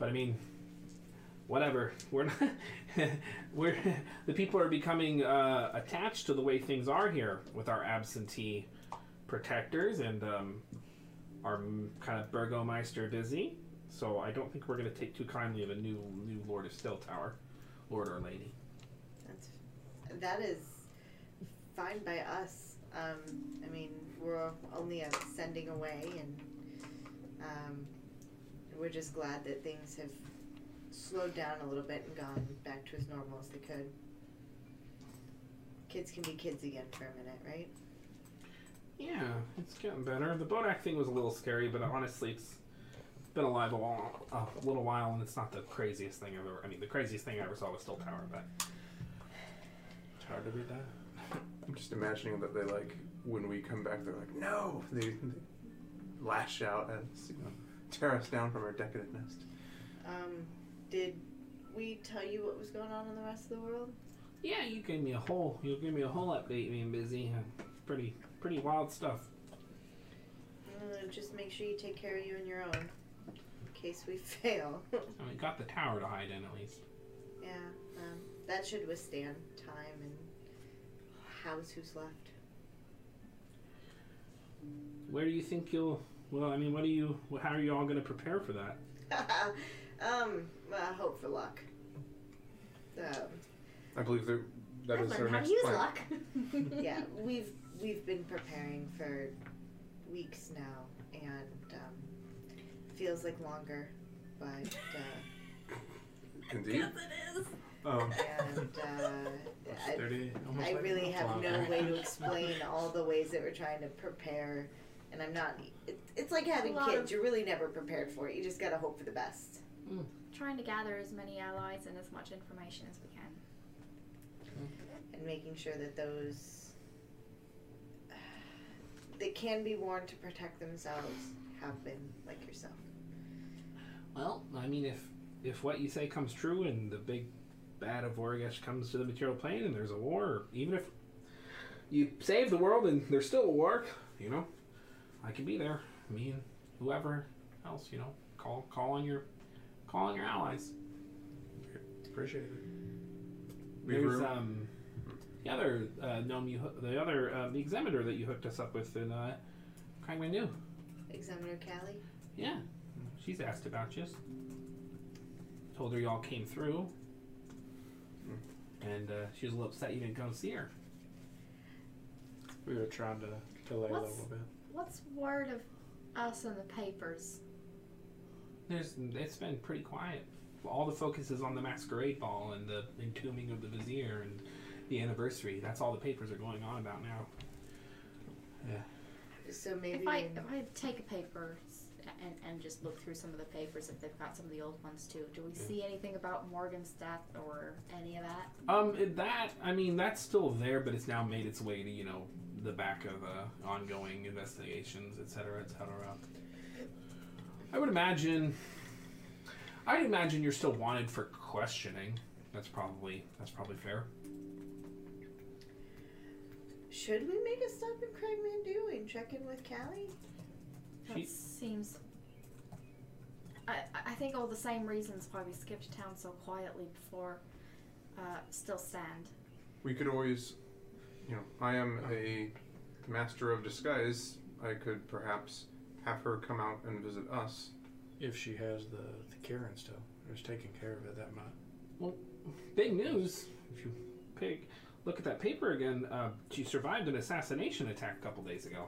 S1: But I mean, whatever. We're not. we're the people are becoming uh, attached to the way things are here with our absentee protectors and um, our m- kind of burgomeister busy. So I don't think we're going to take too kindly of a new new Lord of Still Tower, Lord or Lady.
S3: That's that is fine by us. Um, I mean, we're only a sending away, and um, we're just glad that things have slowed down a little bit and gone back to as normal as they could. Kids can be kids again for a minute, right?
S1: Yeah, it's getting better. The Bodak thing was a little scary, but honestly, it's been alive a, while, a little while, and it's not the craziest thing I've ever. I mean, the craziest thing I ever saw was still Tower, but
S4: It's hard to beat that.
S6: I'm just imagining that they like when we come back, they're like, "No!" They, they lash out and you know, tear us down from our decadent nest.
S3: Um, did we tell you what was going on in the rest of the world?
S1: yeah, you gave me a whole you gave me a whole update, being busy. and Pretty pretty wild stuff.
S3: Uh, just make sure you take care of you and your own, in case we fail.
S1: I mean, got the tower to hide in at least.
S3: Yeah, um, that should withstand time and house who's left.
S1: Where do you think you'll? Well, I mean, what do you? How are you all going to prepare for that?
S3: um, uh, hope for luck. Um,
S6: I believe that that
S5: I
S6: is our
S5: learned how to
S6: next
S5: use
S6: plan.
S5: luck.
S3: yeah, we've we've been preparing for weeks now, and um, feels like longer, but uh,
S6: Indeed. Um,
S3: and uh,
S4: It's
S3: I,
S4: 30, almost
S3: I
S4: like
S3: really
S4: a
S3: have
S4: clock.
S3: no way to explain all the ways that we're trying to prepare, and I'm not. It, it's like having
S5: lot
S3: kids;
S5: of-
S3: you're really never prepared for it. You just gotta hope for the best.
S5: Trying to gather as many allies and as much information as we can.
S3: and making sure that those that can be warned to protect themselves have been like yourself.
S1: Well, I mean, if if what you say comes true and the big bad of Wargash comes to the material plane and there's a war, or even if you save the world and there's still a war, you know, I could be there. Me and whoever else, you know, call call on your call on your allies.
S4: Appreciate it.
S6: We
S1: There's
S6: room-
S1: um the other uh, gnome you hoo- the other uh, the examiner that you hooked us up with in uh, Krangman New.
S3: Examiner Callie.
S1: Yeah, she's asked about you. Told her y'all came through, and uh, she was a little upset you didn't come see her.
S4: We were trying to delay a
S5: What's-
S4: little bit.
S5: What's word of us in the papers?
S1: There's it's been pretty quiet. All the focus is on the masquerade ball and the entombing of the vizier and the anniversary. That's all the papers are going on about now.
S3: So maybe
S5: If I if I take a paper s- and and just look through some of the papers, if they've got some of the old ones too, do we see anything about Morgan's death or any of that?
S1: Um, that I mean that's still there, but it's now made its way to you know the back of uh, ongoing investigations, et cetera, et cetera. I would imagine. I'd imagine you're still wanted for questioning. That's probably that's probably fair.
S3: Should we make a stop in Craigmandu and check in with Callie?
S5: That
S1: She-
S5: seems. I, I think all the same reasons why we skipped town so quietly before uh, still stand.
S2: We could always, you know, I am a master of disguise. I could perhaps have her come out and visit us.
S4: If she has the, the Karen still, or is taking care of it that much.
S1: Big news. If you pick, look at that paper again. Uh, she survived an assassination attack a couple days ago.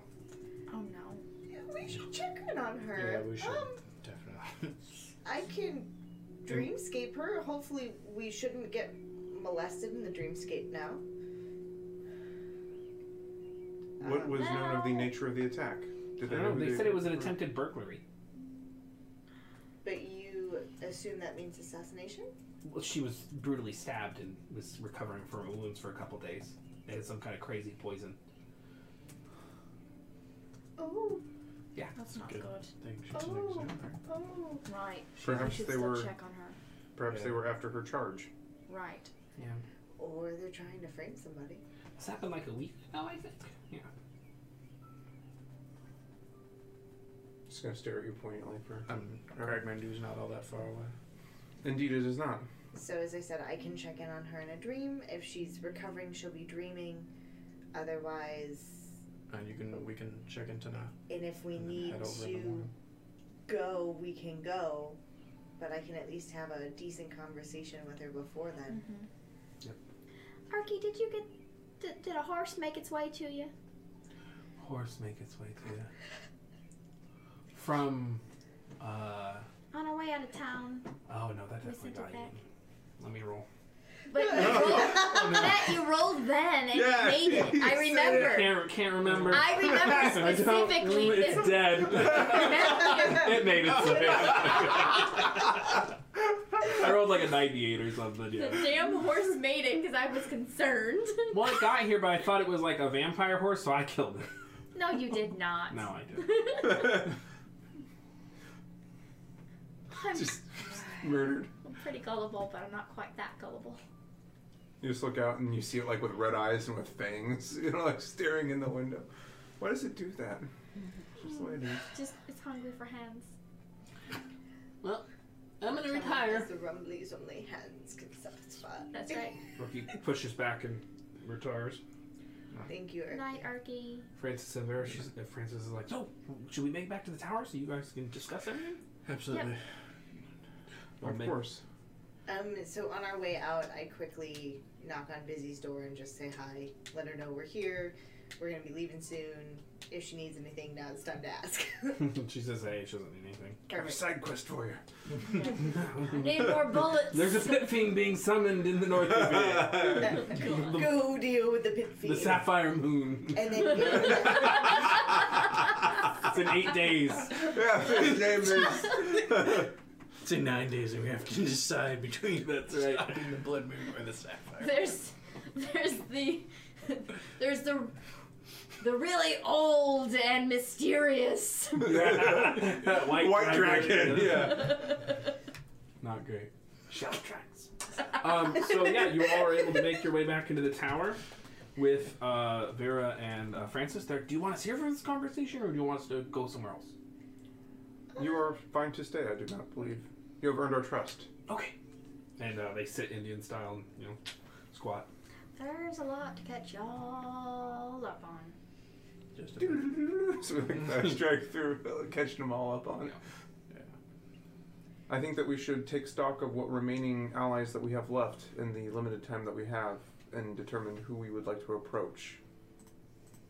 S5: Oh no.
S3: Yeah, we should check in on
S4: Yeah,
S3: her.
S4: we should
S3: Um,
S4: definitely.
S3: I can dreamscape her. Hopefully, we shouldn't get molested in the dreamscape now.
S2: What was known of the
S5: Ow.
S2: nature of the attack?
S1: I
S2: Did
S1: don't know.
S2: who
S1: They said it was an attempted burglary.
S3: But you assume that means assassination?
S1: Well, she was brutally stabbed and was recovering from her wounds for a couple days. They had some kind of crazy poison.
S3: Oh,
S5: That's not
S4: Good.
S5: good.
S4: Thing she's an
S3: Oh.
S4: examiner.
S3: oh.
S5: Right. She-
S2: Perhaps
S5: we should
S2: they
S5: still
S2: were-
S5: check on her.
S2: Perhaps
S4: Yeah.
S2: they were after her charge.
S5: Right.
S3: Or they're trying to frame somebody.
S1: This happened like a week ago, I think. Yeah.
S2: Just gonna stare at you poignantly for.
S4: Um, Cragmandu's not all that far away.
S2: Indeed, it is not.
S3: So, as I said, I can check in on her in a dream. If she's recovering, she'll be dreaming. Otherwise,
S4: And Uh, you can we can check in tonight.
S3: and if we
S4: and then
S3: need
S4: head over in the
S3: to
S4: morning.
S3: go, we can go. But I can at least have a decent conversation with her before then.
S5: Mm-hmm. Arky, did you get? Did, did a horse make its way to you?
S1: Horse make its way to you. From, uh,
S5: On our way out of town,
S1: oh no, that
S5: We
S1: definitely
S5: sent it
S1: got
S5: back.
S1: eaten. Let me roll.
S5: but you rolled, that you rolled then and
S2: Oh, Yeah,
S5: you made it.
S2: you
S5: I
S2: said
S5: remember.
S1: Can't, can't remember.
S5: Er, I remember
S1: I don't-
S5: specifically
S1: It's
S5: this.
S1: dead. it made its way. I rolled like a 98 or something.
S5: The
S1: Yeah.
S5: damn horse made it because I was concerned.
S1: Well, it got here, but I thought it was like a vampire horse, so I killed it.
S5: No, you did not.
S1: No, I did.
S5: I'm,
S2: Just murdered.
S5: I'm pretty gullible, but I'm not quite that gullible.
S2: You just look out and you see it like with red eyes and with fangs, you know, like staring in the window. Why does it do that? Just the way it is.
S5: Just it's hungry for hands.
S10: I'm gonna
S3: Tell me
S10: retire.
S3: if The rumblies only hands can satisfy.
S5: That's right.
S1: Rookie pushes back and retires.
S3: Thank you. Eric.
S5: Night, Arky.
S1: Francis and Vera, she's, uh, Francis is like, so, should we make it back to the tower so you guys can discuss everything?
S4: Absolutely.
S1: Well,
S2: of
S1: maybe-
S2: course.
S3: Um, so on our way out, I quickly knock on Busy's door and just say hi. Let her know we're here. We're gonna be leaving soon. If she needs anything, now it's time to ask.
S1: she says, hey, she doesn't need anything.
S2: I have a side quest for you.
S5: I need more bullets.
S1: Mm-hmm. There's a pit fiend being summoned in the north of it.
S3: Go deal with the pit
S1: The
S3: fiend.
S1: sapphire moon.
S3: and then go to
S1: It's in eight days.
S2: yeah, his name is.
S4: It's in nine days, and we have to decide between
S1: That's right.
S4: stopping the blood moon or the sapphire.
S5: There's there's the there's the the really old and mysterious.
S1: that white,
S2: White dragon, yeah.
S1: Not great. Shell tracks. um, so yeah, you all are able to make your way back into the tower with uh, Vera and uh, Francis. There. Do you want us here for this conversation, or do you want us to go somewhere else?
S2: You are fine to stay, I do not believe. You have earned our trust.
S1: Okay. And uh, they sit Indian style, and, you know, squat.
S5: There's a lot to catch y'all up on.
S4: Just a bit.
S1: Mm-hmm.
S2: so we like fast track through, uh, catching them all up on it.
S4: Yeah.
S2: I think that we should take stock of what remaining allies that we have left in the limited time that we have and determine who we would like to approach.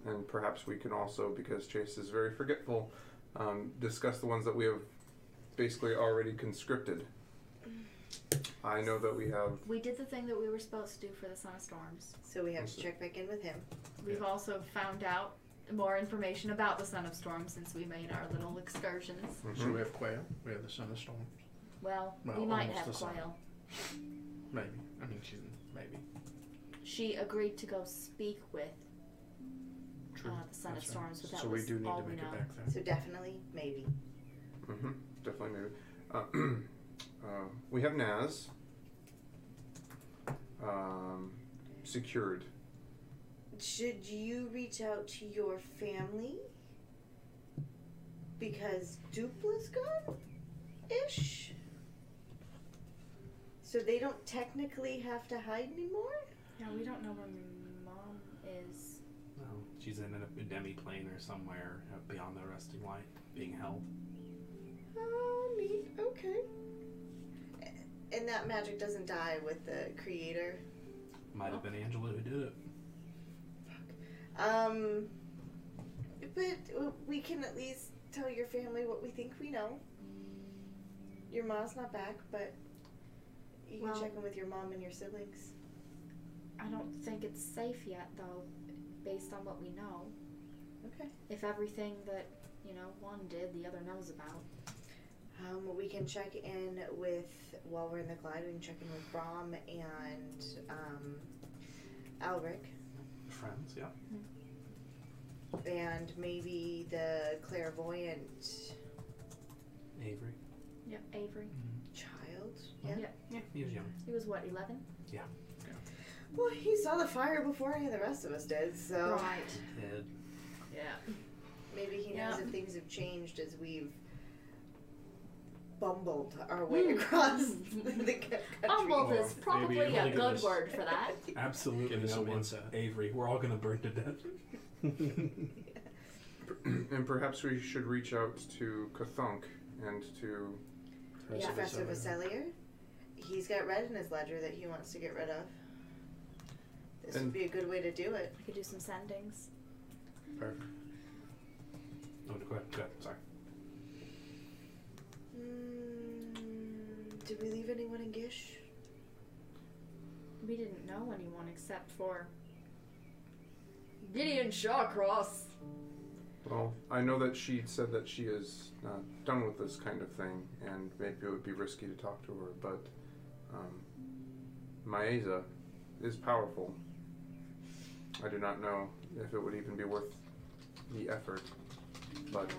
S2: And perhaps we can also, because Chase is very forgetful, um, discuss the ones that we have basically already conscripted. I know that we have.
S5: We did the thing that we were supposed to do for the Sun of Storms.
S3: so we have to check back in with him.
S5: We've also found out more information about the Sun of Storms since we made our little excursions.
S2: mhm.
S4: So we have quail. We have the sun of storm.
S5: Well, we
S4: Well,
S5: might
S4: almost
S5: have
S4: the same.
S5: Quail.
S4: Maybe. I mean, she's maybe.
S5: She agreed to go speak with
S4: True.
S5: uh, the Sun
S4: That's
S5: of
S4: right.
S5: Storms, but that
S4: so we
S5: was
S4: do need
S5: all
S4: to
S5: we
S4: make
S5: know.
S4: it back there.
S3: So definitely, maybe.
S2: hmm definitely, maybe. Mm-hmm, Uh, uh, Um, we have Naz um, secured.
S3: Should you reach out to your family? Because Dupla's gone? Ish? So they don't technically have to hide anymore?
S11: Yeah, we don't know where mom is.
S1: Well, she's in an demi plane or somewhere uh, beyond the resting light, being held.
S3: Oh, neat. Okay. And that magic doesn't die with the creator.
S1: Might have been Angela who did it.
S3: Um, but we can at least tell your family what we think we know. Your mom's not back, but you can
S5: Well-
S3: check in with your mom and your siblings.
S5: I don't think it's safe yet, though, based on what we know.
S3: Okay.
S5: If everything that, you know, one did, the other knows about.
S3: Um, we can check in with while we're in the glide. We can check in with Brom and um, Alric,
S1: Friends, yeah.
S3: and maybe the clairvoyant
S1: Avery.
S5: Yep. Avery.
S3: child. Yeah.
S1: Yeah, he was young.
S5: He was what, 11?
S3: Well, he saw the fire before any of the rest of us did, so
S5: Right.
S1: Ted.
S11: Yeah.
S3: maybe he knows
S11: Yeah.
S3: if things have changed as we've bumbled our way across the c- country.
S5: Humbled
S1: Or
S5: is
S1: maybe
S5: probably
S1: you're
S5: a
S1: looking at
S5: good
S1: this-
S5: word for that.
S1: Absolutely.
S4: Give us
S1: not
S4: a one
S1: one.
S4: set.
S1: Avery. We're all going to burn to death. Oh,
S2: and perhaps we should reach out to Kathunk and to.
S3: Yeah. Professor Vasselier. He's got red in his ledger that he wants to get rid of. This
S2: And-
S3: would be a good way to do it.
S5: We could do some sendings.
S1: No, go ahead. Go ahead. Sorry.
S3: Mm, did Hmm, we leave anyone in Gish?
S5: We didn't know anyone except for.
S11: Gideon Shawcross.
S2: Well, I know that she said that she is not done with this kind of thing, and maybe it would be risky to talk to her, but um, Maeza is powerful. I do not know if it would even be worth the effort, but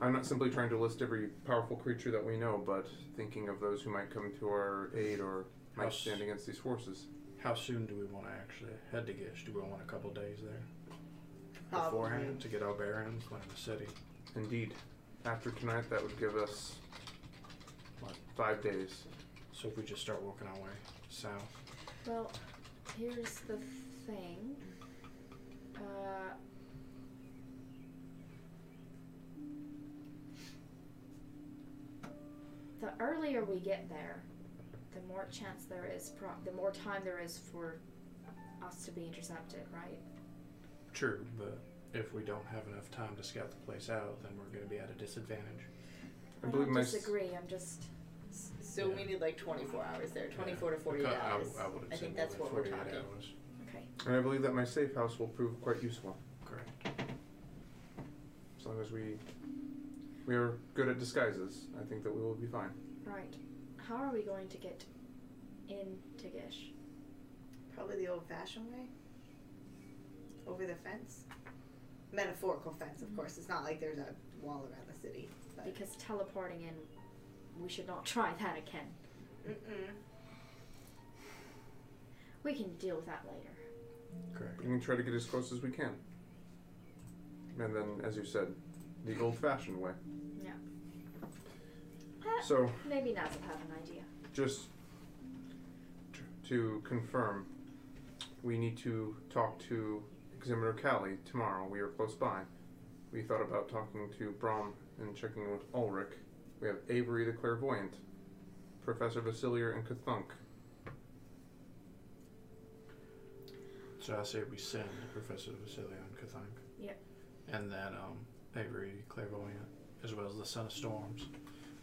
S2: I'm not simply trying to list every powerful creature that we know, but thinking of those who might come to our aid or might
S4: House.
S2: stand against these forces.
S4: How soon do we want to actually head to Gish? Do we want a couple days there
S3: Um,
S4: beforehand to get our bearings, learn the city?
S2: Indeed, after tonight, that would give us what, five days.
S4: So if we just start walking our way south,
S5: Well, here's the thing. Uh. The earlier we get there, the more chance there is, pro- the more time there is for us to be intercepted, right?
S4: true, but if we don't have enough time to scout the place out, then we're going to be at a disadvantage.
S2: I
S5: I
S2: believe
S5: don't
S2: my s-
S5: disagree. I'm just
S3: So we need like 24 hours there, 24 to 48
S4: I,
S3: hours.
S4: I, I would have
S3: I
S4: said
S3: think
S4: more
S3: that's
S4: than
S3: what we're
S4: 48
S3: talking.
S4: hours.
S5: okay.
S2: And I believe that my safe house will prove quite useful
S4: Correct.
S2: as long as we we are good at disguises. I think that we will be fine.
S5: Right. How are we going to get into Gish?
S3: Probably the old-fashioned way. Over the fence. Metaphorical fence, of course. It's not like there's a wall around the city. But.
S5: Because teleporting in, we should not try that again.
S3: Mm-mm.
S5: We can deal with that later.
S4: Correct.
S2: We can try to get as close as we can. And then, as you said, the old-fashioned way.
S5: Yeah.
S2: So,
S5: Maybe Naz will have an idea.
S2: just t- to confirm, we need to talk to Examiner Callie tomorrow. We are close by. We thought about talking to Brom and checking with Ulrich. We have Avery the Clairvoyant, Professor Vasilier, and Kathunk.
S4: So I say we send Professor Vasilion Kathank.
S5: Yep.
S4: And then um, Avery Clairvoyant, as well as the Son of Storms,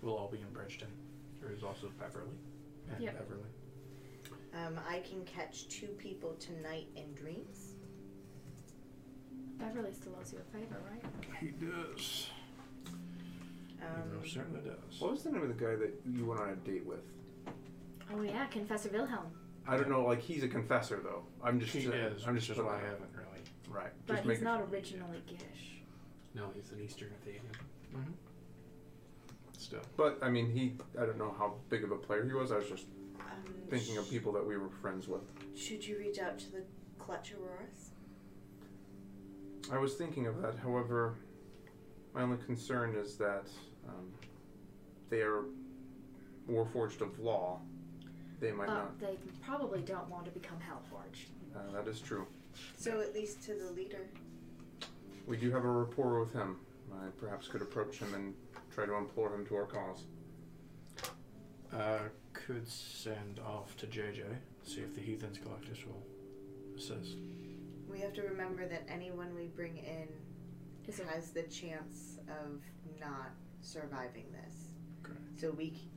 S4: will all be in Bridgeton.
S1: There is also Beverly.
S4: And
S5: Yep.
S4: Everly.
S3: Um, I can catch two people tonight in dreams.
S5: Beverly still owes you a favor, right?
S4: He does.
S3: Um,
S4: he certainly does.
S2: What was the name of the guy that you went on a date with?
S5: Oh yeah, Confessor Wilhelm.
S2: I don't know. Like he's a confessor, though. I'm just.
S4: She is,
S2: I'm
S4: which
S2: just.
S4: is why I haven't really.
S2: Right.
S5: But
S2: just
S5: he's
S2: making.
S5: not originally Gish.
S1: No, he's an Eastern Athenian.
S4: It's still.
S2: But I mean, he. I don't know how big of a player he was. I was just
S3: Um,
S2: thinking of people that we were friends with.
S3: Should you reach out to the Clutch Auroras?
S2: I was thinking of that. However, my only concern is that um, they are warforged of law. They might not.
S5: But they probably don't want to become Hellforge.
S2: Uh, that is true.
S3: So at least to the leader.
S2: We do have a rapport with him. I perhaps could approach him and try to implore him to our cause.
S4: Uh, could send off to JJ, see if the Heathens Collectors will assist.
S3: We have to remember that anyone we bring in
S5: Is it?
S3: has the chance of not surviving this.
S4: Correct.
S3: So we, c-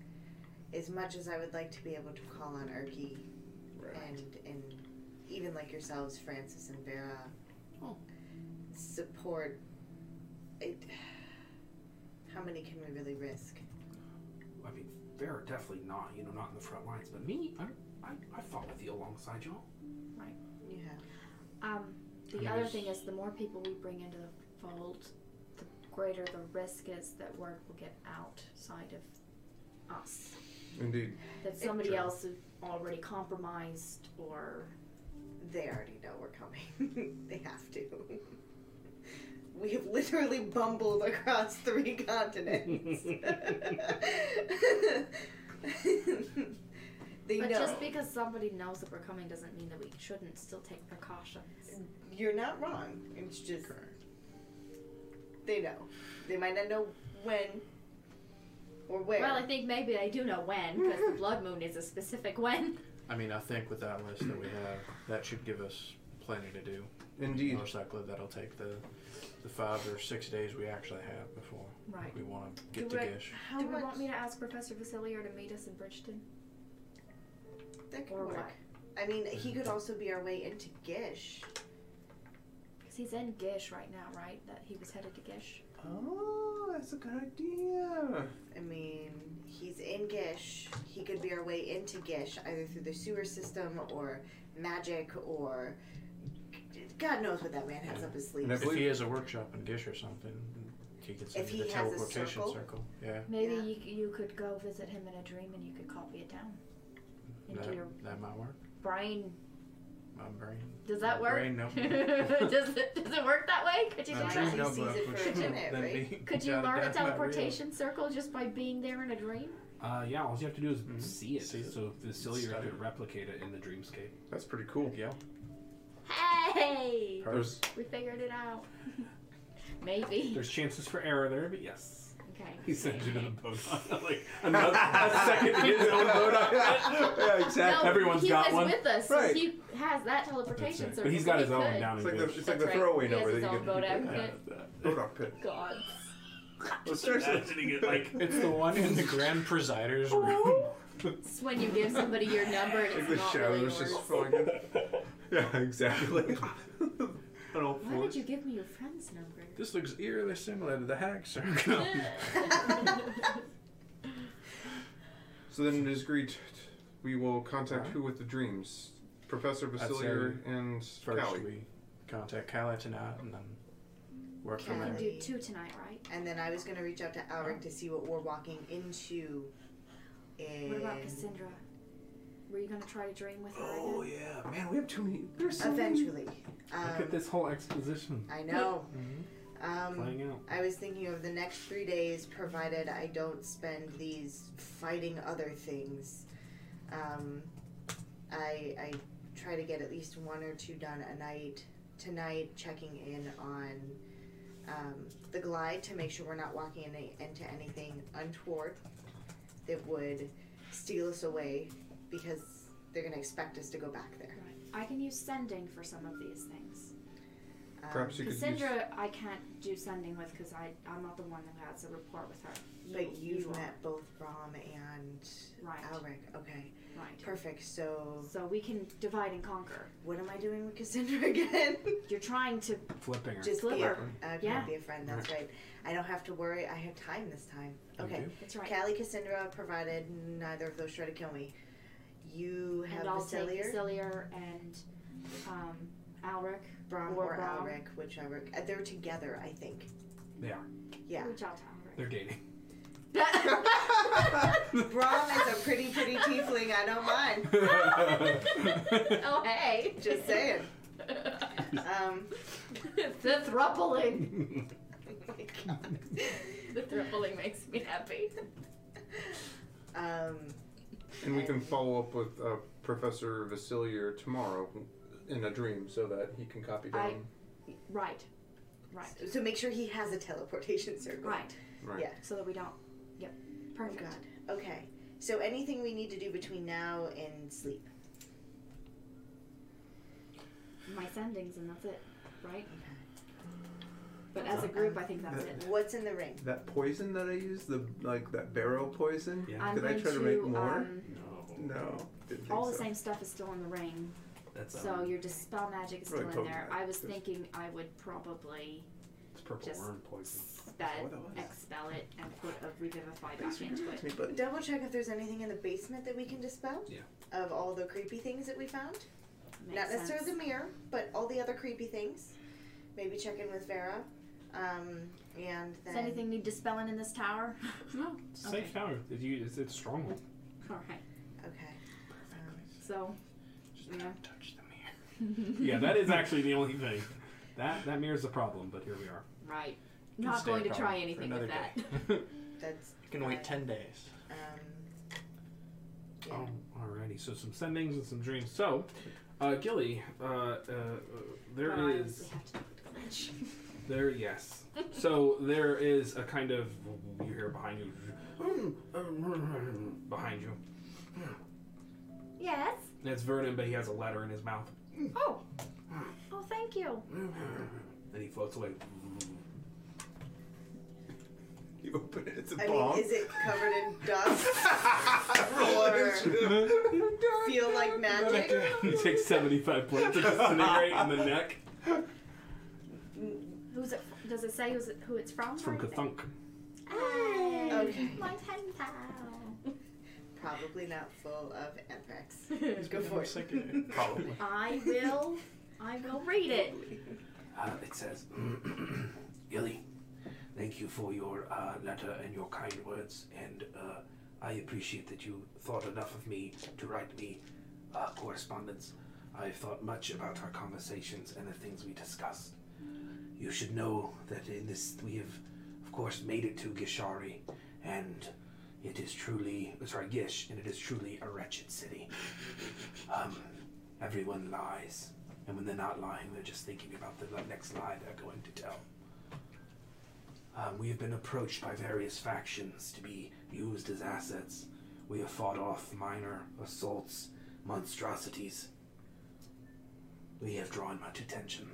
S3: as much as I would like to be able to call on Erky and and even like yourselves, Francis and Vera,
S1: Oh.
S3: support. It, how many can we really risk?
S1: I mean, they're definitely not, you know, not in the front lines. But me, I, I, I fought with you alongside y'all.
S3: Yeah.
S5: Um,
S4: I
S5: the
S4: mean,
S5: other
S4: there's-
S5: thing is, the more people we bring into the fold, the greater the risk is that word will get outside of us.
S2: Indeed.
S5: That somebody else is already compromised, or
S3: They already know we're coming. they have to. We have literally bumbled across three continents. they
S5: but
S3: know.
S5: just because somebody knows that we're coming doesn't mean that we shouldn't still take precautions.
S3: You're not wrong. It's just they know. They might not know when or where.
S5: Well, I think maybe I do know when, because the blood moon is a specific when.
S4: I mean, I think with that list that we have, that should give us plenty to do.
S2: Indeed.
S4: Most likely, that'll take the the five or six days we actually have before
S5: Right.
S4: we want to get
S5: Do
S4: to
S5: I-
S4: Gish.
S3: How
S5: do
S3: much?
S5: we want me to ask Professor Vasilier to meet us in Bridgeton?
S3: that could
S5: Or
S3: work.
S5: what?
S3: I mean, he could also be our way into Gish.
S5: Because he's in Gish right now, right? That he was headed to Gish.
S2: Oh, that's a good idea.
S3: I mean, he's in Gish. He could be our way into Gish, either through the sewer system or magic or. God knows what that man has up his sleeve.
S2: And I
S4: If
S2: believe-
S4: he has a workshop in Gish or something, he could send
S3: If
S4: you the
S3: he has a
S4: teleportation
S3: circle.
S4: Yeah,
S5: Maybe
S3: Yeah.
S5: you, you could go visit him in a dream and you could copy it down into
S4: that,
S5: your
S4: that might work.
S5: brain.
S4: My brain.
S5: Does that work?
S4: Brain, no.
S5: does it does it work that way? Could you
S4: My
S5: do
S4: dream
S5: that?
S3: He
S4: no
S3: sees
S4: book
S3: it
S4: would
S3: for a minute,
S4: then
S3: right?
S4: be
S5: Could you
S4: jotted down by
S5: learn a
S4: real.
S5: teleportation circle just by being there in a dream?
S1: Uh, yeah, all you have to do is
S4: Mhm.
S1: see it.
S4: See it.
S1: So Vasilier
S4: Study
S1: could
S4: it.
S1: replicate it in the dreamscape.
S2: That's pretty cool.
S4: Yeah.
S5: Hey,
S2: There's
S5: we figured it out. Maybe.
S1: There's chances for error there, but yes.
S5: Okay.
S1: He sends you to the boat on like another a second his own boat on.
S2: yeah, exactly.
S5: No,
S1: Everyone's
S5: he
S1: got
S5: was
S1: one.
S5: with us. so
S2: Right.
S5: He has that teleportation
S4: That's
S5: circle.
S1: But he's got his own down
S2: It's
S1: in
S2: like the,
S1: Gish.
S2: it's like the throwaway
S5: he has
S2: number
S5: his
S2: that you
S5: own boat
S2: get.
S5: outfit.
S2: Boat pit.
S5: God.
S2: Well, seriously,
S1: Imagining it like
S4: It's the one in the Grand Presider's room.
S5: It's when you give somebody your number and
S2: like
S5: it's
S2: the
S5: not
S2: shadow
S5: really
S2: is
S5: yours.
S2: just falling in. Yeah, exactly. An old
S5: Why did you give me your friend's number?
S4: This looks eerily similar to the hag circle.
S2: So then it is agreed. We will contact who with the dreams? Professor
S4: I'd
S2: Basilier and
S4: First,
S2: Callie.
S4: we contact Callie tonight and then work
S5: We
S4: from
S5: can
S4: there.
S5: do two tonight, right?
S3: And then I was gonna reach out to Alric to see what we're walking into. In...
S5: What about Cassandra? Were you gonna try to dream with her?
S2: Oh
S5: again?
S2: yeah, man, we have too many. There's so many.
S3: Eventually.
S1: look at
S3: Um,
S1: this Mm-hmm. whole exposition
S3: I know. Um,
S1: playing out.
S3: I was thinking of the next three days, provided I don't spend these fighting other things. Um, I I try to get at least one or two done a night. Tonight, checking in on um, the glide to make sure we're not walking in- into anything untoward that would steal us away, because they're gonna expect us to go back there.
S5: Right. I can use sending for some of these things.
S3: Um,
S2: Perhaps you could use.
S5: Cassandra, I can't do sending with because I I'm not the one that has a rapport with her.
S3: But
S5: you,
S3: you've
S5: are.
S3: met both Rom and
S5: Right.
S3: Alric. Okay,
S5: Right.
S3: perfect. So,
S5: So we can divide and conquer.
S3: what am I doing with Cassandra again?
S5: You're trying to
S1: Flipping her.
S3: Just
S5: flip
S3: be a,
S5: her.
S3: uh,
S5: Yeah.
S3: be a friend. That's right. I don't have to worry. I have time this time.
S4: You
S3: Okay.
S4: do?
S5: That's right.
S3: Callie, Cassandra provided neither of those try to kill me. You have
S5: and I'll take
S3: Vasilier,
S5: Vasilier and um, Alric.
S3: Brom,
S5: or
S3: or,
S5: Brom.
S3: Alric, whichever. Uh, they're together, I think.
S1: They are.
S3: Yeah.
S5: Reach out to Alric.
S1: They're dating.
S5: but
S3: Brom is a pretty, pretty tiefling. I don't mind.
S5: oh, hey.
S3: Just saying. Um,
S5: the thruppling.
S3: oh my God.
S12: The thruppling makes me happy.
S3: Um,
S13: And we can follow up with uh, Professor Vasilier tomorrow in a dream so that he can copy down.
S5: I- Right. Right.
S3: so make sure he has a teleportation circle.
S5: Right.
S13: Right.
S3: Yeah.
S5: So that we don't. Yep.
S3: Oh
S5: Perfect.
S3: God. Okay. So anything we need to do between now and sleep?
S5: My sendings, and that's it. Right? But as a group, I think that's it.
S3: What's in the ring?
S2: That poison that I used, the like that barrel poison.
S14: Yeah.
S5: I'm
S2: Uh, Did I
S5: going
S2: try to make more?
S5: Um,
S14: No.
S2: No, didn't think
S5: all the
S2: so.
S5: same stuff is still in the ring.
S14: That's
S1: um,
S5: So your dispel magic is still
S2: Really
S5: in
S2: potent
S5: there.
S2: magic.
S5: I was thinking I would probably
S14: it's purple
S5: just-
S14: worm poison.
S5: sped,
S2: what that was.
S5: expel it, and put a revivify back into it.
S2: Me, but
S3: Double check if there's anything in the basement that we can dispel.
S14: Yeah.
S3: Of all the creepy things that we found.
S5: Makes
S3: Not necessarily
S5: sense.
S3: the mirror, but all the other creepy things. Maybe check in with Vera. Um, and then
S5: Does anything need dispelling in this tower?
S1: No, it's a safe
S5: Okay.
S1: tower. If you, it's, it's strong.
S5: All right.
S3: Okay.
S5: So
S4: Just
S5: Yeah.
S4: don't touch the mirror.
S1: yeah, that is actually the only thing. That that mirrors the problem, but here we are.
S5: right. Not
S4: stay
S5: going to
S4: a
S5: try
S4: problem for
S5: anything with
S4: another
S5: that.
S3: That's
S4: You can wait ten days.
S3: um yeah.
S1: Oh, alrighty. So some sendings and some dreams. So, uh, Gilly, uh, uh, there
S5: But
S1: is.
S5: I obviously have to do it.
S1: There, yes. So there is a kind of you hear behind you, behind you.
S5: Yes.
S1: And it's Vernon, but he has a letter in his mouth,
S5: Oh. Oh, thank you.
S1: and he floats away.
S2: you open it. It's a
S3: I
S2: bomb.
S3: mean, is it covered in dust? or feel like magic?
S1: He takes seventy-five points to disintegrate in the neck.
S5: Who's it? f- Does it say who's it, who it's from?
S1: It's from
S5: or anything?
S1: Kathunk.
S5: Hey,
S3: Okay.
S5: My pen pal.
S3: Probably not full of anthrax.
S4: He's
S3: Go
S4: been
S3: for it.
S4: sick.
S2: Probably.
S5: I will. I will read it.
S1: Uh, it says, Gilly, thank you for your uh, letter and your kind words, and uh, I appreciate that you thought enough of me to write me uh, correspondence. I've thought much about our conversations and the things we discussed. You should know that in this, we have, of course, made it to Gishari, and it is truly, sorry, Gish, and it is truly a wretched city. Um, everyone lies. And when they're not lying, they're just thinking about the li- next lie they're going to tell. Um, we have been approached by various factions to be used as assets. We have fought off minor assaults, monstrosities. We have drawn much attention.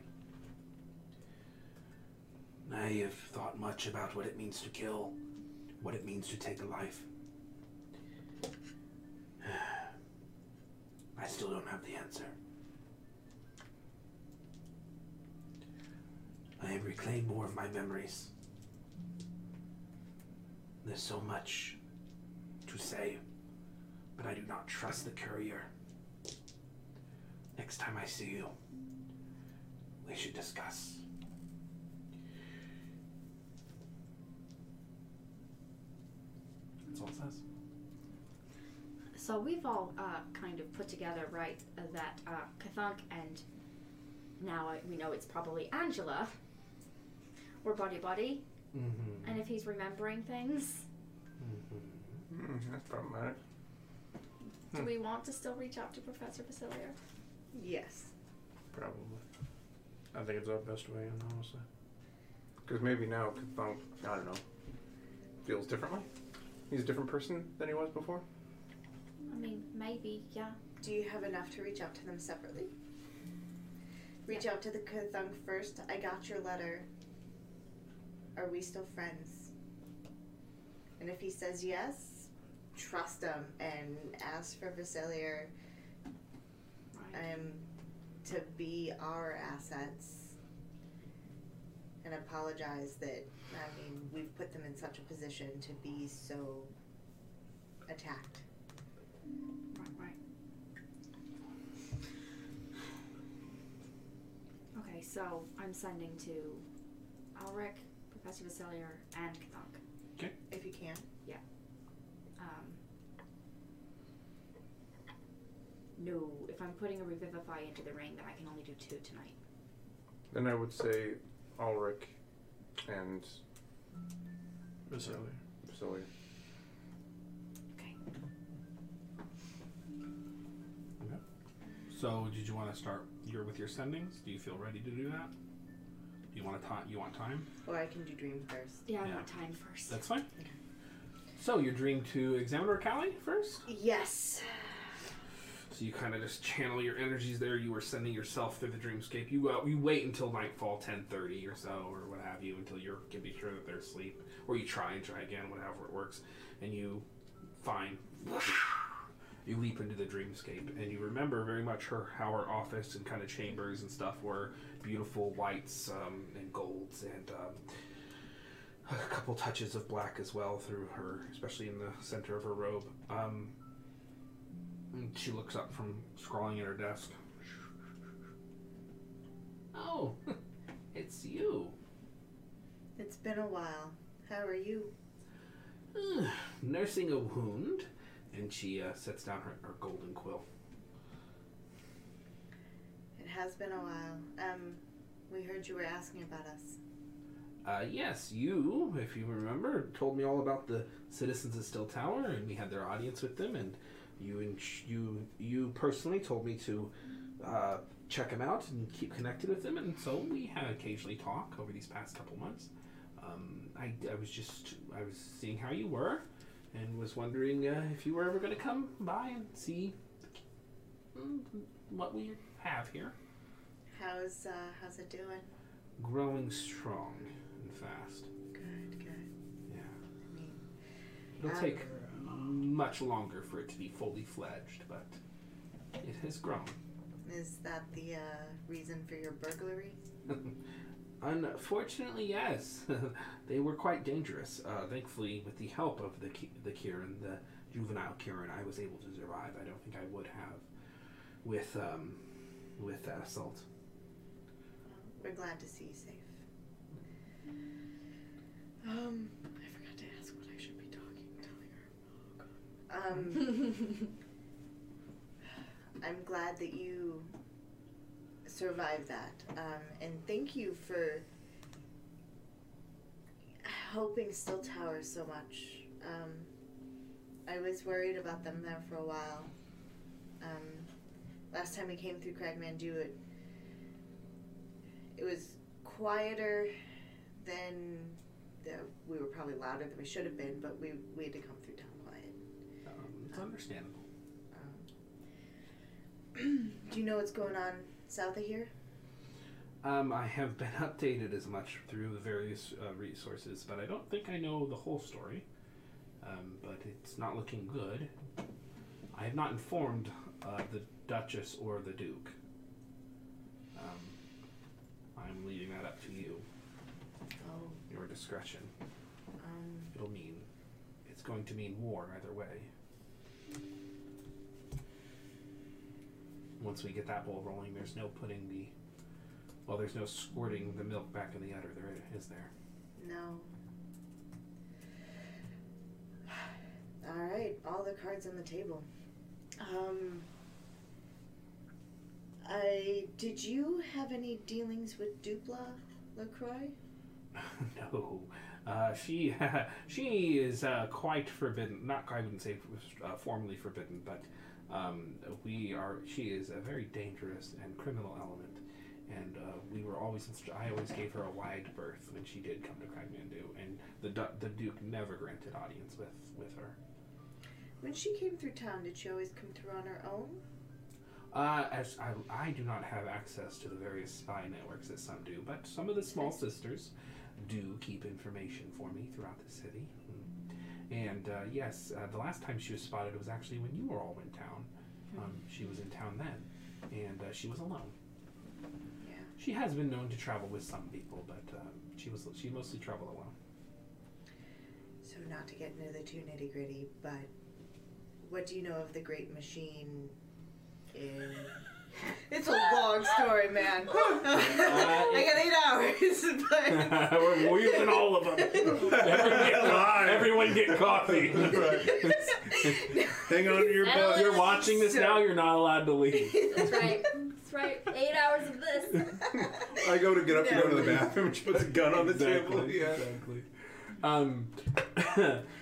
S1: I have thought much about what it means to kill, what it means to take a life. I still don't have the answer. I have reclaimed more of my memories. There's so much to say, but I do not trust the courier. Next time I see you, we should discuss. That's all it says.
S5: So we've all uh, kind of put together, right, uh, that uh, Kathunk and now I, we know it's probably Angela were buddy buddy,
S1: Mm-hmm.
S5: and if he's remembering things,
S2: Mm, that's problematic.
S5: do we want to still reach out to Professor Basilier?
S3: Yes.
S4: Probably. I think it's our best way, and honestly,
S2: Because maybe now Kathunk, I don't know, feels differently. He's a different person than he was before.
S5: I mean, maybe, yeah.
S3: Do you have enough to reach out to them separately? Reach out to the Kathunk first. I got your letter. Are we still friends? And if he says yes, trust him and ask for Vasilier
S5: Right.
S3: um, to be our assets and apologize that, I mean, we've put them in such a position to be so attacked.
S5: Right, right. Okay, so I'm sending to Alric, Professor Basilier, and Kathunk.
S3: If you can.
S5: Um, I'm putting a revivify into the ring that I can only do two tonight.
S6: Then I would say Ulrich and
S4: Vasily.
S6: Silly.
S5: Okay.
S1: So, did you want to start your with your sendings? Do you feel ready to do that? Do you want to time? You want time?
S3: Or I can do dream first.
S5: Yeah, I
S1: Yeah.
S5: want time first.
S1: That's fine. So, your dream to Examiner Callie first.
S3: Yes.
S1: So you kind of just channel your energies there. You were sending yourself through the dreamscape. You uh, you wait until nightfall, ten thirty or so, or what have you, until you can be sure that they're asleep, or you try and try again, whatever it works, and you find you leap into the dreamscape, and you remember very much her how her office and kind of chambers and stuff were beautiful whites um, and golds and. Um, a couple touches of black as well through her, especially in the center of her robe. Um, and she looks up from scrawling at her desk.
S7: Oh, it's you.
S3: It's been a while. How are you?
S7: Ugh,
S1: Nursing a wound, and she uh, sets down her, her golden quill.
S3: It has been a while. Um, we heard you were asking about us.
S1: Uh, yes, you, if you remember, told me all about the citizens of Still Tower, and we had their audience with them, and you and you you personally told me to uh, check them out and keep connected with them, and so we had occasionally talk over these past couple months. Um, I, I was just I was seeing how you were, and was wondering uh, if you were ever going to come by and see mm, what we have here.
S3: How's uh, how's it doing?
S1: Growing strong and fast.
S3: Good, good.
S1: Yeah.
S3: I mean,
S1: It'll
S3: Um,
S1: take much longer for it to be fully fledged, but it has grown.
S3: is that the uh, reason for your burglary?
S1: Unfortunately, yes, they were quite dangerous. Uh, thankfully, with the help of the Ki- the Kieran, the juvenile Kieran, I was able to survive. I don't think I would have with um, with uh, that assault.
S3: We're glad to see you safe. Um, I forgot to ask what I should be talking, telling her. Oh, God. Um, I'm glad that you survived that. Um, and thank you for helping Still Tower so much. Um, I was worried about them there for a while. Um, last time we came through Cragmandu, it, it was quieter than the, we were probably louder than we should have been, but we, we had to come through town quiet.
S1: Um, it's understandable.
S3: Um, Do you know what's going on south of here?
S1: Um, I have been updated as much through the various uh, resources, but I don't think I know the whole story. Um, but it's not looking good. I have not informed uh, the Duchess or the Duke. Um, I'm leaving that up to you,
S3: Oh,
S1: your discretion.
S3: um,
S1: It'll mean it's going to mean war either way. Once we get that ball rolling, there's no putting the well, there's no squirting the milk back in the udder. There is there.
S3: no. All right, all the cards on the table. Um, I did you have any dealings with Dupla Lacroix?
S1: no, uh, she she is uh, quite forbidden. Not I wouldn't say uh, formally forbidden, but um, we are. She is a very dangerous and criminal element, and uh, we were always. Instru- I always gave her a wide berth when she did come to Kragmandu, and the du- the Duke never granted audience with with her.
S3: When she came through town, did she always come through on her own?
S1: Uh, as I, I do not have access to the various spy networks that some do, but some of the small sisters do keep information for me throughout the city. And uh, yes, uh, the last time she was spotted was actually when you were all in town. Um, she was in town then, and uh, she was alone.
S3: Yeah.
S1: She has been known to travel with some people, but um, she was she mostly traveled alone.
S3: So not to get into the too nitty gritty, but what do you know of the Great Machine? In it's a long story, man. I got eight hours, but
S1: We're using all of them. Everyone get, everyone get coffee.
S3: no,
S6: Hang on to your
S15: Settle
S6: butt.
S15: it.
S1: You're watching this now. You're not allowed to leave.
S15: That's right. That's right. Eight hours of this.
S6: I go to get up to go to the bathroom. She puts a gun on the table.
S1: exactly.
S6: Yeah.
S1: Exactly. Um,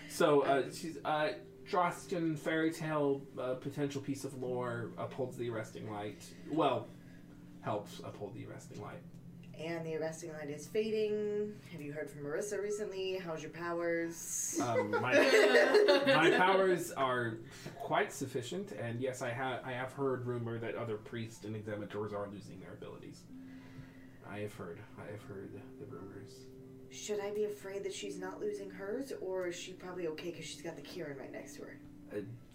S1: so uh, she's uh, Droskin fairy tale uh, potential piece of lore upholds the arresting light. Well, helps uphold the arresting light.
S3: And the arresting light is fading. Have you heard from Marissa recently? How's your powers?
S6: Uh.
S1: Um, my- My powers are quite sufficient, and yes, I have I have heard rumor that other priests and examiners are losing their abilities. I have heard. I have heard the rumors.
S3: Should I be afraid that she's not losing hers, or is she probably okay because she's got the Kieran right next to her?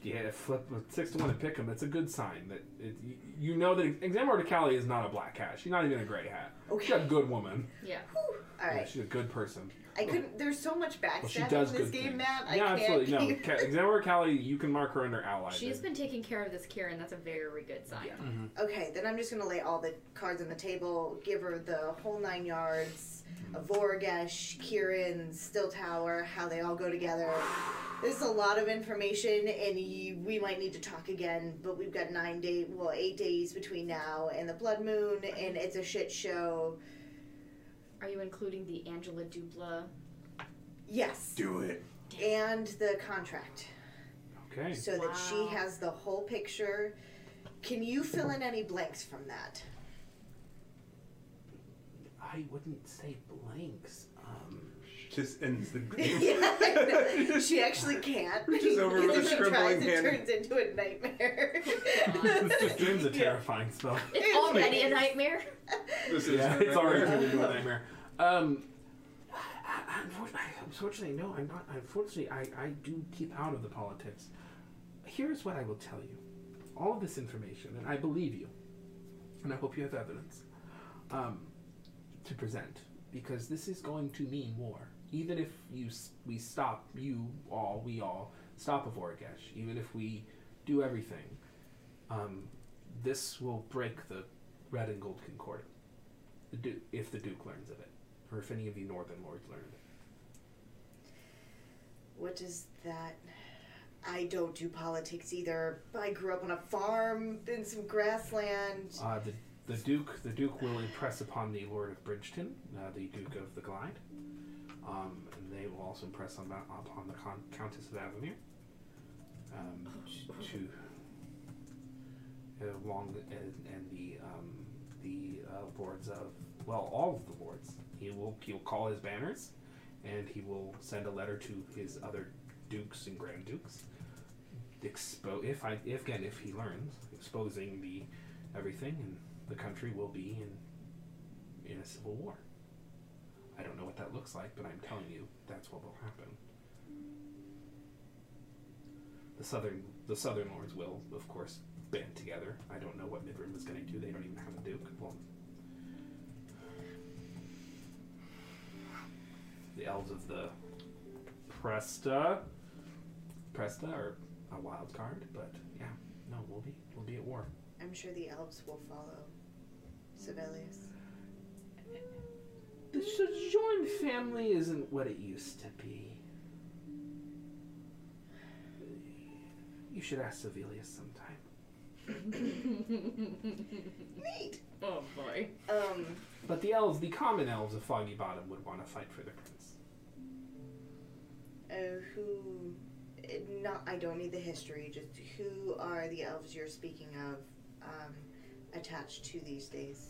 S1: Yeah, flip a six to one to pick him. It's a good sign that it, you- you know that Examiner Cali is not a black hat. She's not even a gray hat. She's
S3: Okay.
S1: a good woman.
S15: Yeah.
S3: All
S1: Yeah,
S3: right.
S1: she's a good person.
S3: I couldn't. There's so much
S1: Well, she
S3: backstabbing
S1: does
S3: in
S1: good
S3: this
S1: things.
S3: game, Matt. I
S1: yeah,
S3: can't.
S1: absolutely. No,
S3: keep-
S1: Ca- Examiner Cali, you can mark her under ally.
S15: She's been taking care of this Kieran. That's a very good sign.
S3: Okay, then I'm just gonna lay all the cards on the table, give her the whole nine yards. of Voragesh, Kieran, Still Tower, how they all go together. This is a lot of information, and you, we might need to talk again. But we've got nine day, well, eight days between now and the Blood Moon, and it's a shit show.
S5: Are you including the Angela Dupla?
S3: Yes,
S6: Do it.
S3: and the contract.
S1: Okay.
S3: so that she
S5: Wow.
S3: has the whole picture. Can you fill in any blanks from that?
S1: I wouldn't say blanks. Um,
S6: Just ends the
S3: Yeah, I know. she actually can't.
S6: Reaches over with a
S3: Because if she tries,
S6: scribbling
S3: it
S6: hand.
S3: turns into a nightmare.
S1: this dream's a
S3: Yeah.
S1: terrifying spell.
S15: It's already a nightmare.
S6: This is
S1: Yeah, it's already turned into a nightmare. Um, I- I- unfor- I- unfortunately, no, I'm not. Unfortunately, I, I do keep out of the politics. Here's what I will tell you all of this information, and I believe you, and I hope you have evidence um, to present, because this is going to mean war. Even if you s- we stop you all, we all stop a Voragesh, even if we do everything, um, this will break the red and gold concord the Duke, if the Duke learns of it, or if any of you Northern lords learn of it.
S3: What is that? I don't do politics either. I grew up on a farm in some grassland.
S1: Uh, the, the Duke, the Duke will impress upon the Lord of Bridgeton, uh, the Duke of the Glide, um, and they will also impress on that upon the con- Countess of Avamere, um, to along the, and, and the um, the uh, lords of well, all of the lords. He will he will call his banners, and he will send a letter to his other dukes and grand dukes. Expo- if I if again if he learns exposing the everything and the country will be in in a civil war. I don't know what that looks like, but I'm telling you that's what will happen. The southern the southern lords will, of course, band together. I don't know what Midrim is going to do. They don't even have a duke. Well, the elves of the Presta, Presta are a wild card, but yeah, no, we'll be we'll be at war.
S3: I'm sure the elves will follow Sibelius.
S1: The Sojourn family isn't what it used to be. You should ask Sevelius sometime.
S3: Neat.
S15: Oh boy.
S3: Um,
S1: But the elves, the common elves of Foggy Bottom, would want to fight for the prince.
S3: uh, who? eh, Not. I don't need the history. Just who are the elves you're speaking of um, attached to these days?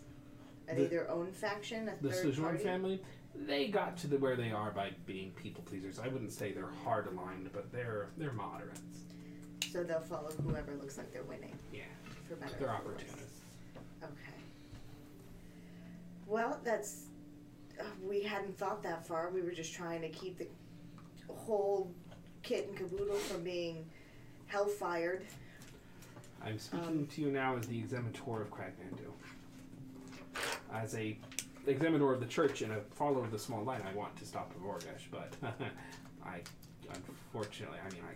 S3: Are they
S1: The-
S3: their own faction? A
S1: The
S3: third
S1: Sojourn
S3: party?
S1: family, they got to the where they are by being people pleasers. I wouldn't say they're hard aligned, but they're they're moderates.
S3: So they'll follow whoever looks like they're winning,
S1: Yeah,
S3: for better.
S1: they're
S3: or for worse.
S1: opportunists.
S3: Okay. Well, that's. Uh, we hadn't thought that far. We were just trying to keep the whole kit and caboodle from being hellfired.
S1: I'm speaking to you now as the examinator of Cragnando. As a examinator of the church and a follower of the small line, I want to stop the Vorgesh, but I, unfortunately, I mean, I,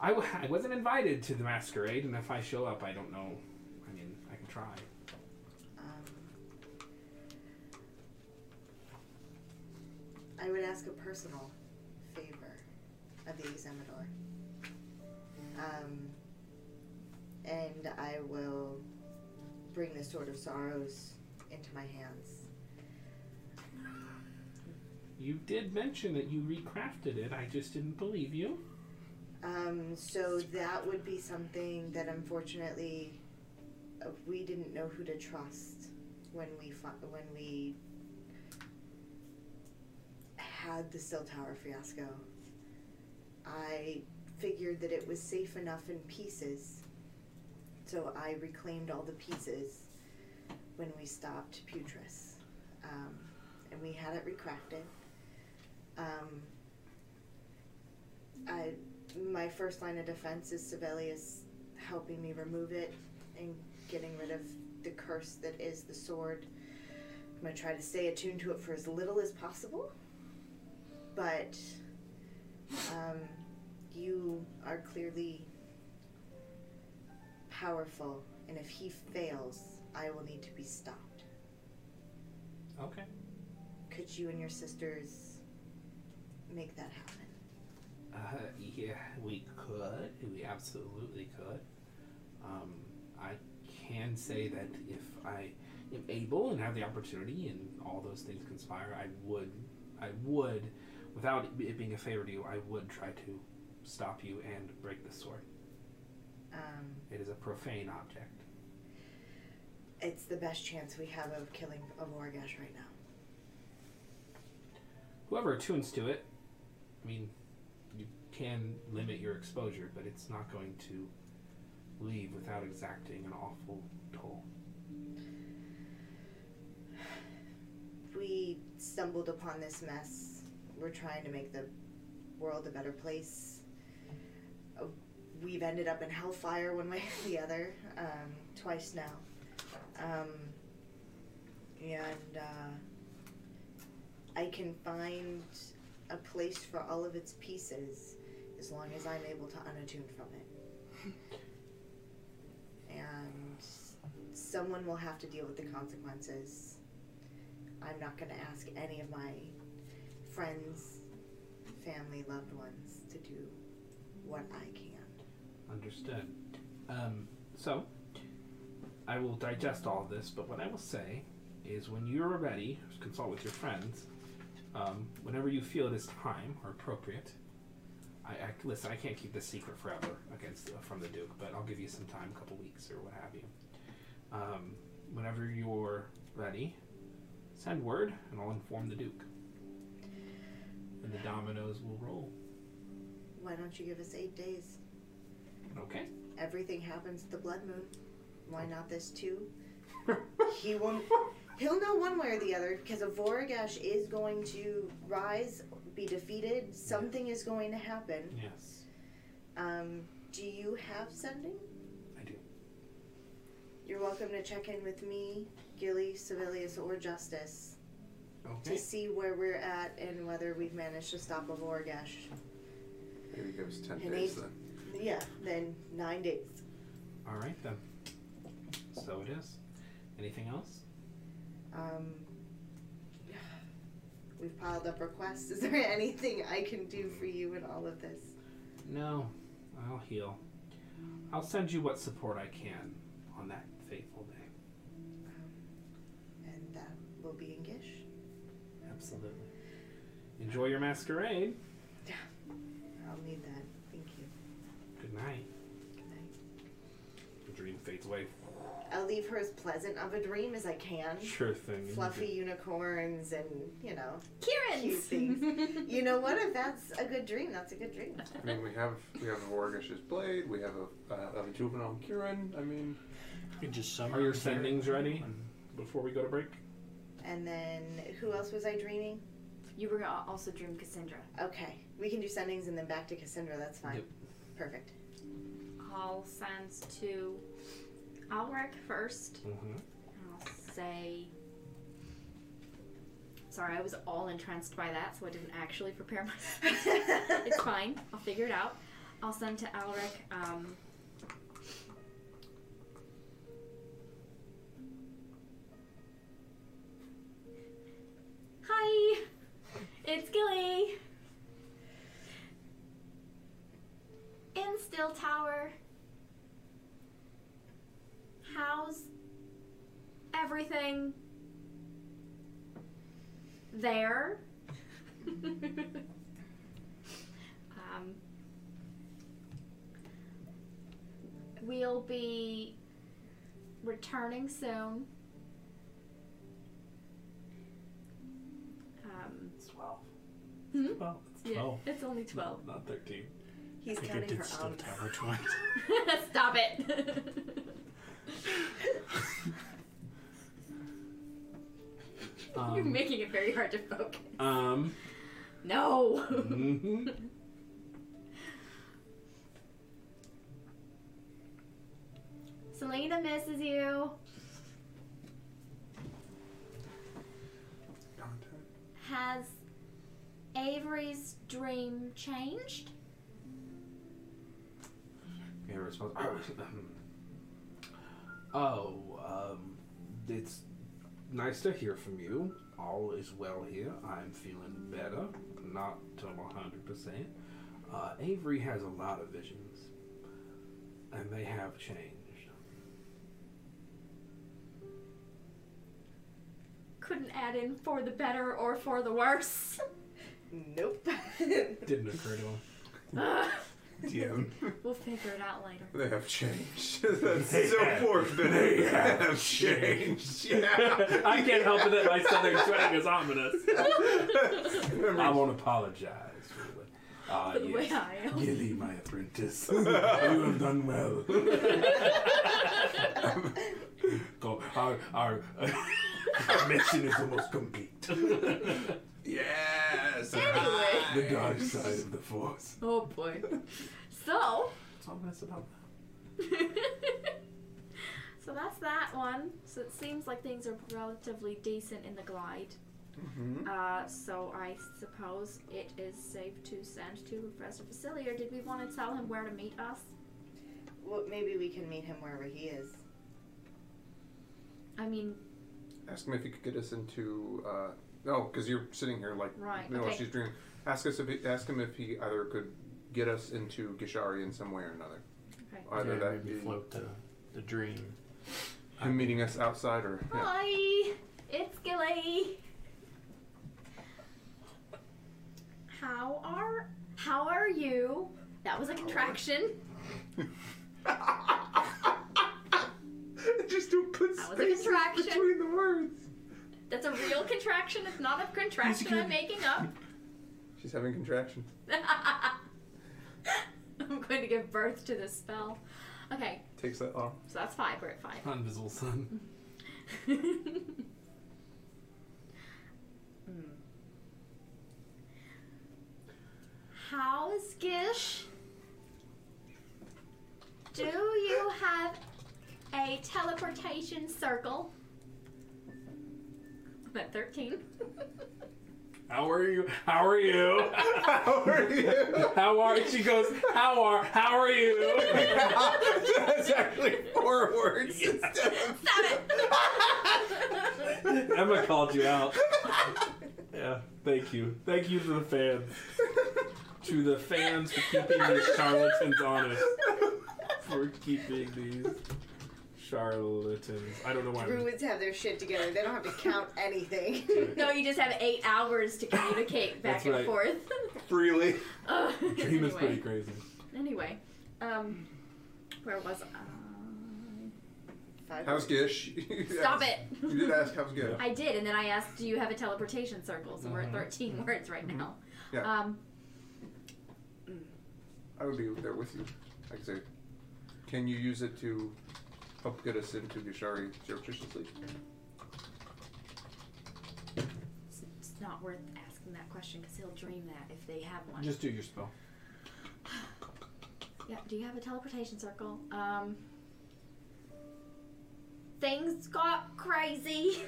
S1: I, w- I wasn't invited to the masquerade, and if I show up, I don't know. I mean, I can try.
S3: Um, I would ask a personal favor of the examinador. Um, and I will bring the sword of sorrows into my hands.
S16: You did mention that you recrafted it. I just didn't believe you.
S3: Um, so that would be something that unfortunately uh, we didn't know who to trust when we fu- when we had the Still Tower fiasco. I figured that it was safe enough in pieces, so I reclaimed all the pieces when we stopped Putris, um, and we had it recrafted. Um, I my first line of defense is Sibelius helping me remove it and getting rid of the curse that is the sword. I'm gonna try to stay attuned to it for as little as possible. But um, you are clearly powerful, and if he fails, I will need to be stopped.
S16: Okay.
S3: Could you and your sisters make that happen?
S1: Uh, yeah, we could. We absolutely could. Um, I can say that if I am able and have the opportunity, and all those things conspire, I would, I would, without it being a favor to you, I would try to stop you and break the sword.
S3: Um,
S1: It is a profane object.
S3: it's the best chance we have of killing a Morgash right now.
S1: Whoever attunes to it, I mean, you can limit your exposure, but it's not going to leave without exacting an awful toll.
S3: we stumbled upon this mess. We're trying to make the world a better place. Uh, We've ended up in hellfire one way or the other, um, twice now. Um, and uh, I can find a place for all of its pieces as long as I'm able to unattune from it. and someone will have to deal with the consequences. I'm not going to ask any of my friends, family, loved ones to do what I can.
S1: Understood. Um, so, I will digest all of this, but what I will say is when you're ready, consult with your friends. Um, whenever you feel it is time or appropriate, I, I listen. I can't keep this secret forever against from the Duke, but I'll give you some time, a couple weeks or what have you. Um, whenever you're ready, send word, and I'll inform the Duke. And the dominoes will roll.
S3: Why don't you give us eight days?
S1: Okay.
S3: Everything happens at the blood moon. Why not this too? he won't. He'll know one way or the other because a Voragesh is going to rise, be defeated. Something is going to happen.
S1: Yes,
S3: Um, do you have sending?
S1: I do.
S3: You're welcome to check in with me, Gilly, Sevilius, or Justice
S1: Okay.
S3: to see where we're at and whether we've managed to stop a Vorgash.
S2: Maybe give us ten
S3: And
S2: days
S3: eight.
S2: then.
S3: Yeah, then nine days.
S1: All right then. So it is. Anything else?
S3: Um, we've piled up requests. Is there anything I can do for you in all of this?
S1: No. I'll heal. I'll send you what support I can on that fateful day.
S3: And that will be in Gish.
S1: Absolutely. Enjoy your masquerade.
S3: I'll need that. Thank you.
S1: Good night.
S3: Good night.
S1: The dream fades away.
S3: I'll leave her as pleasant of a dream as I can.
S1: Sure thing.
S3: Fluffy unicorns and, you know. Cute
S5: Kieran's.
S3: You know what? If that's a good dream, that's a good dream.
S2: I mean, we have we have a Wargish's blade. We have a, uh, a juvenile Kieran. I mean,
S4: You can just summon
S1: Are your
S4: her.
S1: sendings ready before we go to break?
S3: And then who else was I dreaming?
S17: You were al- also dream Cassandra.
S3: Okay, we can do sendings and then back to Cassandra. That's fine.
S1: Yep.
S3: Perfect.
S5: I'll send to Alric first.
S1: Mm-hmm.
S5: and I'll say. Sorry, I was all entranced by that, so I didn't actually prepare myself. it's fine. I'll figure it out. I'll send to Alric. Um, Hi, it's Gilly. Insta Still Tower. How's everything there? um, we'll be returning soon. Um,
S4: It's 12.
S5: hmm?
S4: Well, it's
S5: yeah,
S4: 12.
S5: it's only 12.
S4: Not 13.
S3: He's
S18: I think I
S3: counting
S18: did
S3: her
S18: still
S3: out.
S18: tower twice.
S5: Stop it. You're
S4: Um,
S5: making it very hard to focus.
S4: um,
S5: No.
S1: mm-hmm.
S4: mhm.
S5: Selena misses you. Has Avery's dream changed?
S1: Yeah, response. oh, um, it's nice to hear from you. All is well here. I'm feeling better. Not to 100%. Uh, Avery has a lot of visions, and they have changed.
S5: Couldn't add in for the better or for the worse.
S3: Nope.
S1: Didn't occur to him.
S5: Ugh,
S2: DM.
S5: we'll figure it out later.
S2: They have changed. That's so
S4: have-
S2: forfeit.
S4: they have
S2: changed. Yeah.
S4: I can't help it that my southern twang is ominous.
S1: I won't apologize. for what- Ah,
S5: For the way
S1: yes.
S5: I am.
S1: Gilly, my apprentice, you have done well. Go- our our, our mission is almost complete. the
S2: Yes.
S5: Anyway.
S1: dark side of the force.
S5: Oh boy. So.
S4: It's ominous about
S5: so that's that one. So it seems like things are relatively decent in the glide.
S2: Mm-hmm.
S5: Uh, so I suppose it is safe to send to Professor Facili, or did we want to tell him where to meet us?
S3: well, maybe we can meet him wherever he is.
S5: I mean,
S2: Ask him if he could get us into. Uh, no, because you're sitting here like.
S5: Right,
S2: No,
S5: okay.
S2: she's dreaming. Ask us if he, ask him if he either could get us into Gishari in some way or another.
S5: Okay.
S2: Either
S18: yeah,
S2: that
S18: maybe
S2: be
S18: float the, the dream.
S2: him meeting us outside or. Yeah.
S5: hi, it's Gilly. How are how are you? That was a contraction.
S2: Just don't put
S5: That was a
S2: spaces
S5: contraction.
S2: between the words.
S5: That's a real contraction. It's not a contraction I'm making up.
S2: She's having contractions.
S5: I'm going to give birth to this spell. Okay,
S2: Takes that long.
S5: so that's five. We're at five. Hmm.
S4: Invisible Sun.
S5: How's Gish? Do you have a teleportation circle? I'm at 13.
S4: How are you? How are you?
S2: How are you?
S4: How are she goes, how are how are you?
S2: That's actually four words. instead of-
S4: Emma called you out. Yeah, thank you. Thank you to the fans. to the fans for keeping these charlatans honest. For keeping these charlatans. I don't know why. I'm-
S3: Druids have their shit together. They don't have to count anything.
S5: No, you just have eight hours to communicate
S4: That's
S5: back and
S4: right.
S5: forth.
S2: Freely.
S5: Ugh,
S4: Dream is pretty
S5: Uh, anyway,
S4: crazy.
S5: anyway, um, where was I?
S3: Five
S2: How's
S3: words.
S2: Gish? You
S5: Stop
S2: asked-
S5: it!
S2: You did ask how's Gish.
S5: I did, and then I asked, "Do you have a teleportation circle?" So we're at
S4: Mhm.
S5: 13 words right now.
S4: Mm-hmm.
S2: Yeah.
S5: Um,
S2: I would be there with you. Like I say, can you use it to help get us into Gishari surreptitiously?
S5: it's, it's not worth asking that question because he'll dream that if they have one.
S4: Just do your spell.
S5: yeah. Do you have a teleportation circle? Um, things got crazy.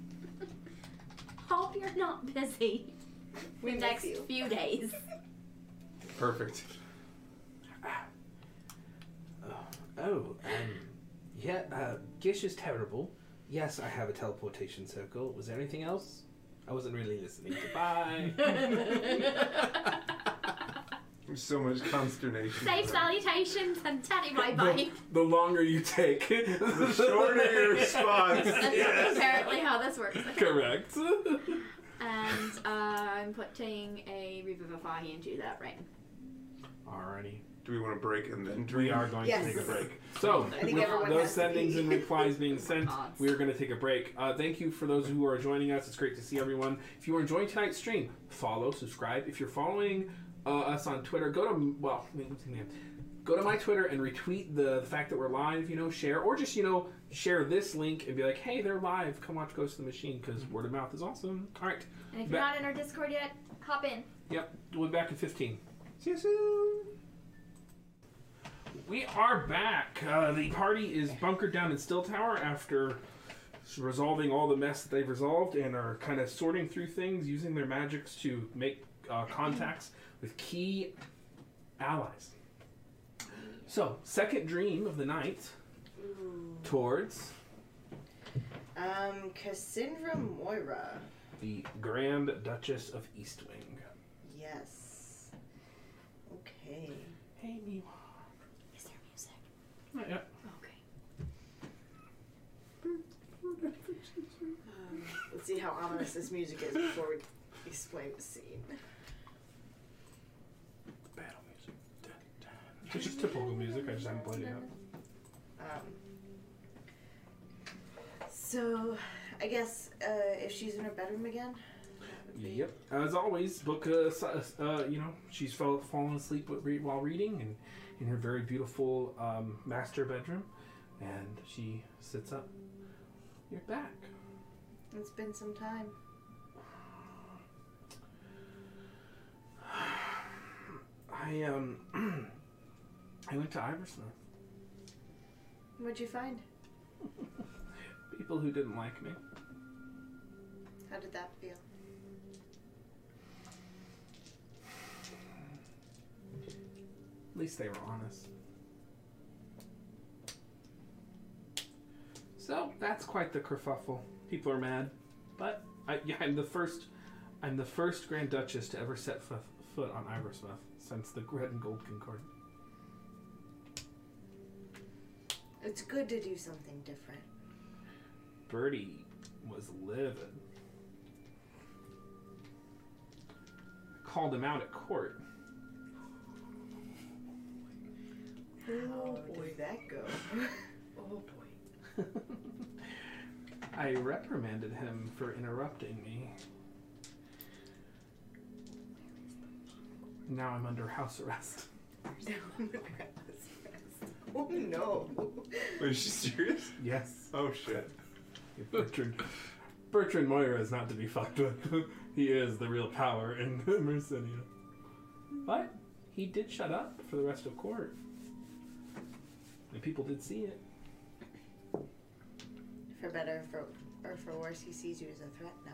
S5: Hope you're not busy.
S3: We
S5: the
S3: miss
S5: next
S3: you.
S5: few days.
S2: Perfect.
S1: Oh, um, yeah, uh, Gish is terrible. Yes, I have a teleportation circle. Was there anything else? I wasn't really listening. Goodbye.
S6: so much consternation.
S15: Safe salutations and teddy my bye.
S1: The longer you take, the
S6: Shorter your response.
S15: That's apparently how this works.
S1: Correct.
S15: And uh, I'm putting a revivify into that ring.
S1: Alrighty.
S6: Do we want to break and then
S1: We
S6: drink?
S1: are going
S3: Yes.
S1: to take a break. So,
S3: I think
S1: with
S3: everyone
S1: those
S3: has to
S1: sendings
S3: be.
S1: and replies being sent,
S15: Odds.
S1: we are going to take a break. Uh, thank you for those who are joining us. It's great to see everyone. If you are enjoying tonight's stream, follow, subscribe. If you're following uh, us on Twitter, go to well, I mean, what's the name? go to my Twitter and retweet the, the fact that we're live. You know, share or just you know share this link and be like, hey, they're live. Come watch Ghost of the Machine because word of mouth is awesome. All right,
S15: And if you're
S1: Ba-
S15: not in our Discord yet, hop in.
S1: Yep, we'll be back in 15. See you soon. We are back. Uh, the party is bunkered down in Still Tower after resolving all the mess that they've resolved and are kind of sorting through things using their magics to make uh, contacts with key allies. So, second dream of the night towards
S3: Um, Cassandra Moira.
S1: the Grand Duchess of Eastwing.
S3: Yes. Okay.
S1: Hey, me.
S15: Is there music?
S1: Yeah.
S15: Okay.
S3: Um, let's see how ominous this music is before we explain the scene.
S4: Battle music. Dun, dun.
S1: It's just typical music. I just haven't played it yet.
S3: Um, so, I guess uh, if she's in her bedroom again.
S1: Yep. As always, book. Uh, s- uh, you know, she's fell, fallen asleep with re- while reading, and in her very beautiful um, master bedroom, and she sits up. You're back.
S3: It's been some time.
S1: I um. I went to Iversmith.
S3: What'd you find?
S1: People who didn't like me.
S3: How did that feel?
S1: At least they were honest. So that's quite the kerfuffle. People are mad, but I, yeah, I'm the first. I'm the first Grand Duchess to ever set f- foot on Iversmith since the Red and Gold Concord.
S3: It's good to do something different.
S1: Birdie was livid. I called him out at court.
S3: How did that go?
S8: Oh boy.
S1: I reprimanded him for interrupting me. Now I'm under house arrest.
S3: oh no.
S6: Wait, is she serious?
S1: Yes.
S6: Oh shit.
S1: Bertrand. Bertrand Moira is not to be fucked with. he is the real power in Mercinia. But he did shut up for the rest of court. And people did see it.
S3: For better for, or for worse, he sees you as a threat now.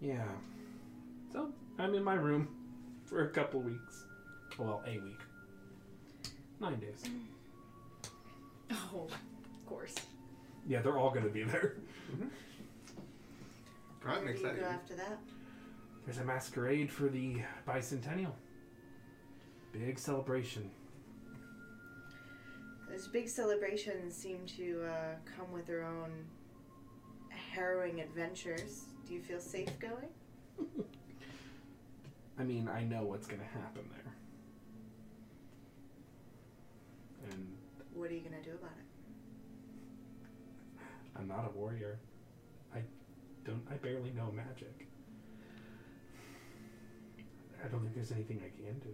S1: Yeah. So I'm in my room for a couple weeks. Well, a week. Nine days.
S15: Oh, of course.
S1: Yeah, they're all gonna be there.
S6: I'm
S3: Where do you
S6: excited.
S3: go after that?
S1: There's a masquerade for the bicentennial. Big celebration.
S3: Those big celebrations seem to uh, come with their own harrowing adventures. Do you feel safe going?
S1: I mean, I know what's gonna happen there. And
S3: What are you gonna do about it?
S1: I'm not a warrior. I don't. I barely know magic. I don't think there's anything I can do.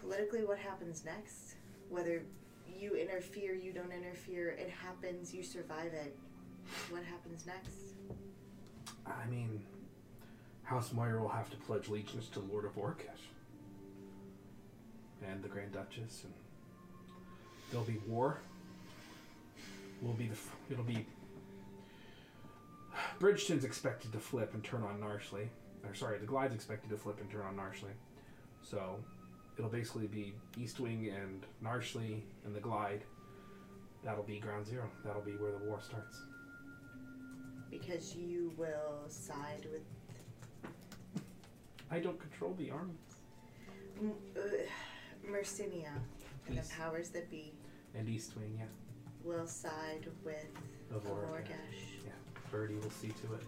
S3: Politically, what happens next? Whether you interfere, you don't interfere, it happens, you survive it. What happens next?
S1: I mean, House Moira will have to pledge allegiance to Lord of Orcish and the Grand Duchess, and there'll be war. We'll be the. f- It'll be. Bridgeton's expected to flip and turn on Narshley. Or sorry, the Glide's expected to flip and turn on Narshley. So, it'll basically be East Wing and Narshley and the Glide. That'll be ground zero. That'll be where the war starts.
S3: Because you will side with
S1: I don't control the army.
S3: M- ugh, Mercinia and the
S1: Yes.
S3: powers that be
S1: And East Wing, yeah.
S3: will side with
S1: Of Oregon.
S3: Vorgash,
S1: Birdie will see to it.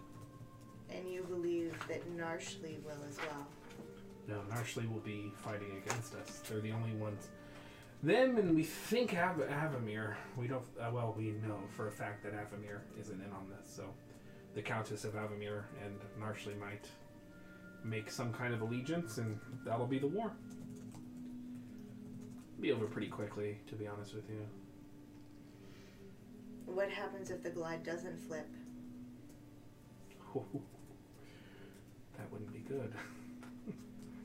S3: and you believe that Narshli will as well.
S1: No, Narshli will be fighting against us. They're the only ones. Them and we think Av- Avamir. We don't. Uh, well, we know for a fact that Avamir isn't in on this. So, the Countess of Avamir and Narshli might make some kind of allegiance, and that'll be the war. Be over pretty quickly, to be honest with you.
S3: What happens if the glide doesn't flip?
S1: that wouldn't be good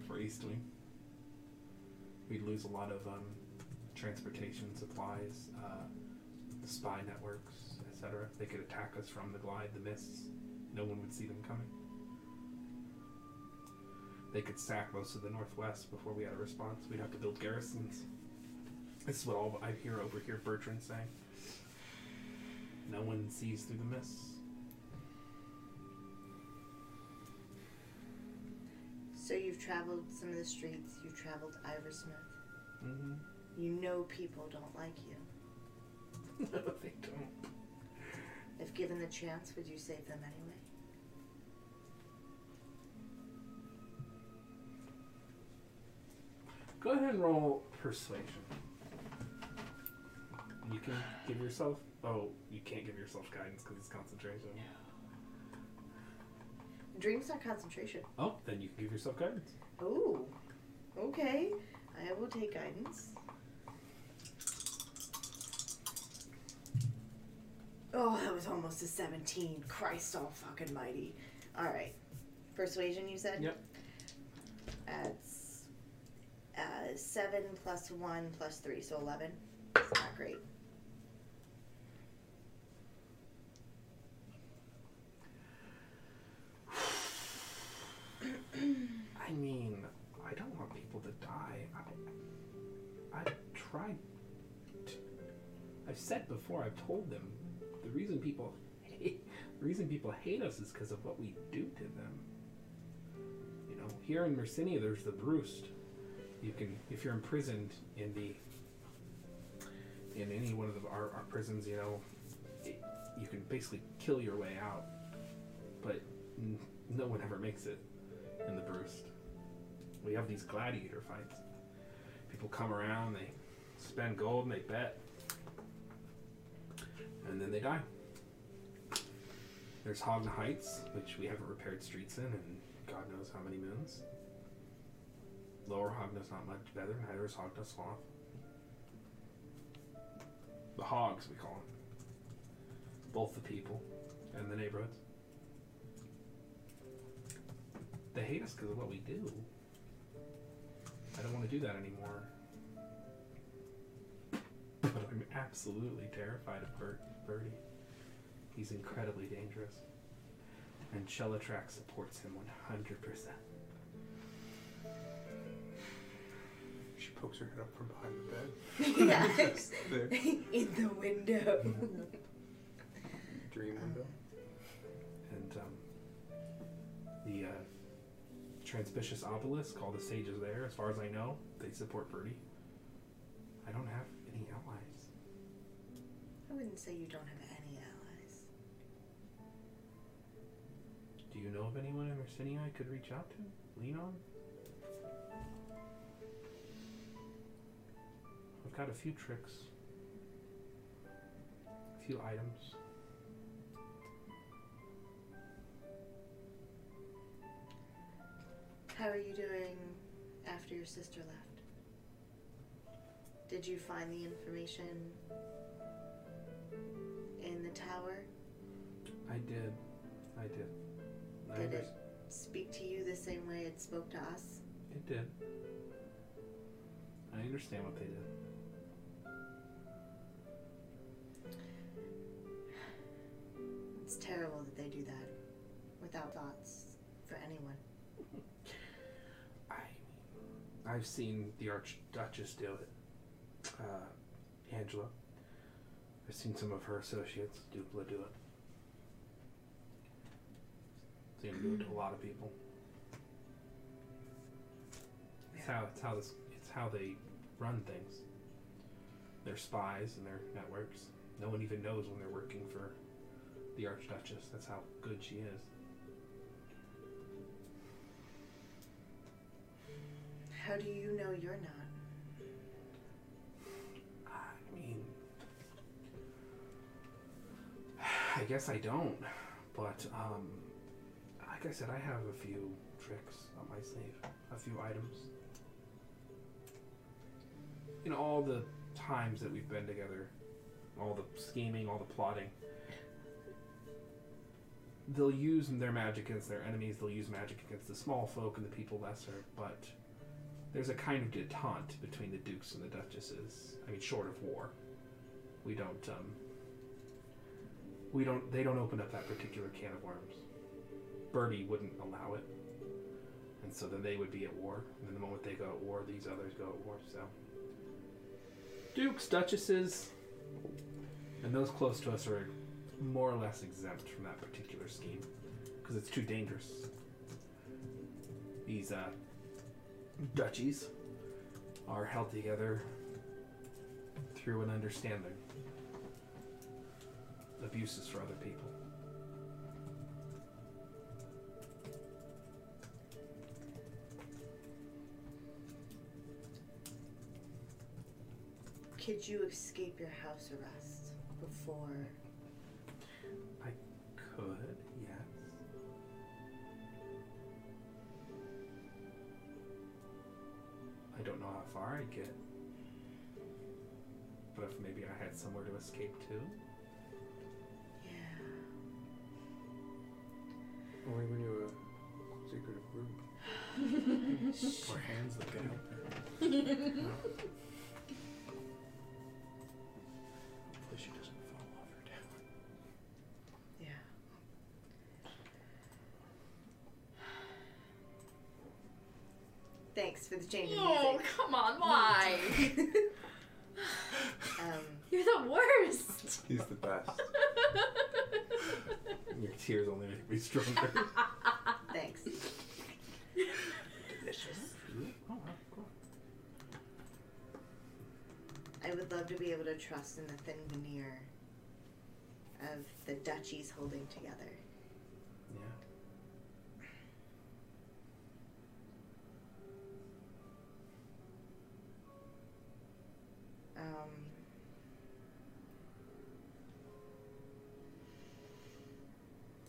S1: for East Wing. We'd lose a lot of um, transportation supplies, uh, spy networks, etc. They could attack us from the glide, the mists. No one would see them coming. They could sack most of the Northwest before we had a response. We'd have to build garrisons. This is what all I hear over here Bertrand saying. No one sees through the mists.
S3: So you've traveled some of the streets, you've traveled Iversmith.
S1: Mm-hmm.
S3: You know people don't like you.
S1: No, they don't.
S3: If given the chance, would you save them anyway?
S1: Go ahead and roll persuasion. You can give yourself. Oh, you can't give yourself guidance because it's concentration.
S3: Dreams are concentration.
S1: Oh, then you can give yourself guidance.
S3: Oh, okay. I will take guidance. Oh, that was almost a 17. Christ all fucking mighty. Alright. Persuasion, you said?
S1: Yep.
S3: That's uh, 7 plus 1 plus 3, so 11. It's not great.
S1: I mean, I don't want people to die. I, I've tried. To, I've said before. I've told them the reason people hate, the reason people hate us is because of what we do to them. You know, here in Mercinia, there's the Brust. You can, if you're imprisoned in the in any one of the, our, our prisons, you know, it, you can basically kill your way out. But n- no one ever makes it in the Brust. We have these gladiator fights. People come around, they spend gold, and they bet. And then they die. There's Hogna Heights, which we haven't repaired streets in in God knows how many moons. Lower Hogna's not much better, neither is Hogna Sloth. The Hogs, we call them. Both the people and the neighborhoods. They hate us because of what we do. I don't want to do that anymore. But I'm absolutely terrified of Bert, Birdie. He's incredibly dangerous. And Shellatrack supports him 100%.
S6: She pokes her head up from behind the bed.
S3: Yes.
S6: There,
S3: In the window.
S6: dream window.
S1: And um, the uh, Transpicious Obelisk, all the sages there, as far as I know, they support Birdie. I don't have any allies.
S3: I wouldn't say you don't have any allies.
S1: Do you know of anyone in Mercinia I could reach out to? Lean on? I've got a few tricks, a few items.
S3: How are you doing after your sister left? Did you find the information in the tower?
S1: I did. I did. I
S3: Did
S1: under-
S3: it speak to you the same way it spoke to us?
S1: It did. I understand what they did.
S3: It's terrible that they do that without thoughts for anyone.
S1: I I've seen the Archduchess do it. Uh, Angela. I've seen some of her associates, Dupla, do it. Seen them do it to a lot of people. how it's how this it's how they run things. They're spies and their networks. No one even knows when they're working for the Archduchess. That's how good she is.
S3: How do you know you're not?
S1: I mean, I guess I don't. But um, like I said, I have a few tricks up my sleeve, a few items. In all the times that we've been together, all the scheming, all the plotting, they'll use their magic against their enemies. They'll use magic against the small folk and the people lesser, but there's a kind of detente between the dukes and the duchesses. I mean, short of war, we don't. Um, we don't. They don't open up that particular can of worms. Bertie wouldn't allow it, and so then they would be at war. And then the moment they go at war, these others go at war. So, dukes, duchesses, and those close to us are more or less exempt from that particular scheme because it's too dangerous. These uh, duchies are held together through an understanding. Abuses for other people.
S3: Could you escape your house arrest before?
S1: Could, yes. I don't know how far I'd get. But if maybe I had somewhere to escape to?
S3: Yeah.
S6: Only when you have a secretive group.
S4: Or hands that get out there. Hopefully she doesn't fall off her tower.
S3: Yeah. Thanks for the change in
S15: Oh, come on, why?
S3: music. um,
S15: You're the worst.
S6: He's the best.
S1: Your tears only make me stronger.
S3: thanks.
S1: oh,
S3: I would love to be able to trust in the thin veneer of the duchies holding together.
S1: yeah.
S3: Um,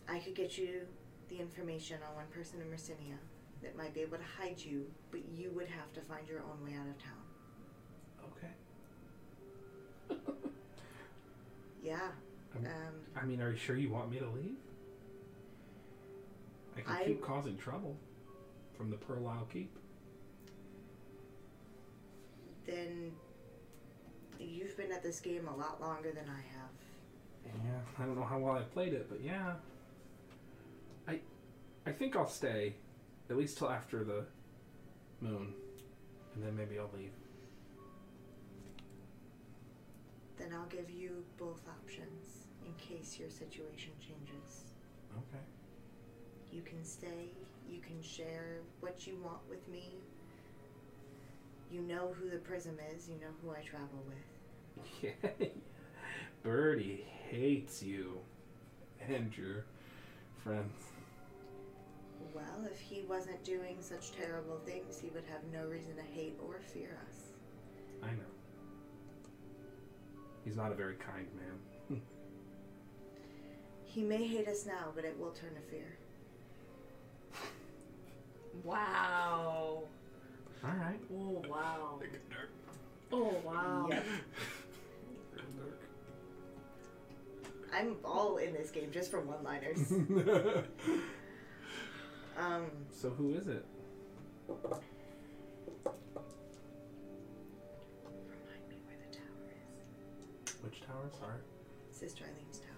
S3: I could get you the information on one person in Mercinia that might be able to hide you, but you would have to find your own way out of town.
S1: Okay.
S3: Yeah.
S1: Um,
S3: Um,
S1: I mean, are you sure you want me to leave? I can
S3: I-
S1: keep causing trouble from the Pearl Isle Keep.
S3: then you've been at this game a lot longer than I have.
S1: Yeah, I don't know how well I played it, but yeah. I I think I'll stay at least till after the moon. And then maybe I'll leave.
S3: Then I'll give you both options in case your situation changes.
S1: Okay.
S3: You can stay, you can share what you want with me. You know who the prism is, you know who I travel with.
S1: Yeah. Birdie hates you and your friends.
S3: Well, if he wasn't doing such terrible things, he would have no reason to hate or fear us.
S1: I know. He's not a very kind man.
S3: He may hate us now, but it will turn to fear.
S15: wow.
S1: Alright.
S15: Oh, wow.
S4: Like a nerd.
S15: Oh, wow.
S3: I'm all in this game just for one liners. um,
S1: so who is it?
S3: remind me where the tower is.
S1: Which tower? Sorry.
S3: Sister Eileen's tower.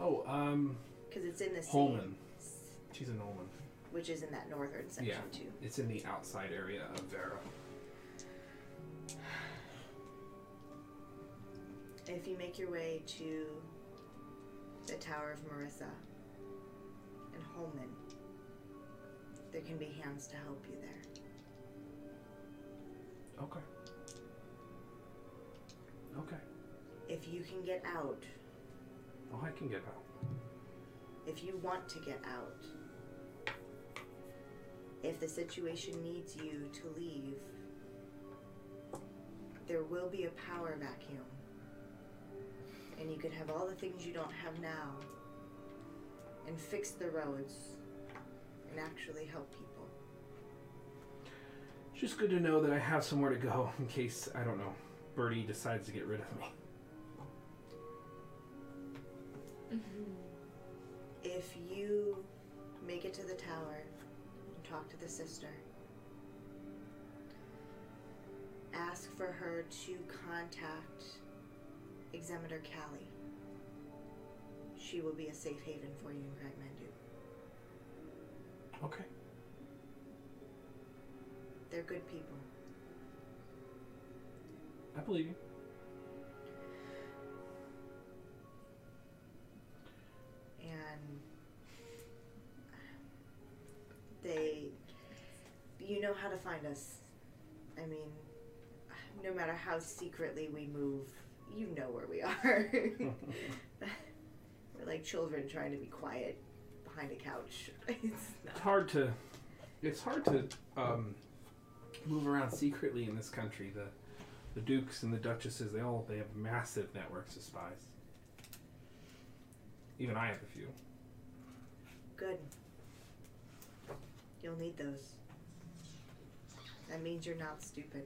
S1: Oh, um
S3: Because it's in the
S1: Holman.
S3: same,
S1: She's in Holman.
S3: which is in that northern section
S1: Yeah.
S3: too.
S1: It's in the outside area of Vera.
S3: If you make your way to the Tower of Marissa and Holman, there can be hands to help you there.
S1: Okay. Okay.
S3: If you can get out,
S1: Well, I can get out.
S3: if you want to get out, if the situation needs you to leave, there will be a power vacuum. And you could have all the things you don't have now and fix the roads and actually help people.
S1: It's just good to know that I have somewhere to go in case, I don't know, Birdie decides to get rid of me.
S3: If you make it to the tower and talk to the sister, ask for her to contact Examiner Callie. She will be a safe haven for you in Cragmandu.
S1: Okay.
S3: They're good people.
S1: I believe you.
S3: and they you know how to find us i mean no matter how secretly we move you know where we are we're like children trying to be quiet behind a couch it's
S1: It's
S3: not
S1: hard to. It's hard to um, move around secretly in this country. The the dukes and the duchesses, they all they have massive networks of spies. Even I have a few.
S3: good you'll need those that means you're not stupid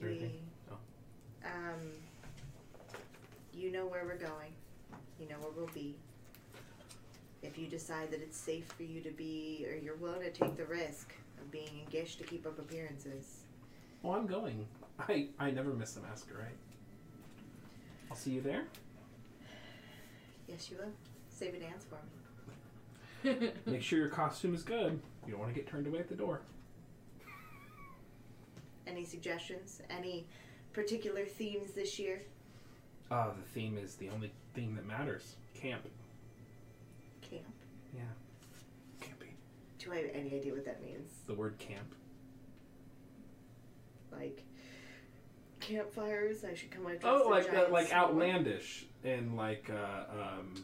S1: there anything-
S3: We-
S1: oh.
S3: um, you know where we're going. You know where we'll be. If you decide that it's safe for you to be, or you're willing to take the risk of being in Gish to keep up appearances,
S1: Oh, I'm going. I I never miss a masquerade. I'll see you there.
S3: yes, you will. Save a dance for me.
S5: Hmm.
S1: Make sure your costume is good. You don't want to get turned away at the door.
S3: Any suggestions? Any particular themes this year?
S1: Uh, the theme is the only thing that matters. Camp.
S3: Camp.
S1: Yeah.
S4: Camping.
S3: Do I have any idea what that means?
S1: The word camp.
S3: Like campfires? I should come up with
S1: Oh,
S3: some
S1: like uh,
S3: giant
S1: like
S3: smoke.
S1: outlandish and like uh, um,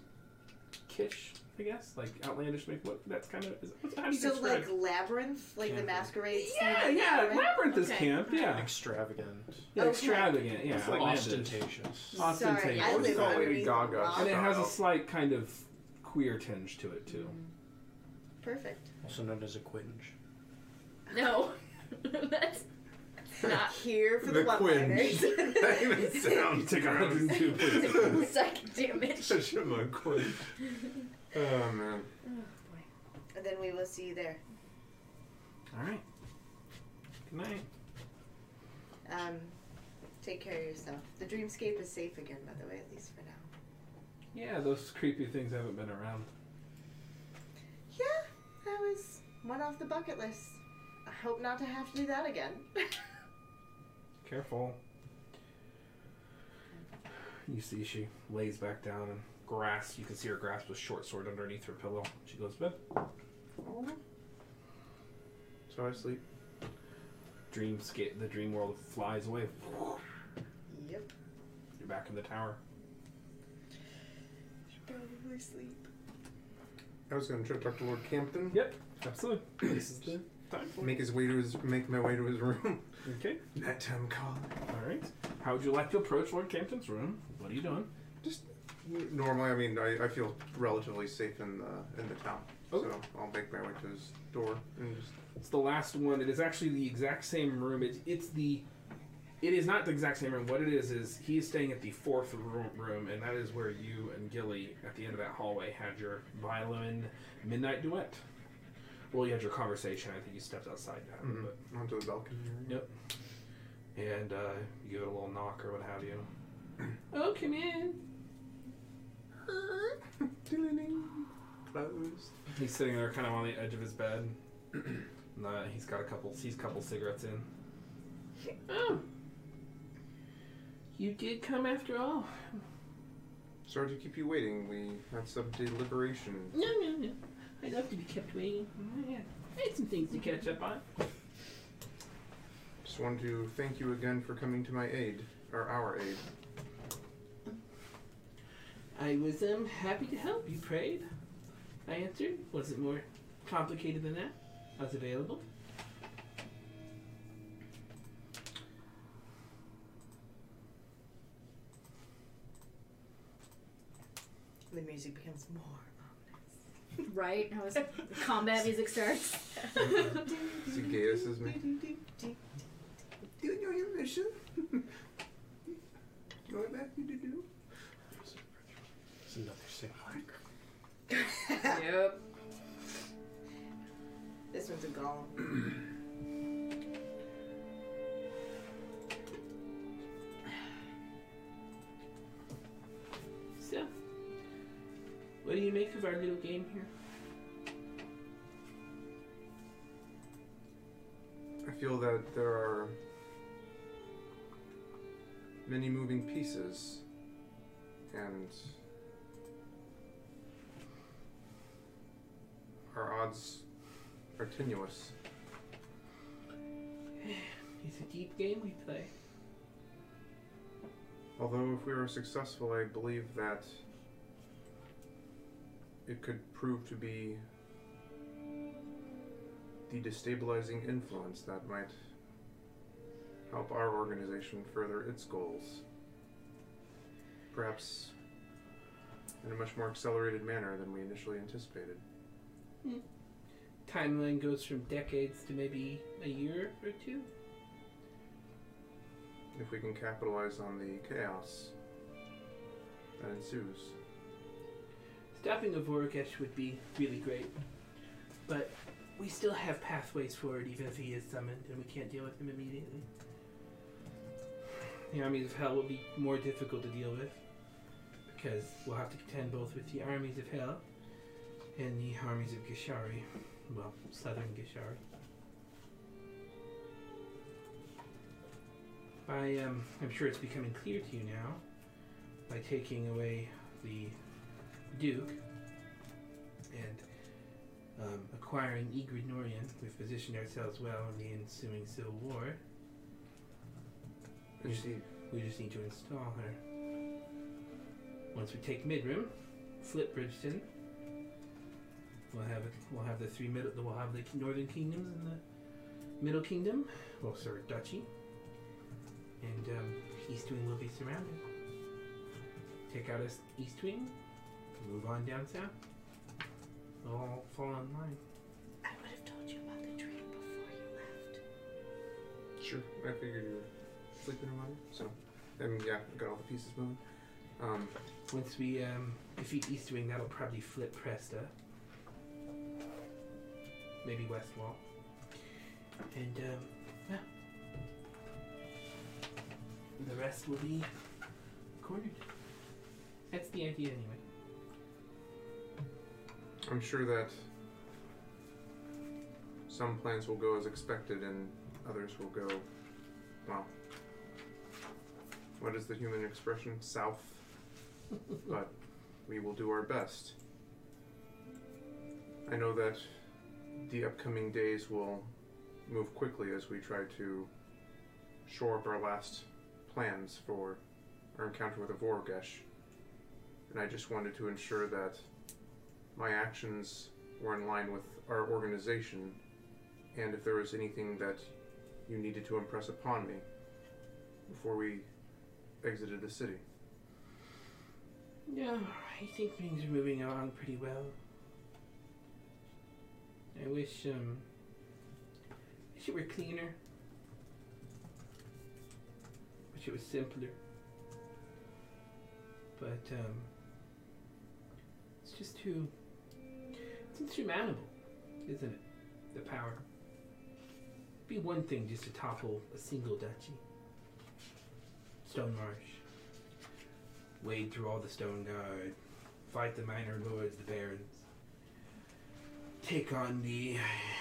S1: kish, I guess. Like outlandish. Make what? That's kind of. Is, what's- how do you
S3: So
S1: describe?
S3: like labyrinth, like the
S4: Camping.
S3: masquerade.
S1: yeah,
S3: scene?
S1: yeah.
S3: Right?
S1: Labyrinth is
S15: Okay.
S1: camp. Yeah.
S4: Extravagant.
S1: yeah
S3: Okay.
S1: Extravagant. Yeah.
S2: It's like
S1: outlandish.
S4: ostentatious.
S3: Sorry, I
S1: Ostentatious.
S3: live
S2: Call
S3: on
S2: Lady Gaga.
S1: And it has a
S2: Wow.
S1: slight kind of queer tinge to it too.
S3: Perfect.
S4: Also known as a quinge.
S15: No. That's not.
S3: Here for the,
S2: The
S3: one-liners.
S2: That even sounds
S1: Take 102 points.
S15: Psychic damage.
S2: Such a quinge. Oh man.
S3: and then we will see you there.
S1: All right. Good night.
S3: Um, take care of yourself. The dreamscape is safe again, by the way, at least for now.
S1: Yeah, those creepy things haven't been around.
S3: Yeah, that was one off the bucket list. I hope not to have to do that again.
S1: Careful. You see, she lays back down and grasps. You can see her grasp a short sword underneath her pillow. She goes to bed. Oh.
S2: So I sleep.
S1: Dreamscape, the dream world flies away.
S3: yep.
S1: You're back in the tower.
S3: Probably sleep.
S2: I was gonna try to talk to Lord Campton.
S1: Yep, absolutely. this is the time for
S2: Make his way to his make my way to his room.
S1: it. Okay,
S2: Nighttime call.
S1: all right. How would you like to approach Lord Campton's room? What are you doing?
S2: Just normally, I mean, I, I feel relatively safe in the in the town,
S1: Okay.
S2: so I'll make my way to his door and just
S1: It's the last one. It is actually the exact same room. It, it's the. It is not the exact same room. What it is is he is staying at the fourth room, room, and that is where you and Gilly at the end of that hallway had your violin midnight duet. Well, you had your conversation. I think you stepped outside now,
S2: Mhm.
S1: but
S2: onto the balcony.
S1: and uh, you give it a little knock or what have you. oh, come in.
S2: Closed.
S1: He's sitting there, kind of on the edge of his bed. and, uh, he's got a couple. He's a couple cigarettes in.
S7: Oh. You did come after all.
S2: Sorry to keep you waiting. We had some deliberation.
S7: No, no, no. I love to be kept waiting. Oh, yeah.
S1: It's some things to catch up on.
S2: Just wanted to thank you again for coming to my aid, or our aid.
S1: I was um happy to help. You prayed. I answered. Was it more complicated than that? I was available.
S3: The music becomes more.
S5: Right? How is combat music starts?
S2: Is it Gaius is me? Do you know your mission? Going back you to do?
S4: It's another signal.
S5: yep.
S3: This one's a golem.
S1: So, what do you make of our little game here?
S2: I feel that there are many moving pieces, and our odds are tenuous.
S1: It's a deep game we play.
S2: Although, if we were successful, I believe that it could prove to be the destabilizing influence that might help our organization further its goals. Perhaps in a much more accelerated manner than we initially anticipated.
S1: Timeline goes from decades to maybe a year or two.
S2: If we can capitalize on the chaos that ensues.
S1: Stopping of Vorakesh would be really great, but we still have pathways forward even if he is summoned and we can't deal with him immediately. The armies of hell will be more difficult to deal with because we'll have to contend both with the armies of hell and the armies of Gishari. Well, southern Gishari. By, um, I'm sure it's becoming clear to you now, by taking away the Duke and um, acquiring Egrid Norian, we've positioned ourselves well in the ensuing civil war. We just,
S2: Indeed.
S1: we just need to install her. Once we take Midrim, flip Bridgeton, we'll have it, we'll have the three middle we'll have the Northern Kingdoms and the Middle Kingdom, well, sorry, Duchy, and um, East Wing will be surrounded. Take out us East Wing, move on down south. They'll all fall in line.
S3: I would have told you about the dream before you left.
S2: Sure, I figured you were sleeping or whatever, so. And yeah, got all the pieces moving. Um,
S1: Once we um, defeat East Wing, that'll probably flip Presta. Maybe Westwall. And, um, yeah. The rest will be cornered. That's the idea, anyway.
S2: I'm sure that some plans will go as expected and others will go, well, what is the human expression? South. but we will do our best. I know that the upcoming days will move quickly as we try to shore up our last plans for our encounter with the Vorgesh. And I just wanted to ensure that my actions were in line with our organization, and if there was anything that you needed to impress upon me before we exited the city.
S1: Yeah, I think things are moving along pretty well. I wish, um, I wish it were cleaner. Wish it was simpler. But, um, it's just too, it's insurmountable, isn't it? The power. Be one thing just to topple a single duchy. Stone Marsh wade through all the stone guard, fight the minor lords, the barons, take on the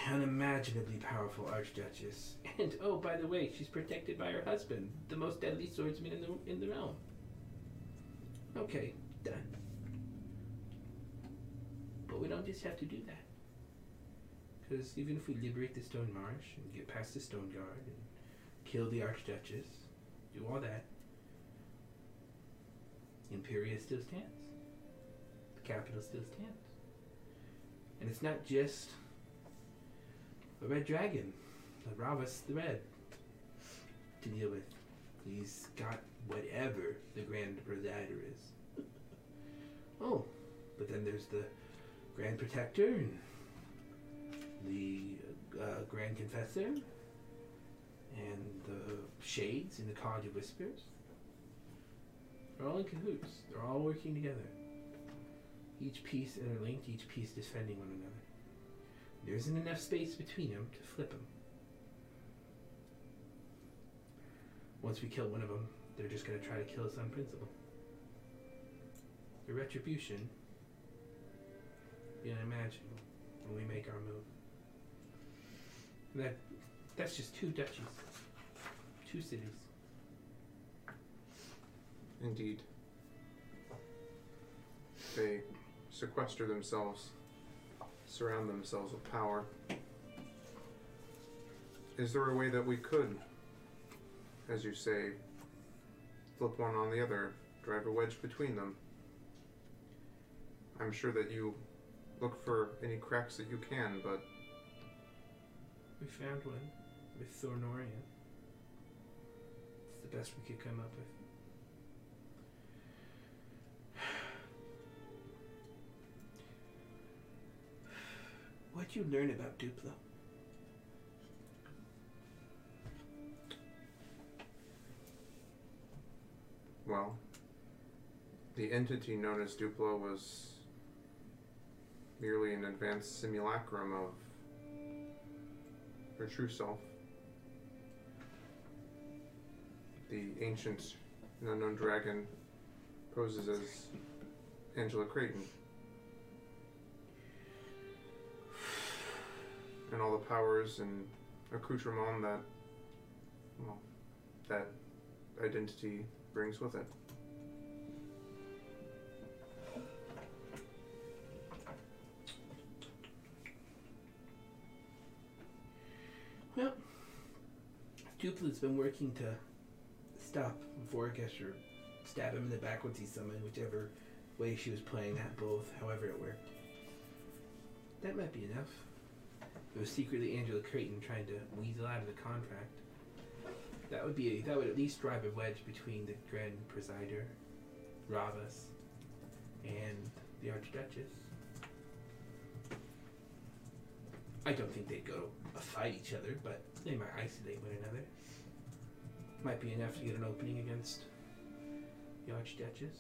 S1: unimaginably powerful archduchess, and oh, by the way, she's protected by her husband, the most deadly swordsman in the in the realm. Okay, done. But we don't just have to do that. Because even if we liberate the Stone Marsh and get past the Stone Guard and kill the Archduchess, do all that, Imperia still stands. The capital still stands. And it's not just the Red Dragon, the Ravas the Red, to deal with. He's got whatever the Grand Presider is. Oh, but then there's the Grand Protector and the uh, Grand Confessor and the Shades and the College of Whispers. They're all in cahoots. They're all working together. Each piece interlinked, each piece defending one another. There isn't enough space between them to flip them. Once we kill one of them, they're just going to try to kill us on principle. The retribution is unimaginable when we make our move. And that that's just two duchies, two cities.
S2: Indeed. They sequester themselves, surround themselves with power. Is there a way that we could, as you say, flip one on the other, drive a wedge between them? I'm sure that you look for any cracks that you can, but
S1: We found one with Thornoria. It's the best we could come up with. What'd you learn about Duplo?
S2: Well, the entity known as Duplo was merely an advanced simulacrum of her true self. The ancient and unknown dragon poses as Angela Creighton. And all the powers and accoutrement that, well, that identity brings with it.
S1: Well, Duplo's been working to stop Vorgesh or stab him in the back once he's summoned, whichever way she was playing that both, however it worked. That might be enough. It was secretly Angela Creighton trying to weasel out of the contract. That would be that would at least drive a wedge between the Grand Presider, Ravas, and the Archduchess. I don't think they'd go fight each other, but they might isolate one another. Might be enough to get an opening against the Archduchess.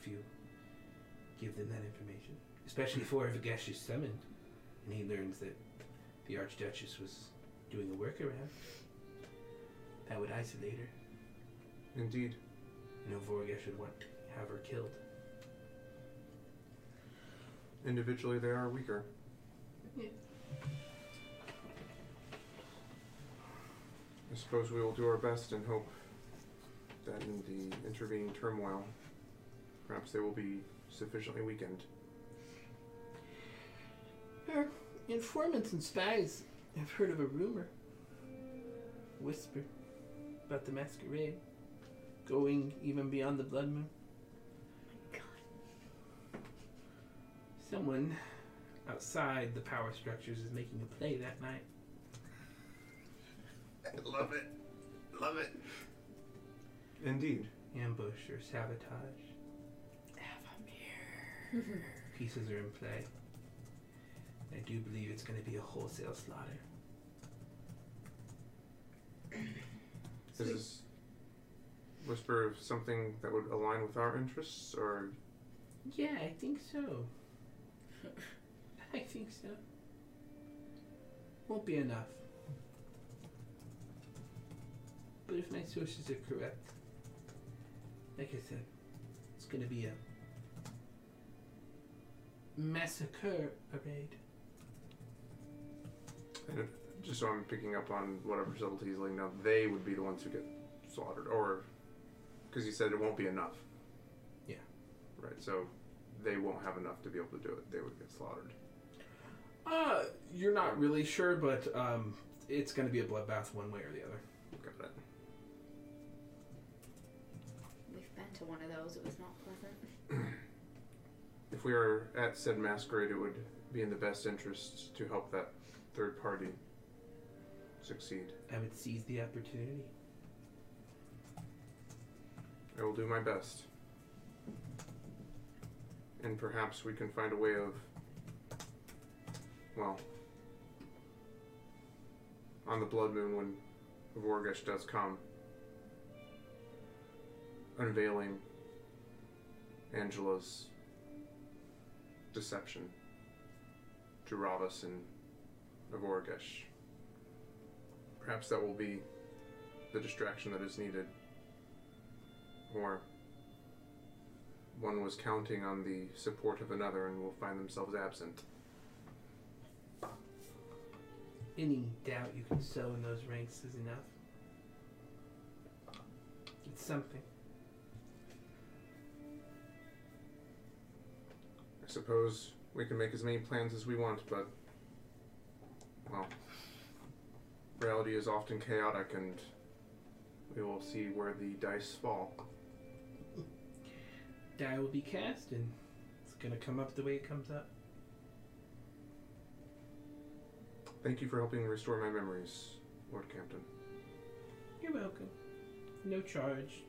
S1: If you give them that information. Especially if Orvagesh is summoned and he learns that the Archduchess was doing a workaround. That would isolate her.
S2: Indeed.
S1: You know, Vorgesh would want to have her killed.
S2: Individually, they are weaker. I suppose we will do our best and hope that in the intervening turmoil, perhaps they will be sufficiently weakened.
S1: Informants and spies have heard of a rumor, whisper, about the masquerade going even beyond the Blood Moon.
S5: God.
S1: Someone outside the power structures is making a play that night.
S19: Love it. Love it.
S2: Indeed.
S1: Ambush or sabotage. Pieces are in play. I do believe it's going to be a wholesale slaughter.
S2: Is this whisper of something that would align with our interests, or
S1: Yeah, I think so. I think so. Won't be enough. But if my sources are correct, like I said, it's gonna be a massacre parade.
S2: and if- just so I'm picking up on whatever subtleties like now, they would be the ones who get slaughtered, or because you said it won't be enough.
S1: Yeah.
S2: Right. So they won't have enough to be able to do it. They would get slaughtered.
S1: Uh, you're not really sure, but um, it's going to be a bloodbath one way or the other.
S2: Got it.
S5: We've been to one of those. It was not pleasant.
S2: If we were at said masquerade, it would be in the best interest to help that third party succeed.
S20: I would seize the opportunity.
S2: I will do my best. And perhaps we can find a way of. Well. On the blood moon, when Vorgesh does come, unveiling Angela's deception to Ravas and Vorgesh. Perhaps that will be the distraction that is needed or one was counting on the support of another and will find themselves absent.
S20: Any doubt you can sow in those ranks is enough. It's something.
S2: I suppose we can make as many plans as we want, but well, reality is often chaotic, and we will see where the dice fall.
S20: Die will be cast, and it's going to come up the way it comes up.
S2: Thank you for helping restore my memories, Lord Campton.
S20: You're welcome. No charge,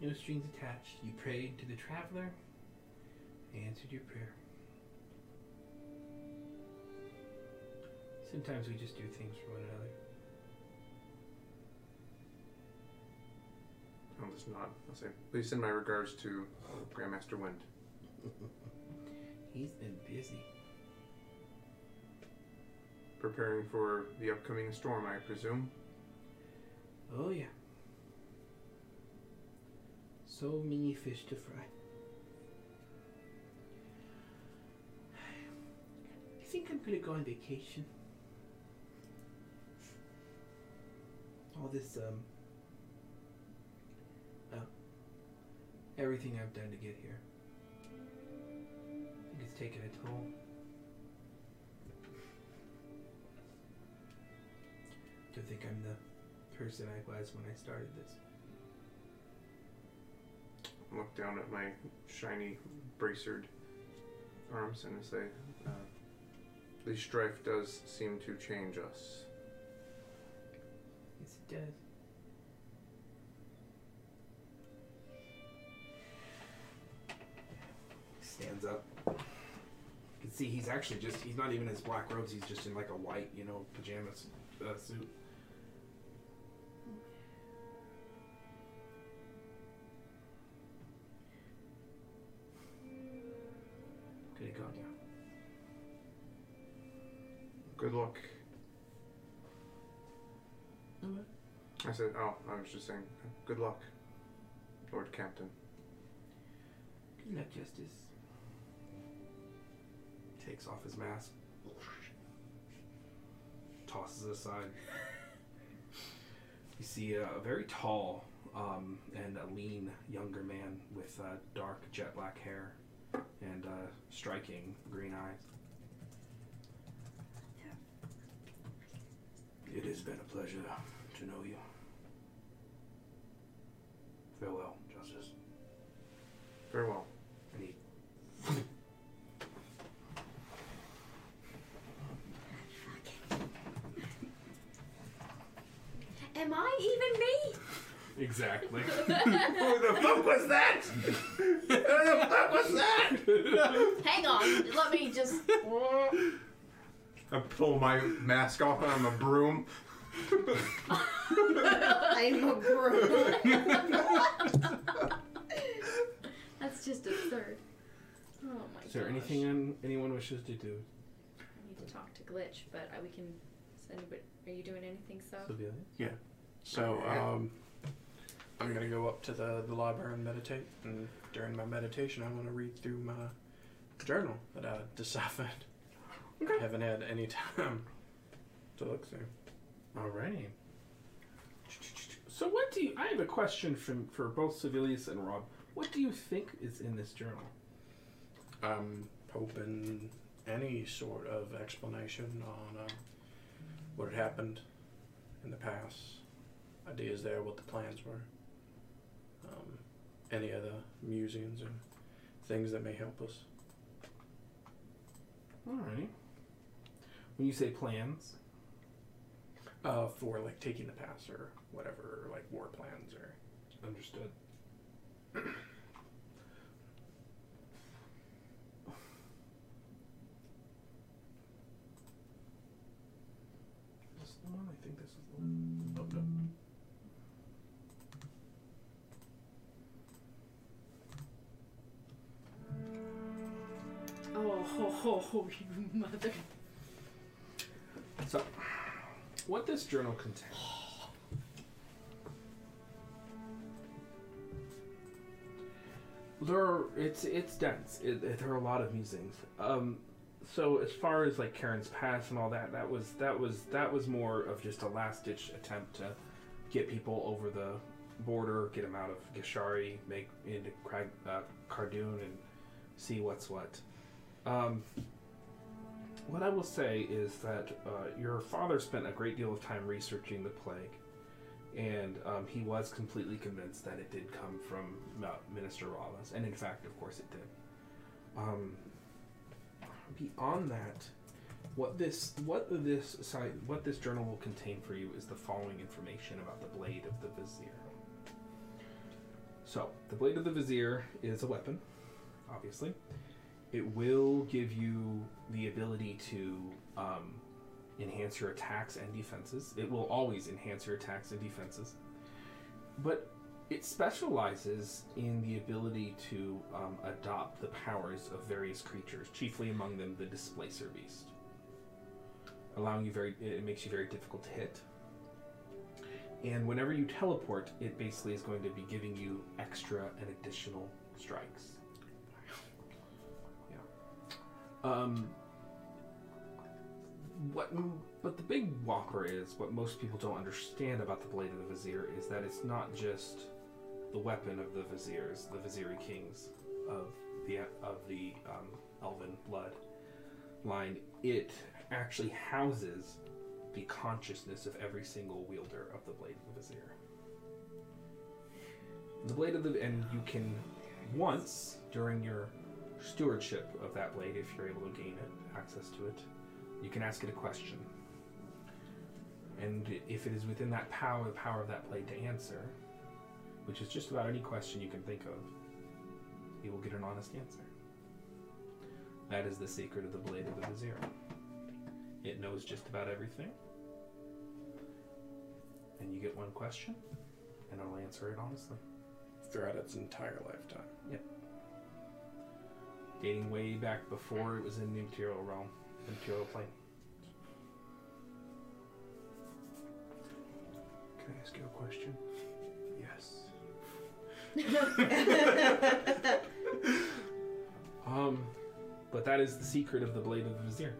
S20: no strings attached. You prayed to the traveler, they answered your prayer. Sometimes we just do things for one another.
S2: I'll just nod. I'll say, please send my regards to Grandmaster Wind.
S20: He's been busy.
S2: Preparing for the upcoming storm, I presume.
S20: Oh, yeah. So many fish to fry. I think I'm gonna go on vacation. All this, um. Oh. Everything I've done to get here. I think it's taken a toll. Don't think I'm the person I was when I started this.
S2: Look down at my shiny bracered arms and I say, uh, the strife does seem to change us.
S20: Yes, it does.
S1: Stands up. You can see he's actually just, he's not even in his black robes, he's just in like a white, you know, pajamas uh, suit.
S20: Could have gone down.
S2: Good luck. I said, oh, I was just saying, good luck, Lord Campton.
S20: Good luck, Justice.
S1: Takes off his mask. Tosses it aside. You see a, a very tall um, and a lean younger man with uh, dark jet black hair and uh, striking green eyes. It has been a pleasure to know you. Farewell, Justice.
S2: Farewell.
S1: And he
S5: Am I even me?
S1: Exactly.
S2: Who the fuck was that? Who the fuck was that?
S5: Hang on. Let me just.
S2: I pull my mask off and I'm a broom.
S3: I'm a broom.
S5: That's just absurd. Oh my
S1: Is there
S5: gosh.
S1: anything an- anyone wishes to do?
S5: I need to talk to Glitch, but I, we can send. But are you doing anything, so?
S1: Sylvia?
S4: So, um, I'm gonna go up to the, the library and meditate. And during my meditation, I want to read through my journal that I deciphered. I haven't had any time to look through.
S1: All right. So, what do you? I have a question from for both Civilius and Rob. What do you think is in this journal?
S4: I'm hoping any sort of explanation on uh, what had happened in the past, ideas there, what the plans were, um, any other musings or things that may help us.
S1: All right. When you say plans,
S4: uh, for like taking the pass or whatever, or, like war plans or.
S1: understood. Is this the one? I think this is the one. Oh, no.
S15: Oh, ho, ho, ho, you mother.
S1: So, what this journal contains. There, are, it's it's dense. It, it- there are a lot of musings. Um, so as far as like Karen's past and all that, that was that was that was more of just a last ditch attempt to get people over the border, get them out of Gishari, make into Crag, uh, Cardoon, and see what's what. Um, what I will say is that uh, your father spent a great deal of time researching the plague, and um, he was completely convinced that it did come from uh, Minister Rava's, and in fact, of course, it did. Um, beyond that, what this what this side, what this journal will contain for you is the following information about the blade of the vizier. So, the blade of the vizier is a weapon, obviously it will give you the ability to um, enhance your attacks and defenses. It will always enhance your attacks and defenses. But it specializes in the ability to um, adopt the powers of various creatures, chiefly among them the displacer beast. Allowing you very, it makes you very difficult to hit. And whenever you teleport, it basically is going to be giving you extra and additional strikes. Um, what, but the big whopper is what most people don't understand about the blade of the vizier is that it's not just the weapon of the viziers, the viziri kings of the of the um, elven blood line. It actually houses the consciousness of every single wielder of the blade of the vizier. The blade of the and you can once during your stewardship of that blade if you're able to gain it, access to it. You can ask it a question. And if it is within that power, the power of that blade to answer, which is just about any question you can think of, you will get an honest answer. That is the secret of the blade of the vizier. It knows just about everything. And you get one question, and it'll answer it honestly.
S4: throughout its entire lifetime.
S1: dating way back before it was in the material realm, the material plane. Can I ask you a question?
S4: Yes.
S1: Um, but that is the secret of the Blade of the Vizier.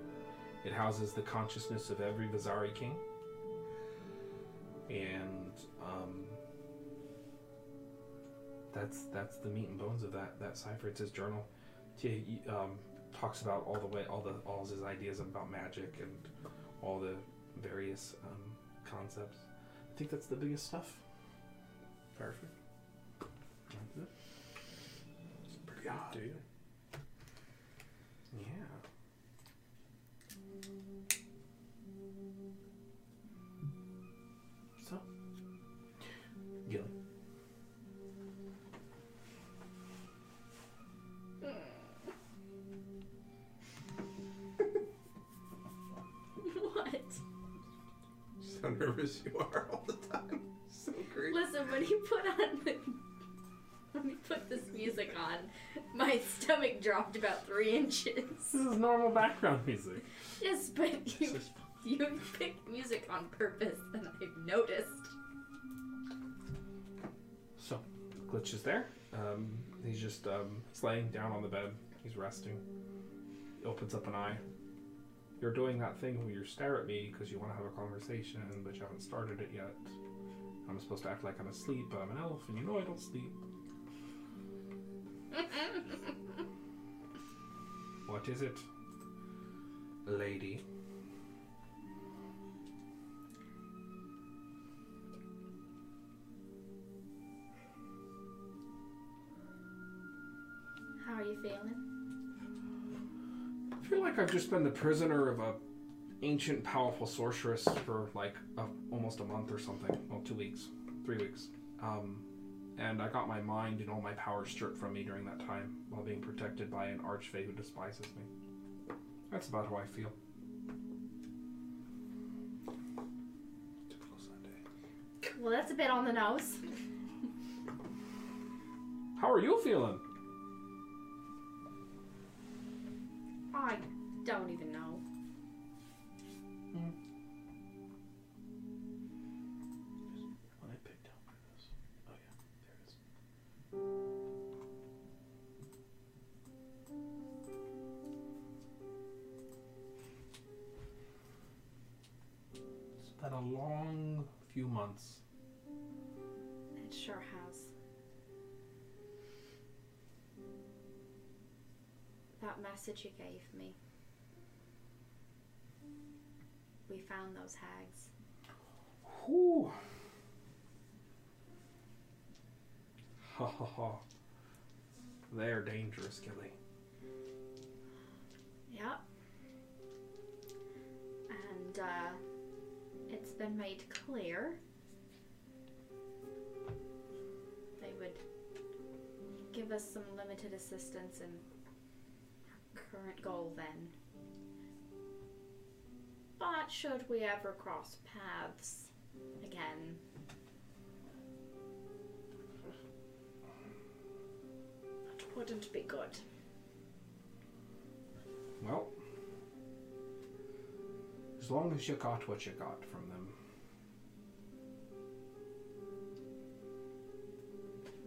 S1: It houses the consciousness of every Vizari king. And, um, that's that's the meat and bones of that that cipher. It's his journal. He um, talks about all the way all the all his ideas about magic and all the various um, concepts. I think that's the biggest stuff.
S4: Perfect.
S1: That's it.
S4: It's a pretty good deal.
S1: Yeah. So, Gilly.
S15: what?
S6: Just how nervous you are all the time. So
S5: Um.
S6: great.
S15: Listen, when he put on the when he put this music on, my stomach dropped about three inches.
S1: This is normal background music.
S15: Yes, but you you picked music on purpose, and I've noticed.
S1: So, Glitch is there. Um, he's just um, he's laying down on the bed. He's resting. He opens up an eye. You're doing that thing where you stare at me because you want to have a conversation, but you haven't started it yet. I'm supposed to act like I'm asleep, but I'm an elf, and you know I don't sleep. What is it, lady?
S5: How are you feeling?
S1: I feel like I've just been the prisoner of a ancient, powerful sorceress for like a, almost a month or something. Well, two weeks, three weeks. Um, and I got my mind and all my power stripped from me during that time while being protected by an archfey who despises me. That's about how I feel.
S21: Typical Sunday.
S5: Well, that's a bit on the nose.
S1: How are you feeling?
S5: I don't even know.
S4: Well, I picked up this. Oh yeah, there it is.
S1: It's been a long few months.
S5: It sure has. That message you gave me. We found those hags.
S1: Whew. Ha ha ha. They're dangerous, Gilly.
S5: Yep. And uh, it's been made clear they would give us some limited assistance in our current goal then. But should we ever cross paths again, that wouldn't be good.
S1: Well, as long as you got what you got from them.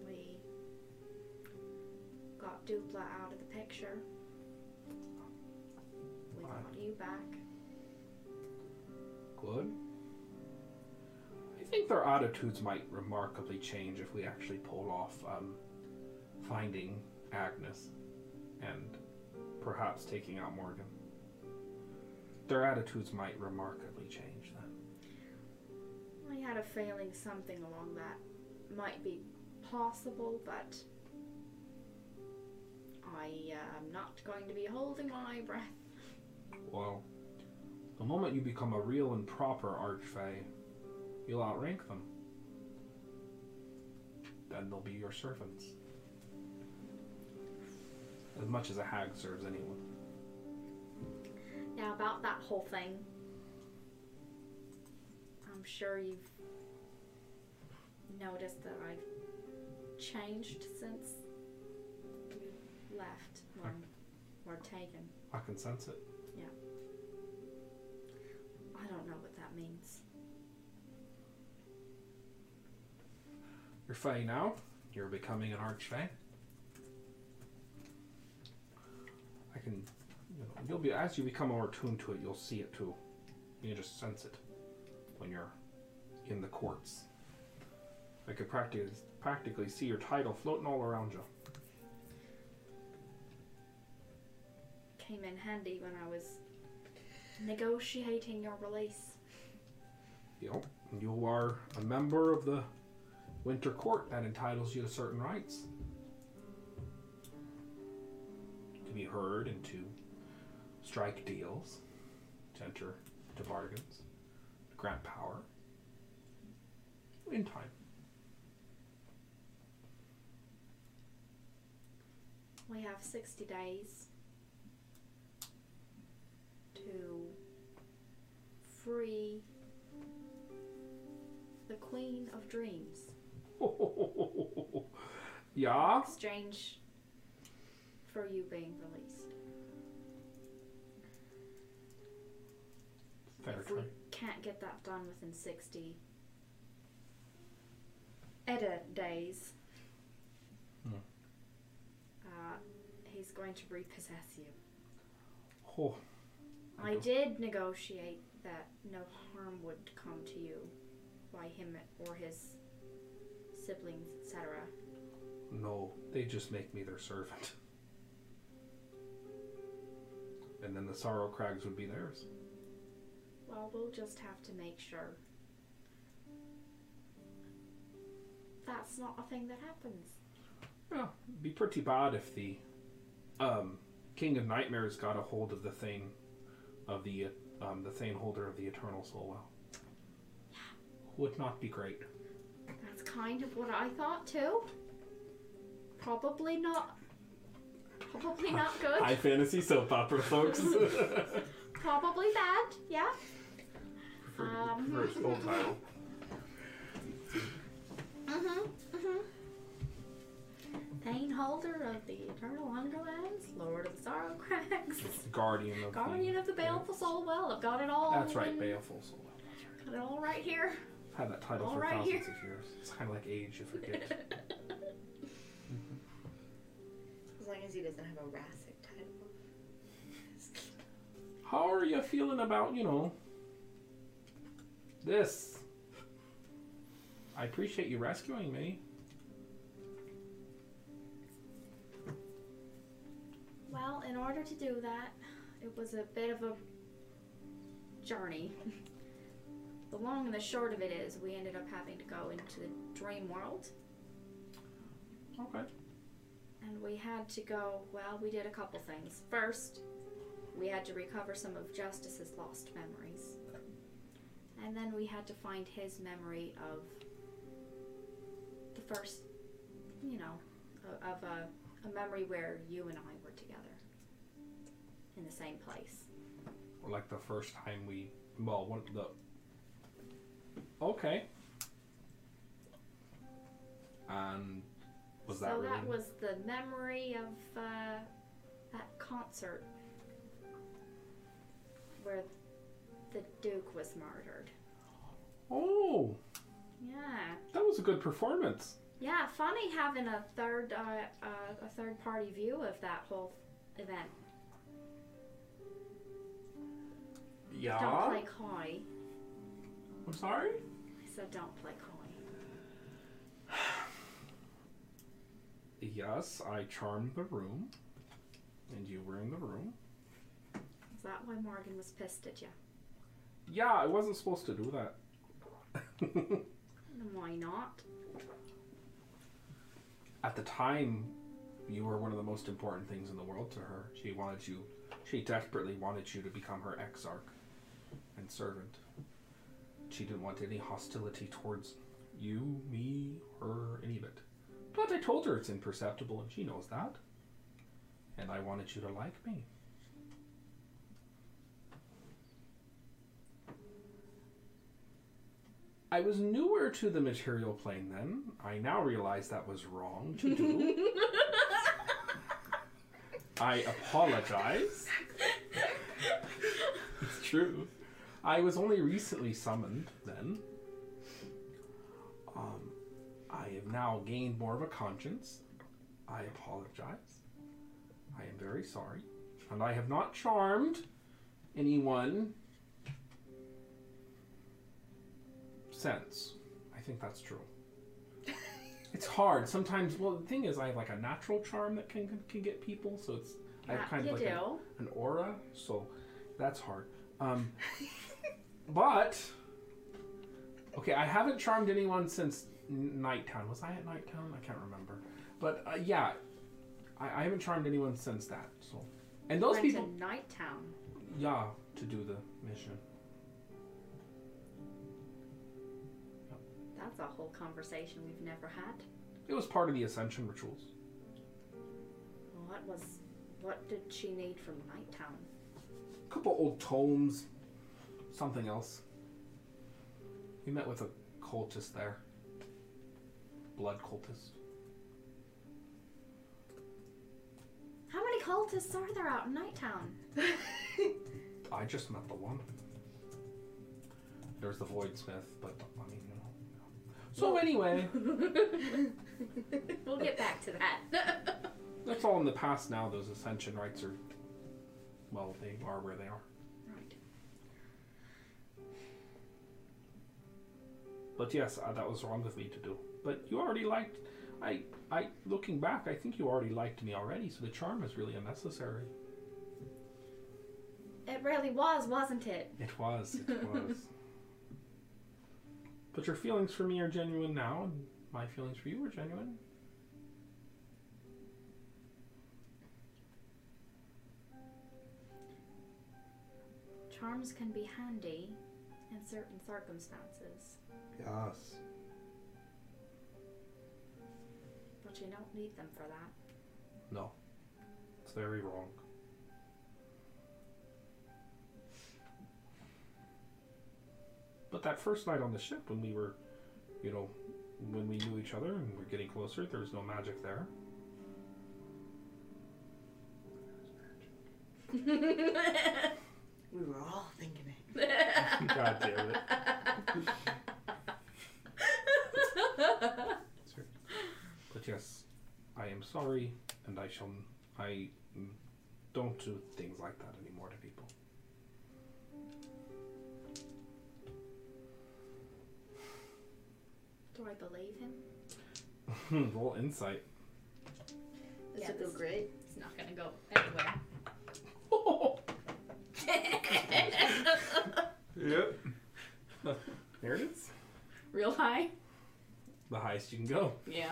S5: We got Dupla out of the picture. We
S1: Why?
S5: got you back.
S1: Good. I think their attitudes might remarkably change if we actually pull off um, finding Agnes and perhaps taking out Morgan. Their attitudes might remarkably change then.
S5: I had a feeling something along that might be possible, but I uh, am not going to be holding my breath.
S1: Well, the moment you become a real and proper archfey, you'll outrank them. Then they'll be your servants. As much as a hag serves anyone.
S5: Now, about that whole thing, I'm sure you've noticed that I've changed since we left or were taken.
S1: I can sense it.
S5: I don't know what that means.
S1: You're Fey now. You're becoming an archfey. I can, you know, you'll be as you become more attuned to it, you'll see it too. You can just sense it when you're in the courts. I could practically practically see your title floating all around you.
S5: Came in handy when I was negotiating your release.
S1: Yep. You are a member of the Winter Court that entitles you to certain rights. To be heard and to strike deals, to enter to bargains, to grant power. In time.
S5: We have 60 days to free the Queen of Dreams.
S1: yeah?
S5: exchange for you being released.
S1: Fair
S5: if we
S1: trade.
S5: can't get that done within 60 Edda days,
S1: Hmm.
S5: uh, he's going to repossess you.
S1: Oh,
S5: I did negotiate that no harm would come to you by him or his siblings, etc.
S1: no, they just make me their servant. and then the Sorrow Crags would be theirs.
S5: Well, we'll just have to make sure. That's not a thing that happens.
S1: Well, it'd be pretty bad if the um, King of Nightmares got a hold of the thing of the uh, um, the Thane holder of the Eternal Soul Well. Would not be great.
S5: That's kind of what I thought too. Probably not. Probably not good.
S1: High fantasy soap opera, folks.
S5: Probably bad. Yeah.
S2: For,
S5: Um.
S2: for its full title.
S5: Mhm. Mhm. Pain holder of the eternal underlands, lord of the sorrow crags,
S1: Guardian of
S5: guardian
S1: the.
S5: of the baleful soul. Well, I've got it all.
S1: That's right,
S5: in-
S1: Baleful Soul Well.
S5: Got it all right here.
S1: Had that title
S5: All
S1: for
S5: right
S1: thousands
S5: here.
S1: of years. It's kind of like age, you forget.
S3: As long as he doesn't have a Rassic title.
S1: How are you feeling about, you know, this? I appreciate you rescuing me.
S5: Well, in order to do that, it was a bit of a journey. the long and the short of it is, we ended up having to go into the dream world,
S1: Okay.
S5: and we had to go. Well, we did a couple things. First, we had to recover some of Justice's lost memories, and then we had to find his memory of the first, you know, o- of a, a memory where you and I were together in the same place.
S1: Or like the first time we, well, one of the. Okay. And was that
S5: so
S1: really?
S5: that was the memory of uh, that concert where the Duke was murdered.
S1: Oh,
S5: Yeah,
S1: that was a good performance.
S5: yeah. Funny having a third uh, uh, a third party view of that whole event. Don't play coy.
S1: I'm sorry?
S5: I said don't play coy.
S1: Yes, I charmed the room. And you were in the room.
S5: Is that why Morgan was pissed at you?
S1: Yeah, I wasn't supposed to do that.
S5: And why not?
S1: At the time, you were one of the most important things in the world to her. She wanted you, she desperately wanted you to become her exarch and servant. She didn't want any hostility towards you, me, her, any of it. But I told her it's imperceptible, and she knows that. And I wanted you to like me. I was newer to the material plane then. I now realize that was wrong to do. I apologize. It's true. I was only recently summoned then. Um, I have now gained more of a conscience. I apologize. I am very sorry. And I have not charmed anyone sense. I think that's true. it's hard sometimes. Well, the thing is, I have like a natural charm that can can, can get people, so it's I
S5: Yeah,
S1: have kind
S5: you
S1: of like
S5: do.
S1: a- an aura, so that's hard. Um, but okay, I haven't charmed anyone since N- Nighttown. Was I at Nighttown? I can't remember. But uh, yeah, I, I haven't charmed anyone since that. So, and those
S5: Went
S1: people,
S5: to Night Town.
S1: yeah, to do the mission.
S5: That's a whole conversation we've never had.
S1: It was part of the ascension rituals.
S5: What was? What did she need from Night Town?
S1: A couple old tomes, something else. We met with a cultist there, blood cultist.
S5: How many cultists are there out in Nighttown?
S1: I just met the one. There's the Void Smith, but I mean, you know. So anyway,
S5: We'll get back to that.
S1: that's all in the past now. Those ascension rites are, well, they are where they are.
S5: right.
S1: But yes, uh, that was wrong of me to do. But you already liked. I, I, looking back, I think you already liked me already. So the charm is really unnecessary.
S5: It really was, wasn't it?
S1: It was. It was. but your feelings for me are genuine now, and my feelings for you are genuine.
S5: Charms can be handy in certain circumstances,
S2: Yes.
S5: but you don't need them for that.
S1: No. It's very wrong. But that first night on the ship, when we were, you know, when we knew each other and we're getting closer, there was no magic there.
S3: We were all thinking it.
S1: God damn it. But yes, I am sorry, and I shall. I mm, don't do things like that anymore to people.
S5: Do I believe him?
S1: Roll insight.
S3: Does
S5: Yeah,
S3: it go
S5: this-
S3: great?
S5: It's not gonna go anywhere.
S2: Yep.
S1: There it is.
S5: Real high?
S1: The highest you can go.
S5: Yeah.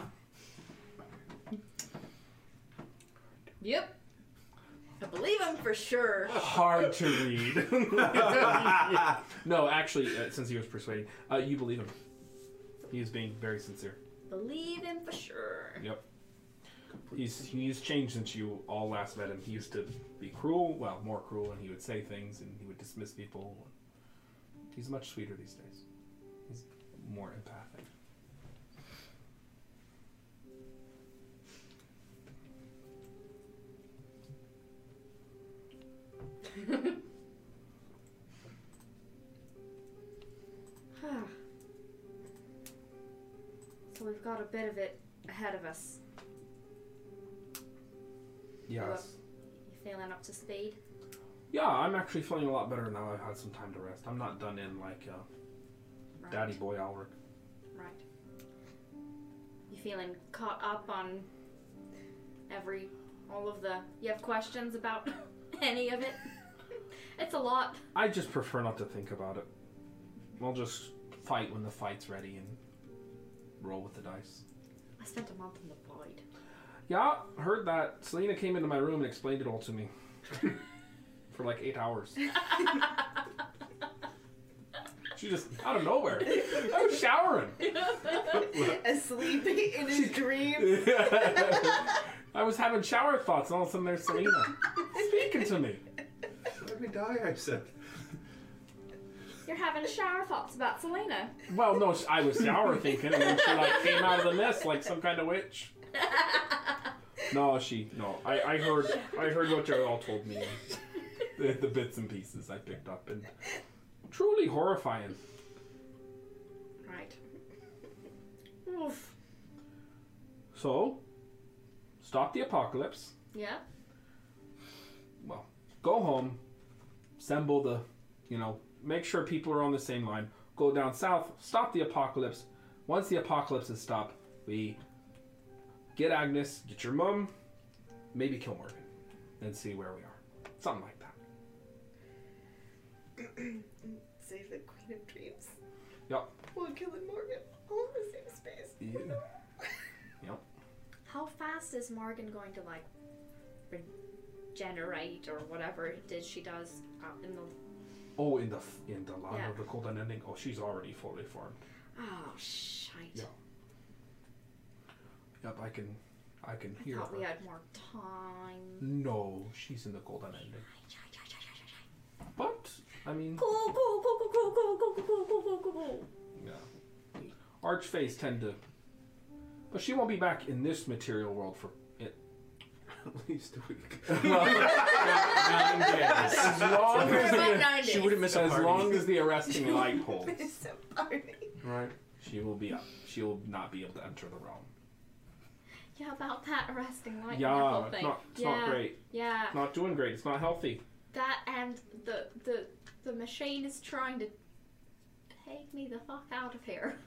S5: Yep. I believe him for sure.
S1: Hard to read. no, actually, uh, since he was persuading, uh, you believe him. He is being very sincere.
S5: Believe him for sure.
S1: Yep. He's he's changed since you all last met him. He used to be cruel, well, more cruel, and he would say things and he would dismiss people. He's much sweeter these days. He's more empathic.
S5: so we've got a bit of it ahead of us.
S1: Yes.
S5: You feeling up to speed?
S1: Yeah, I'm actually feeling a lot better now. I've had some time to rest. I'm not done in like uh,
S5: Right.
S1: Daddy Boy Alric.
S5: Right. You feeling caught up on every all of the you have questions about any of it? it's a lot.
S1: I just prefer not to think about it. I'll just fight when the fight's ready and roll with the dice.
S5: I spent a month in the void.
S1: Yeah, heard that. Selena came into my room and explained it all to me. For like eight hours. she just out of nowhere. I was showering.
S3: Asleep in his dream.
S1: I was having shower thoughts, and all of a sudden there's Selena speaking to me.
S2: Let me die, I said.
S5: You're having shower thoughts about Selena.
S1: Well, no, I was shower thinking, and then she like came out of the mist like some kind of witch. No, she no. I, I heard I heard what you all told me. The, the bits and pieces I picked up and truly horrifying.
S5: Right. Oof.
S1: So, stop the apocalypse.
S5: Yeah.
S1: Well, go home, assemble the, you know, make sure people are on the same line. Go down south, stop the apocalypse. Once the apocalypse is stopped, we get Agnes, get your mum, maybe kill Morgan, and see where we are. Something like that.
S3: Save the Queen of Dreams.
S1: Yep.
S3: We're killing Morgan. All in the same space.
S5: How fast is Morgan going to like regenerate or whatever it is she does out in the
S1: Oh, in the f- in the land
S5: Yeah.
S1: of the cold and ending. Oh, she's already fully formed.
S5: Oh shite.
S1: Yeah. Yep, I can, I can
S5: I
S1: hear
S5: thought
S1: her.
S5: we had more time.
S1: No, she's in the golden ending. But I mean,
S5: Cool, cool, cool, cool, cool, cool, cool, cool, cool, cool, cool, cool.
S1: yeah. Archface tend to, but she won't be back in this material world for it.
S2: At least a week.
S4: Nine days.
S1: As long as
S5: About
S1: the,
S5: nine
S4: She
S5: days.
S4: would have missed a
S1: as
S4: party.
S1: long as the arresting light holds,
S3: It's so funny.
S4: Right.
S1: she will be up. She will not be able to enter the realm.
S5: Yeah, about that arresting light and the
S1: Yeah,
S5: whole
S1: it's
S5: thing.
S1: not, it's
S5: yeah,
S1: not great.
S5: Yeah,
S1: It's not doing great. It's not healthy.
S5: that and the the the machine is trying to take me the fuck out of here.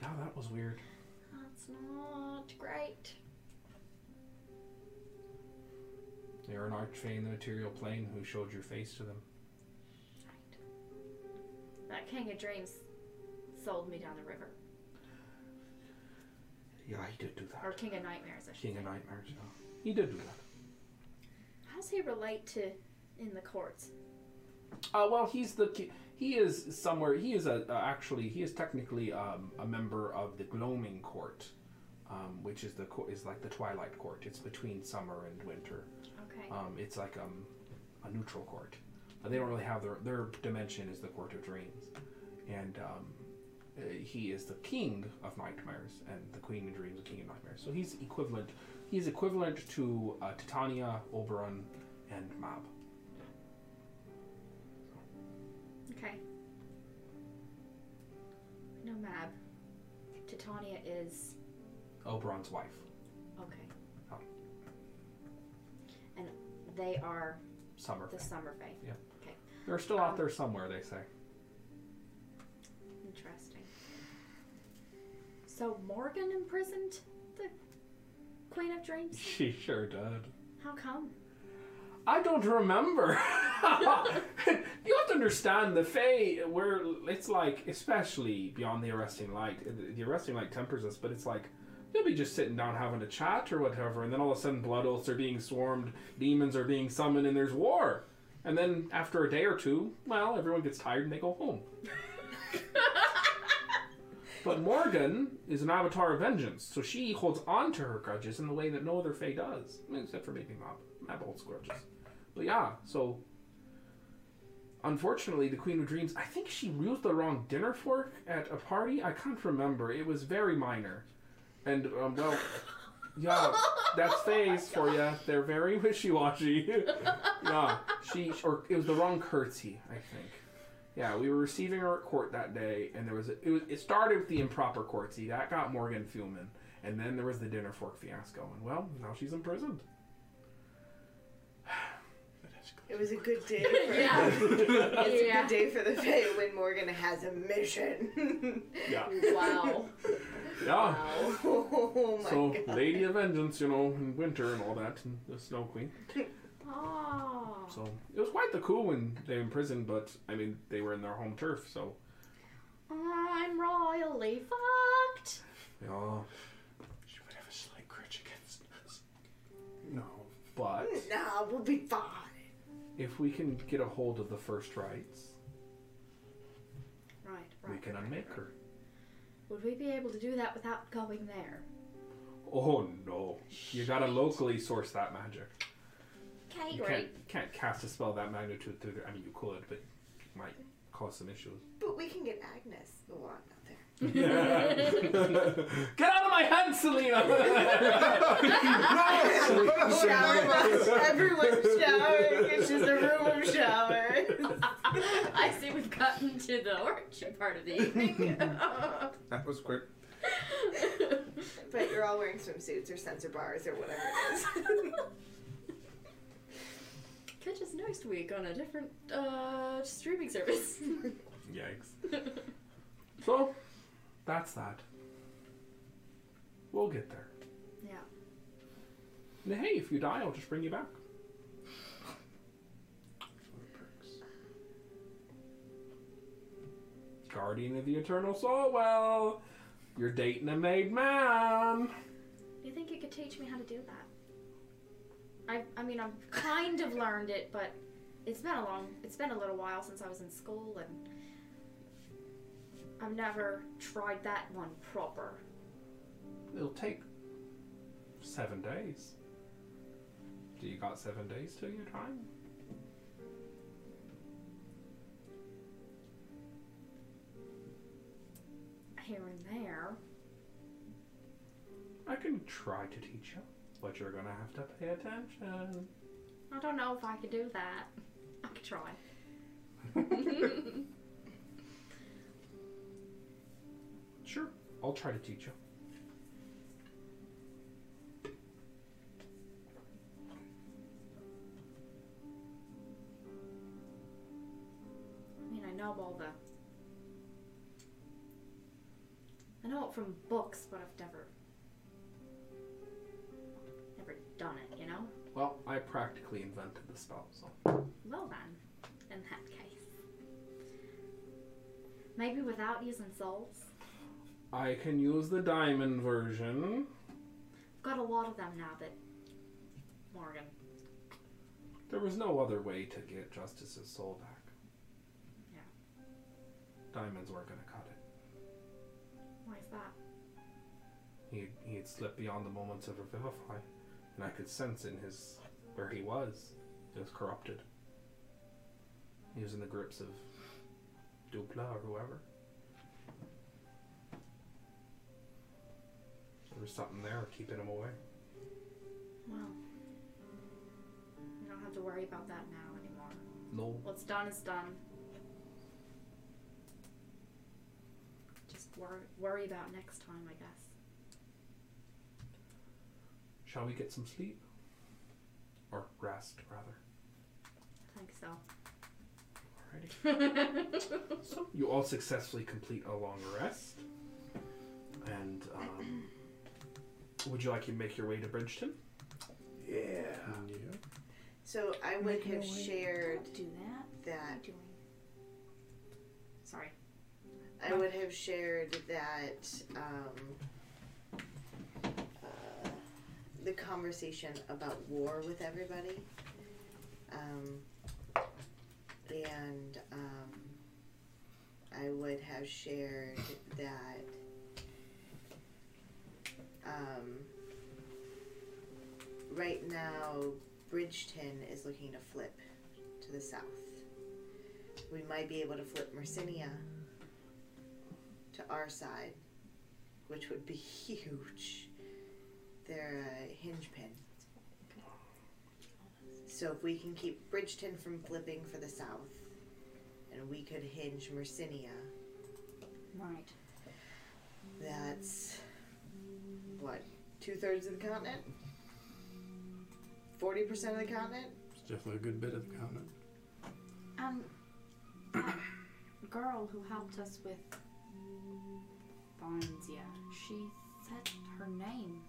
S1: Yeah, that was weird.
S5: That's not great.
S1: They are an archfey in the material plane who showed your face to them.
S5: Right. That king of dreams sold me down the river.
S1: Yeah, he did do
S5: Or king of nightmares, I should
S1: King
S5: say.
S1: of Nightmares. Yeah. He did do that.
S5: How does he relate to in the courts?
S1: Uh, well, he's the ki- he is somewhere. He is a uh, actually he is technically um, a member of the Gloaming Court, um, which is the co- is like the Twilight Court. It's between summer and winter.
S5: Okay.
S1: Um, it's like um, a neutral court. Uh, they don't really have their their dimension is the Court of Dreams, and um, uh, he is the king of nightmares and the queen of dreams, the king of nightmares. So he's equivalent. He's equivalent to uh, Titania, Oberon, and Mab.
S5: Okay. No Mab. Titania is
S1: Oberon's wife.
S5: okay.
S1: Oh.
S5: And they are
S1: Summer.
S5: the Summer Fae.
S1: They're still out there somewhere, they say.
S5: Interesting. So Morgan imprisoned the Queen of Dreams?
S1: She sure did.
S5: How come?
S1: I don't remember. you have to understand the Fae, where it's like, especially beyond the arresting light. uh, The- The arresting light tempers us, but it's like, you'll be just sitting down having a chat or whatever, and then all of a sudden blood oaths are being swarmed, demons are being summoned, and there's war. And then after a day or two, well, everyone gets tired and they go home. But Morgan is an avatar of vengeance, so she holds on to her grudges in the way that no other Fae does. I mean, except for maybe Mab. Mab holds grudges. But yeah, so. Unfortunately, the Queen of Dreams, I think she used the wrong dinner fork at a party. I can't remember. It was very minor. And, um, well. Yeah, that's phase for you. They're very wishy washy. yeah, she, or it was the wrong curtsy, I think. Yeah, we were receiving her at court that day, and there was a, it was it started with the improper courtsy that got Morgan fuming, and then there was the dinner fork fiasco, and well, now she's imprisoned.
S3: It was a good day. For, yeah. It's a good day for the Fae when Morgan has a mission.
S1: Yeah,
S5: Wow.
S1: yeah.
S3: oh my
S1: so,
S3: god.
S1: Lady of Vengeance, you know, in winter and all that, and the Snow Queen.
S5: oh.
S1: So it was quite the coup when they imprisoned, but I mean, they were in their home turf, so
S5: I'm royally fucked.
S1: yeah.
S4: She would have a slight grudge against us.
S2: No.
S1: But
S3: Hmm. Nah, we'll be fine.
S1: if we can get a hold of the first rights,
S5: Right, right.
S1: we can
S5: right,
S1: unmake
S5: right.
S1: her.
S5: Would we be able to do that without going there?
S1: Oh no! You gotta locally source that magic.
S5: Okay,
S1: You
S5: great.
S1: can't, you can't cast a spell that magnitude through there. I mean, you could, but it might cause some issues.
S3: But we can get Agnes the wand out there.
S1: Get out of my head, Selena!
S2: Oh,
S3: Shower bus. Everyone's showering. It's just a room of showers.
S5: I see we've gotten to the orchard part of the evening.
S2: That was quick.
S3: But you're all wearing swimsuits or sensor bars or whatever it is.
S5: Catch us next week on a different uh, streaming service.
S1: Yikes. So, that's that. We'll get there.
S5: Yeah.
S1: And hey, if you die, I'll just bring you back. Guardian of the Eternal Soul, well, you're dating a made man.
S5: You think you could teach me how to do that? I, I mean, I've kind of learned it, but it's been a long, it's been a little while since I was in school, and I've never tried that one proper.
S1: It'll take seven days. Do you got seven days till your time?
S5: Here and there.
S1: I can try to teach you, but you're gonna have to pay attention.
S5: I don't know if I could do that. I could try.
S1: Sure, I'll try to teach you.
S5: I mean, I know all the. I know it from books, but I've never. never done it, you know?
S1: Well, I practically invented the spell, so.
S5: Well then, in that case. Maybe without using souls.
S1: I can use the diamond version.
S5: Got a lot of them now, but Morgan.
S1: There was no other way to get Justice's soul back.
S5: Yeah.
S1: Diamonds weren't going to cut it.
S5: Why is that?
S1: He, he had slipped beyond the moments of Revivify, and I could sense in his. where he was. It was corrupted. He was in the grips of Dupla or whoever. There was something there keeping him away.
S5: Well, we don't have to worry about that now anymore.
S1: No.
S5: What's done is done. Just wor- worry about next time, I guess.
S1: Shall we get some sleep? Or rest, rather.
S5: I think
S1: Alrighty.
S5: so.
S1: You all successfully complete a long rest. And um, would you like to make your way to Bridgeton?
S4: Yeah.
S3: So I would have shared
S5: Do that.
S3: that.
S5: doing? Sorry.
S3: I would have shared that um, uh, the conversation about war with everybody, um, and um, I would have shared that um, right now Bridgeton is looking to flip to the south. We might be able to flip Mercinia to our side, which would be huge. They're a hinge pin. So if we can keep Bridgeton from flipping for the south, and we could hinge Mercinia,
S5: Right.
S3: that's what two thirds of the continent, forty percent of the continent.
S4: It's definitely a good bit of the comment.
S22: Um, that girl who helped us with Bonzia, she said her name.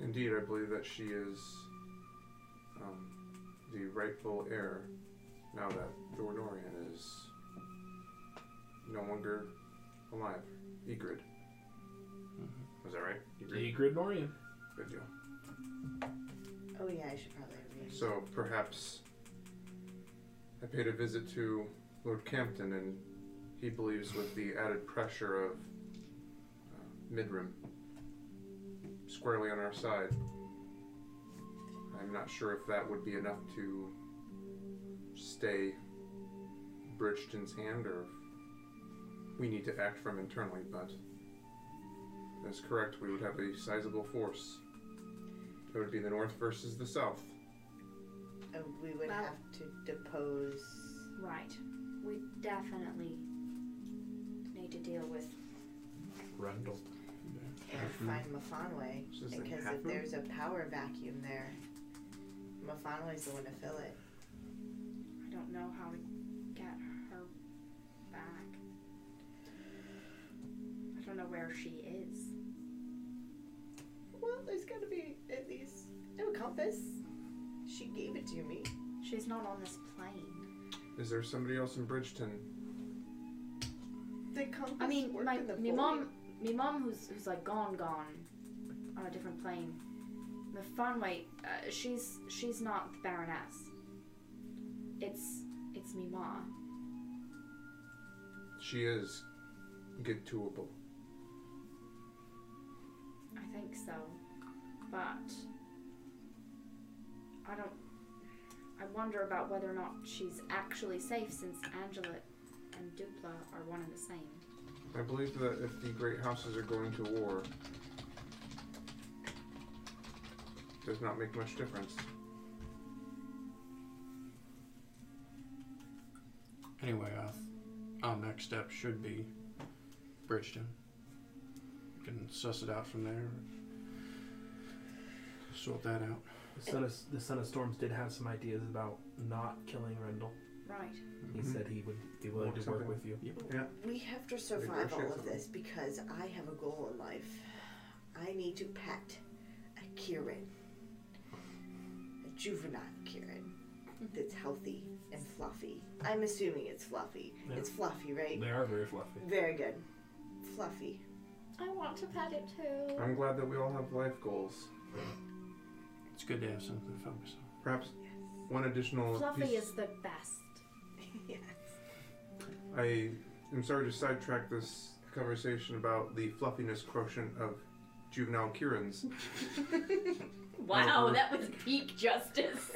S2: Indeed, I believe that she is um, the rightful heir now that Thornorian is no longer alive. Egrid. Was that right?
S1: The Gridnorian.
S2: Good deal.
S3: Oh yeah, I should probably read.
S2: So perhaps I paid a visit to Lord Campton, and he believes with the added pressure of uh, Midrim squarely on our side, I'm not sure if that would be enough to stay Bridgeton's hand or if we need to act from internally, but that's correct. We would have a sizable force. It would be the north versus the south.
S3: Uh, we would
S5: Well-
S3: have to depose.
S5: Right. We definitely need to deal with.
S1: Rendell.
S3: and find Mafanwe
S2: Is this in
S3: because if
S2: Hafu?
S3: there's a power vacuum there, Mafanwe's the one to fill it.
S5: I don't know how to get her back. I don't know where she is.
S3: Well, there's got to be at least I have a compass. She gave it to me.
S5: She's not on this plane.
S2: Is there somebody else in Bridgeton?
S3: The compass.
S22: I mean,
S3: worked
S22: my,
S3: in the
S22: my
S3: void.
S22: mom, my mom who's, who's like gone, gone on a different plane. Mifanway, uh, she's she's not the Baroness. It's it's me ma.
S2: She is get toable.
S5: I think so. But I don't I wonder about whether or not she's actually safe since Angela and Dupla are one and the same.
S2: I believe that if the great houses are going to war, does not make much difference.
S4: Anyway, uh, our next step should be Bridgeton. We can suss it out from there. Sort that out.
S1: The Son, of, the Son of Storms did have some ideas about not killing Rendell.
S5: Right.
S1: He said he would be willing
S2: Work
S1: to work
S2: something.
S1: with you.
S3: We have to survive all of
S2: Negotiate
S3: this because I have a goal in life. I need to pet a Kieran. juvenile carrot that's healthy and fluffy. I'm assuming it's fluffy.
S1: Yeah.
S3: It's fluffy, right?
S1: They are very fluffy.
S3: Very good. Fluffy.
S5: I want to pet it too.
S2: I'm glad that we all have life goals.
S4: It's good to have something to focus on.
S2: Perhaps one additional
S5: Fluffy
S2: piece.
S5: is the best.
S3: yes.
S2: I am sorry to sidetrack this conversation about the fluffiness quotient of juvenile Kirins.
S5: Wow,
S2: Over.
S5: that was peak justice.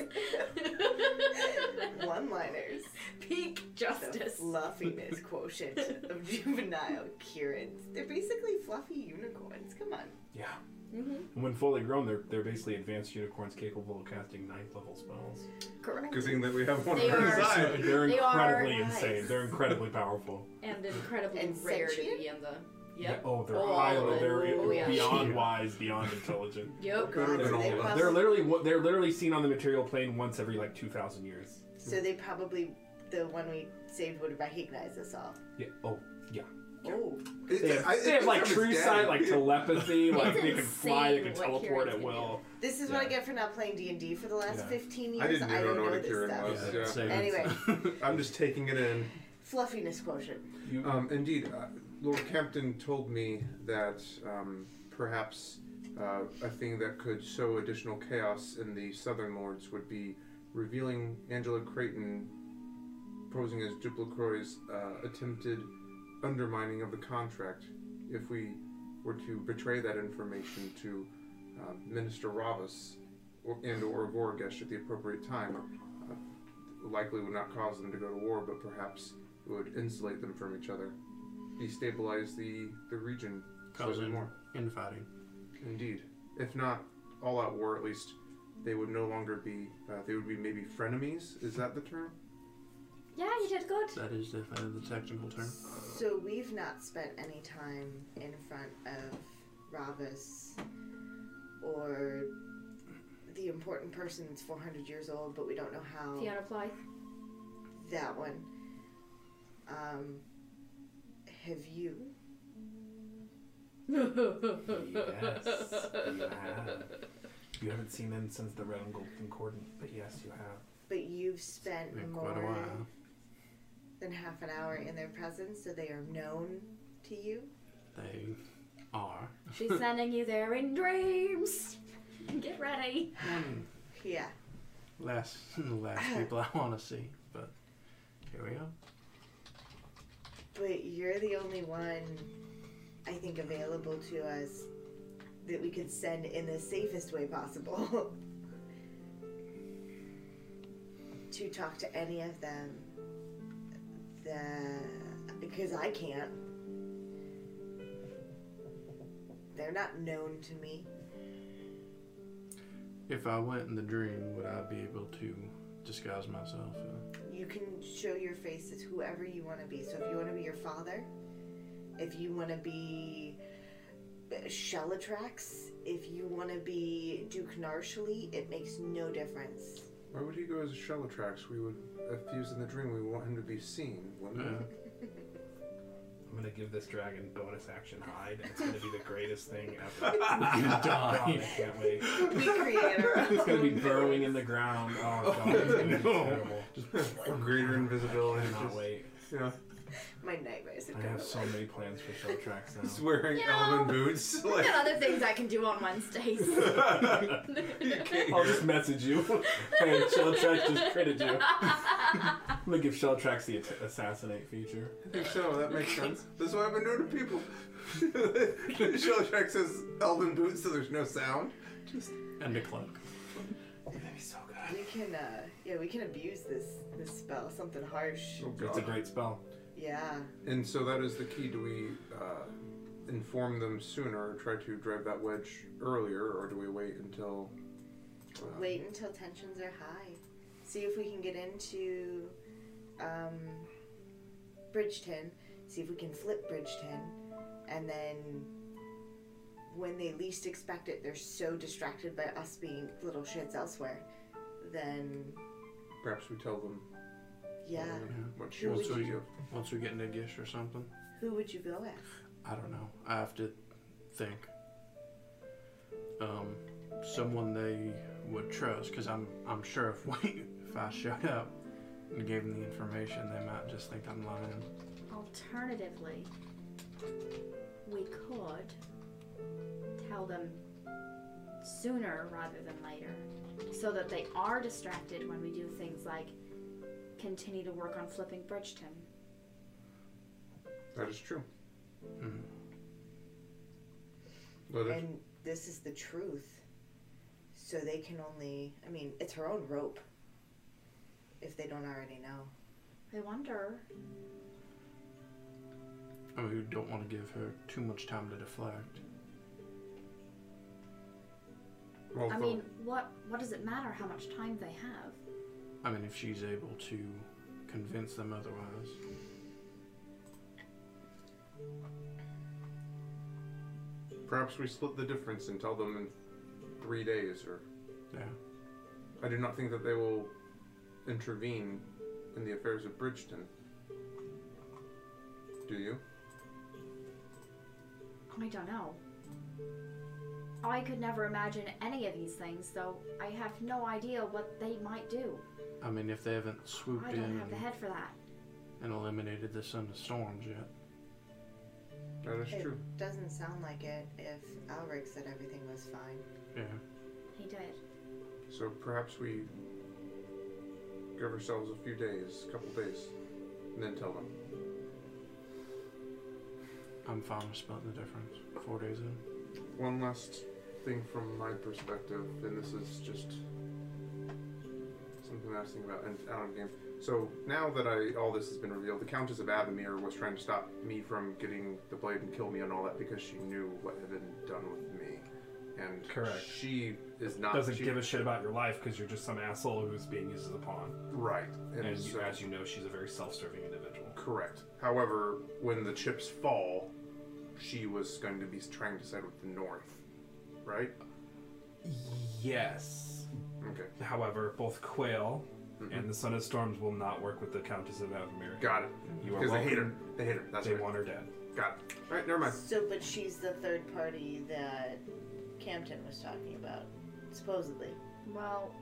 S3: One liners.
S5: peak
S3: The
S5: justice.
S3: fluffiness quotient of juvenile Kirins. They're basically fluffy unicorns. Come on.
S1: Yeah.
S5: Mhm.
S1: And when fully grown, they're they're basically advanced unicorns capable of casting ninth level spells.
S5: Correct.
S2: Good thing that we have one
S5: They
S2: on our
S5: are-
S2: side.
S1: They're
S5: They are
S1: incredibly
S3: nice.
S1: insane. They're incredibly powerful.
S5: And incredibly
S3: And
S5: rare to
S3: sentient?
S5: be in the.
S1: Yeah,
S5: Yep.
S1: Oh, they're
S5: Oh,
S1: highly, they're
S5: oh, yeah.
S1: beyond wise, beyond intelligent.
S5: Yep.
S2: Better than
S3: So
S2: all
S3: they
S2: of us.
S3: prob-
S1: They're literally what they're literally seen on the material plane once every like two thousand years.
S3: So they probably, the one we saved would recognize us all.
S1: Yeah. Oh. Yeah.
S3: Oh.
S2: It-
S1: They have,
S2: I- it
S1: they have, like
S2: becomes
S1: true
S2: dead.
S1: sight, like telepathy, like
S5: It's
S1: they can fly, they can
S5: insane what
S1: teleport
S5: Kieran's
S1: at
S5: gonna
S1: will.
S3: This is what I
S1: Yeah.
S3: get for not playing D and D for the last
S1: Yeah.
S3: fifteen years.
S2: I didn't even know what a
S3: this
S2: Kieran
S1: Oh,
S3: stuff.
S2: was. Yeah.
S4: same.
S3: Anyway.
S4: uh,
S2: I'm just taking it in.
S3: Fluffiness quotient.
S1: You,
S2: Um, indeed, uh, Lord Campton told me that um, perhaps uh, a thing that could sow additional chaos in the Southern Lords would be revealing Angela Creighton posing as Duplicroy's uh, attempted undermining of the contract if we were to betray that information to uh, Minister Ravas or, and or Vorgesh at the appropriate time. Uh, likely would not cause them to go to war, but perhaps it would insulate them from each other, destabilize the, the region
S4: Cause
S2: slightly
S4: in-
S2: more.
S4: infighting.
S2: Indeed. If not all out war, at least they would no longer be, uh, they would be maybe frenemies. Is that the term?
S5: Yeah, you did good.
S4: That is the, uh, the technical term.
S3: So we've not spent any time in front of Ravas or the important person that's 400 years old, but we don't know how
S5: Fiona Plythe.
S3: that one. Um, have you?
S1: yes, you have. You haven't seen them since the Red and Gold Concordant, but yes, you have.
S3: But you've spent
S4: Been
S3: more
S4: quite a while.
S3: than half an hour in their presence, so they are known to you.
S4: They are.
S5: She's sending you there in dreams. Get ready.
S4: One
S3: Yeah.
S4: last, last people I want to see, but here we are.
S3: But you're the only one, I think, available to us that we could send in the safest way possible to talk to any of them. The because I can't. They're not known to me.
S4: If I went in the dream, would I be able to disguise myself? Uh,
S3: You can show your face as whoever you want to be. So if you want to be your father, if you want to be uh, Shellatrax, if you want to be Duke Narshally, it makes no difference.
S2: Why would he go as Shellatrax? We would, if he was in the dream, we want him to be seen. Wouldn't we?
S4: yeah.
S1: I'm gonna give this dragon bonus action hide, and it's gonna be the greatest thing ever. God, I
S4: Die.
S1: can't wait.
S3: We create our own.
S1: It's gonna be burrowing in the ground. Oh god, it's gonna be
S2: no.
S1: terrible.
S2: Greater invisibility.
S1: I cannot
S2: just-
S1: wait.
S2: Yeah.
S3: My nightmares have
S1: I
S3: gone
S1: have so
S3: away.
S1: many plans for show tracks
S2: He's
S1: now.
S2: wearing
S5: You know,
S2: elven boots.
S5: Look
S2: Like,
S5: at other things I can do on Wednesdays.
S1: I'll just message you. hey, Shell Tracks just critted you. I'm gonna give Shell Tracks the att- assassinate feature.
S2: I think so. That makes sense. That's what I've been doing to people. Shellatrax says elven boots, so there's no sound.
S4: And a cloak.
S1: That'd be so good.
S3: We can, uh, yeah, we can abuse this this spell. Something harsh.
S2: Oh,
S1: It's a great spell.
S3: Yeah.
S2: And so that is the key. Do we uh, inform them sooner, or try to drive that wedge earlier, or do we wait until? uh,
S3: Wait until tensions are high. See if we can get into um, Bridgeton. See if we can flip Bridgeton. And then when they least expect it, they're so distracted by us being little shits elsewhere. Then,
S2: Perhaps we tell them.
S3: yeah.
S2: um, What she
S3: Who
S2: wants to
S4: would you-
S2: do.
S4: Once we get into Gish or something.
S3: Who would you go at?
S4: I don't know. I have to think. Um, someone they would trust, because I'm I'm sure if we if I showed up and gave them the information, they might just think I'm lying.
S5: Alternatively, we could tell them sooner rather than later so that they are distracted when we do things like continue to work on flipping Bridgeton.
S2: That is true. Mm-hmm.
S4: Mhm.
S2: But if-
S3: And this is the truth. So they can only, I mean, it's her own rope. If they don't already know.
S5: I wonder.
S4: I mean, we don't want to give her too much time to deflect.
S2: well,
S5: I
S2: for-
S5: mean, what what does it matter how much time they have?
S4: I mean, if she's able to convince them otherwise.
S2: perhaps we split the difference and tell them in three days. Or
S4: Yeah.
S2: I do not think that they will intervene in the affairs of Bridgeton. Do you?
S5: I don't know. I could never imagine any of these things, so I have no idea what they might do.
S4: I mean, if they haven't swooped
S5: I
S4: in
S5: don't
S4: and,
S5: have the head for that.
S4: and eliminated the sun of storms yet.
S2: That is
S3: It
S2: true.
S3: doesn't sound like it if Alric said everything was fine.
S4: Yeah.
S5: He did.
S2: So perhaps we give ourselves a few days, a couple days, and then tell them.
S4: I'm fine with splitting the difference. Four days in.
S2: One last thing from my perspective, and this is just something I was thinking about and out of game. So now that I all this has been revealed, the Countess of Avamir was trying to stop me from getting the blade and kill me and all that because she knew what had been done with me. And
S1: Correct.
S2: she is not
S1: Doesn't
S2: she-
S1: give a shit about your life because you're just some asshole who's being used as a pawn.
S2: right. And,
S1: And
S2: so,
S1: you, as you know, she's a very self-serving individual.
S2: Correct. However, when the chips fall, she was going to be trying to side with the North, right?
S1: Yes.
S2: Okay,
S1: However, both Quail
S2: Mhm.
S1: and the Son of Storms will not work with the Countess of Avamir.
S2: got it.
S1: You are
S2: Because they hate her.
S1: welcome.
S2: They hate her. That's
S1: They
S2: right.
S1: want her dead.
S2: Got it. All right, never mind.
S3: So, but she's the third party that Campton was talking about, supposedly.
S5: Well,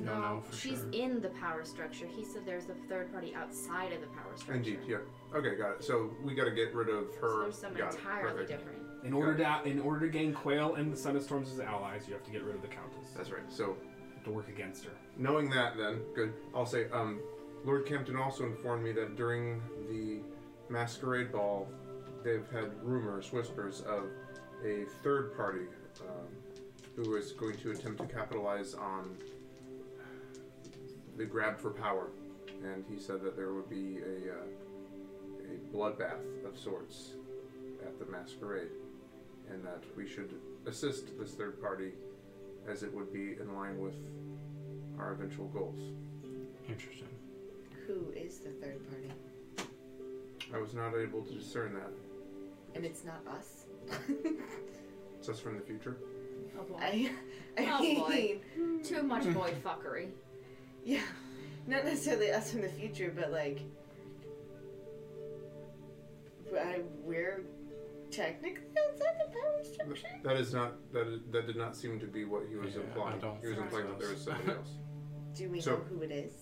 S4: No,
S5: no,
S4: no, for
S5: she's
S4: sure.
S5: in the power structure. He said there's a third party outside of the power structure.
S2: Indeed, yeah. Okay, got it. So we got to get rid of
S5: So
S2: her.
S5: there's someone
S2: got it.
S5: entirely
S2: Perfect.
S5: different.
S1: In order to in order to gain Quail and the Son of Storms as allies, you have to get rid of the Countess.
S2: That's right. So
S1: You have to work against her.
S2: knowing that, then good. I'll say, um, Lord Campton also informed me that during the masquerade ball, they've had rumors, whispers of a third party um, who is going to attempt to capitalize on the grab for power, and he said that there would be a uh, a bloodbath of sorts at the masquerade, and that we should assist this third party as it would be in line with our eventual goals.
S4: Interesting.
S3: Who is the third party?
S2: I was not able to discern that.
S3: And it's not us.
S2: It's us from the future.
S5: Oh boy.
S3: I, I
S5: Oh, boy.
S3: mean,
S5: Too much boy fuckery.
S3: yeah, not necessarily us from the future, but like, I, we're technically outside the power structure.
S2: Th- That is not that. Is, that did not seem to be what he was
S4: Yeah, I
S2: implying.
S4: don't
S2: he was
S4: think
S2: implying
S4: so.
S2: that there was somebody else.
S3: Do we
S2: So-
S3: know who it is?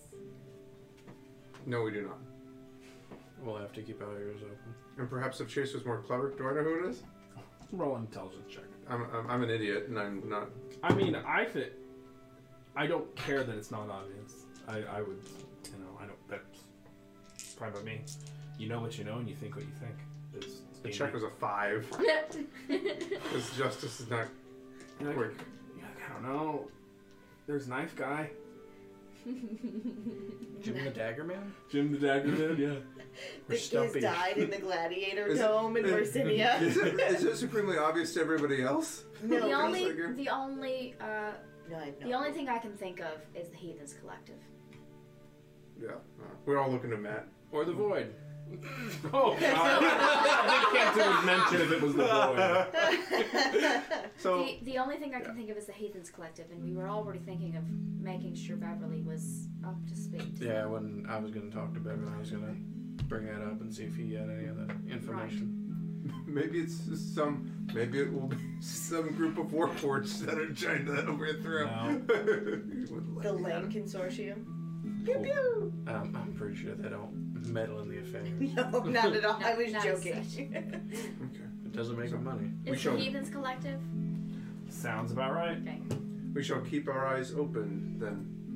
S2: No, we do not.
S4: We'll have to keep our ears open.
S2: And perhaps if Chase was more clever, do I know who it is?
S1: Roll an intelligence check.
S2: I'm, I'm, I'm an idiot, and I'm not.
S1: I mean, I fit. I don't care that it's not obvious. I, I would, you know, I don't. That's fine by me. You know what you know, and you think what you think. It's, it's
S2: The
S1: being
S2: check was a five. Because justice is not
S1: You're like,
S2: quick.
S1: you're like, I don't know. There's knife guy,
S4: Jim the Dagger Man?
S1: Jim the Dagger Man. Yeah.
S4: Or
S3: The kids died in the Gladiator
S2: Is it-
S3: Dome in
S2: Is
S3: Versinia.
S2: it, is it supremely obvious to everybody else?
S5: the
S3: no,
S5: only,
S2: figure.
S5: the only, uh,
S3: no, I have no
S5: the only thing I can think of is the Heathens Collective.
S2: Yeah. uh, We're all looking at Matt.
S4: Or the Void.
S1: Oh God! I think Cantu was mentioned if it was the boy.
S2: So
S5: the, the only thing I can think of is the Heathens Collective, and we were already thinking of making sure Beverly was up to speed.
S4: Yeah, when I was going to talk to Bevan, I was going to bring that up and see if he had any of that information.
S2: Maybe it's just some. Maybe it will be some group of warforged that are trying to overthrow.
S23: No.
S3: The Land Consortium. Pew pew.
S4: Um, I'm pretty sure they don't meddle in the affair.
S3: No, not at all. I was
S5: not as
S3: joking.
S4: It doesn't make them money.
S2: We
S5: Is
S2: shall-
S5: the Heathens Collective?
S1: Sounds about right.
S5: Okay.
S2: We shall keep our eyes open then.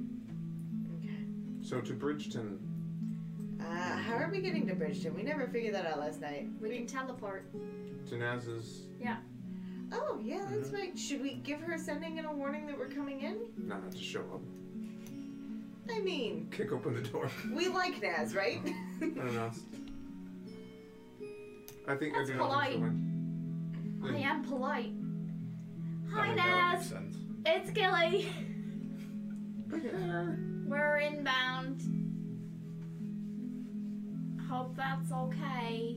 S3: Okay.
S2: So to Bridgeton.
S3: Uh, how are we getting to Bridgeton? We never figured that out last night.
S5: We can teleport.
S2: Tanaz's.
S3: Oh yeah, that's
S1: Mm-hmm.
S3: right. Should we give her sending in a warning that we're coming in?
S2: Not to show up.
S3: I mean,
S2: Kick open the door.
S3: we like Naz, right?
S2: Unannounced. I think
S5: That's
S2: I do not think she
S5: polite.
S2: went.
S5: I am polite.
S4: I
S5: Hi,
S4: think that would make
S5: Naz.
S4: sense.
S5: It's Gilly. We're inbound. Hope that's okay.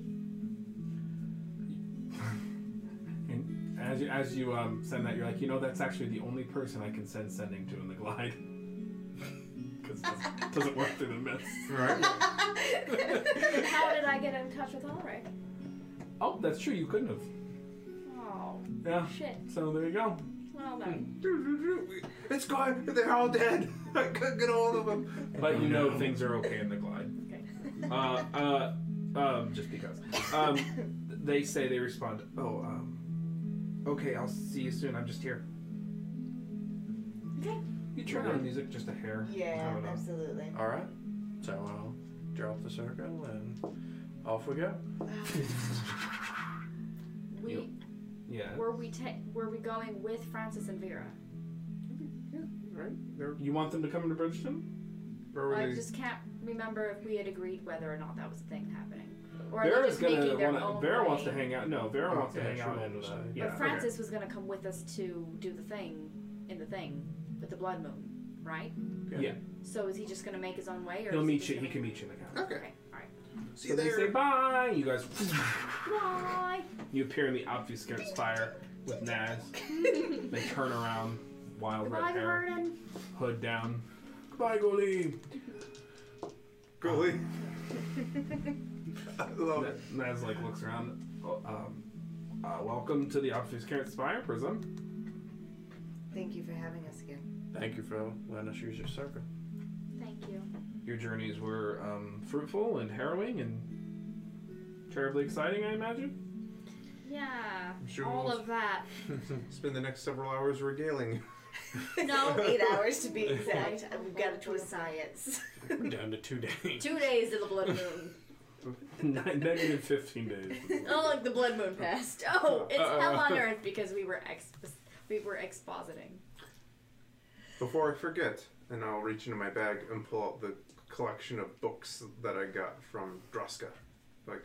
S1: As you, as you um, send that, you're like, you know, that's actually the only person I can send sending to in the glide. Because it doesn't, doesn't work through the mist.
S2: Right.
S5: How did I get in touch with Ulrich?
S1: Oh, that's true, you couldn't have.
S5: Oh,
S1: Yeah,
S5: shit.
S1: so there you go.
S5: Well then.
S2: it's gone. They're all dead. I couldn't get all of them.
S1: But you know things are okay in the glide.
S5: Okay.
S1: Uh, uh, um, just because. Um, they say they respond, oh, um, okay, I'll see you soon, I'm just here.
S5: Okay.
S1: You turn on the music just a hair. I
S3: yeah,
S1: don't know.
S3: absolutely.
S4: All right. So I'll drop the circle and off we go. Hmm.
S5: We
S1: Yep. Yeah.
S5: were we ta- were we going with Francis and Vera?
S2: Right. They're,
S1: You want them to come into Bridgeton?
S2: where were
S5: I
S2: they?
S5: just can't remember if we had agreed whether or not that was a thing happening. Or are they
S1: Vera's
S5: just
S1: gonna
S5: making their
S1: wanna.
S5: own
S1: Vera
S5: way?
S1: wants to hang out. No, Vera
S2: Oh,
S1: wants to
S4: yeah,
S1: hang
S4: she
S1: out.
S4: wanted
S1: And,
S4: to
S1: uh,
S4: say.
S1: yeah.
S5: but Francis was gonna come with us to do the thing in the thing with the blood moon, right?
S1: okay. Yeah.
S5: So is he just gonna make his own way, or
S1: He'll
S5: is Oh,
S1: meet
S5: just
S1: you. He
S5: gonna-
S1: can meet you in the counter.
S2: Okay.
S5: Okay, all right.
S2: See
S1: So
S2: you
S1: they say
S2: there.
S1: bye. You guys.
S5: Bye.
S1: You appear in the obfuscate's fire with Naz. they turn around. Wild
S5: Goodbye,
S1: red hair,
S5: Vernon.
S1: hood down. Goodbye, Goalie.
S2: Gully. I love it.
S1: Naz like looks around. "Oh, Um, uh, welcome to the obfuscate's fire prison.
S3: Thank you for having us again.
S4: Thank you for letting us use your circle.
S5: Thank you.
S1: Your journeys were um, fruitful and harrowing and terribly exciting, I imagine.
S5: Yeah,
S2: sure
S5: all
S2: we'll-
S5: of that.
S2: Spend the next several hours regaling.
S5: No,
S3: Eight hours to be exact. and We've got it to a science.
S4: We're down to two days.
S5: two days to the blood moon.
S1: Nine- Negative 15 days.
S5: Oh, like the blood moon passed. Oh, it's hell
S2: Uh-oh.
S5: on earth because we were ex we were expositing.
S2: Before I forget, and I'll reach into my bag and pull out the collection of books that I got from Droska. Like,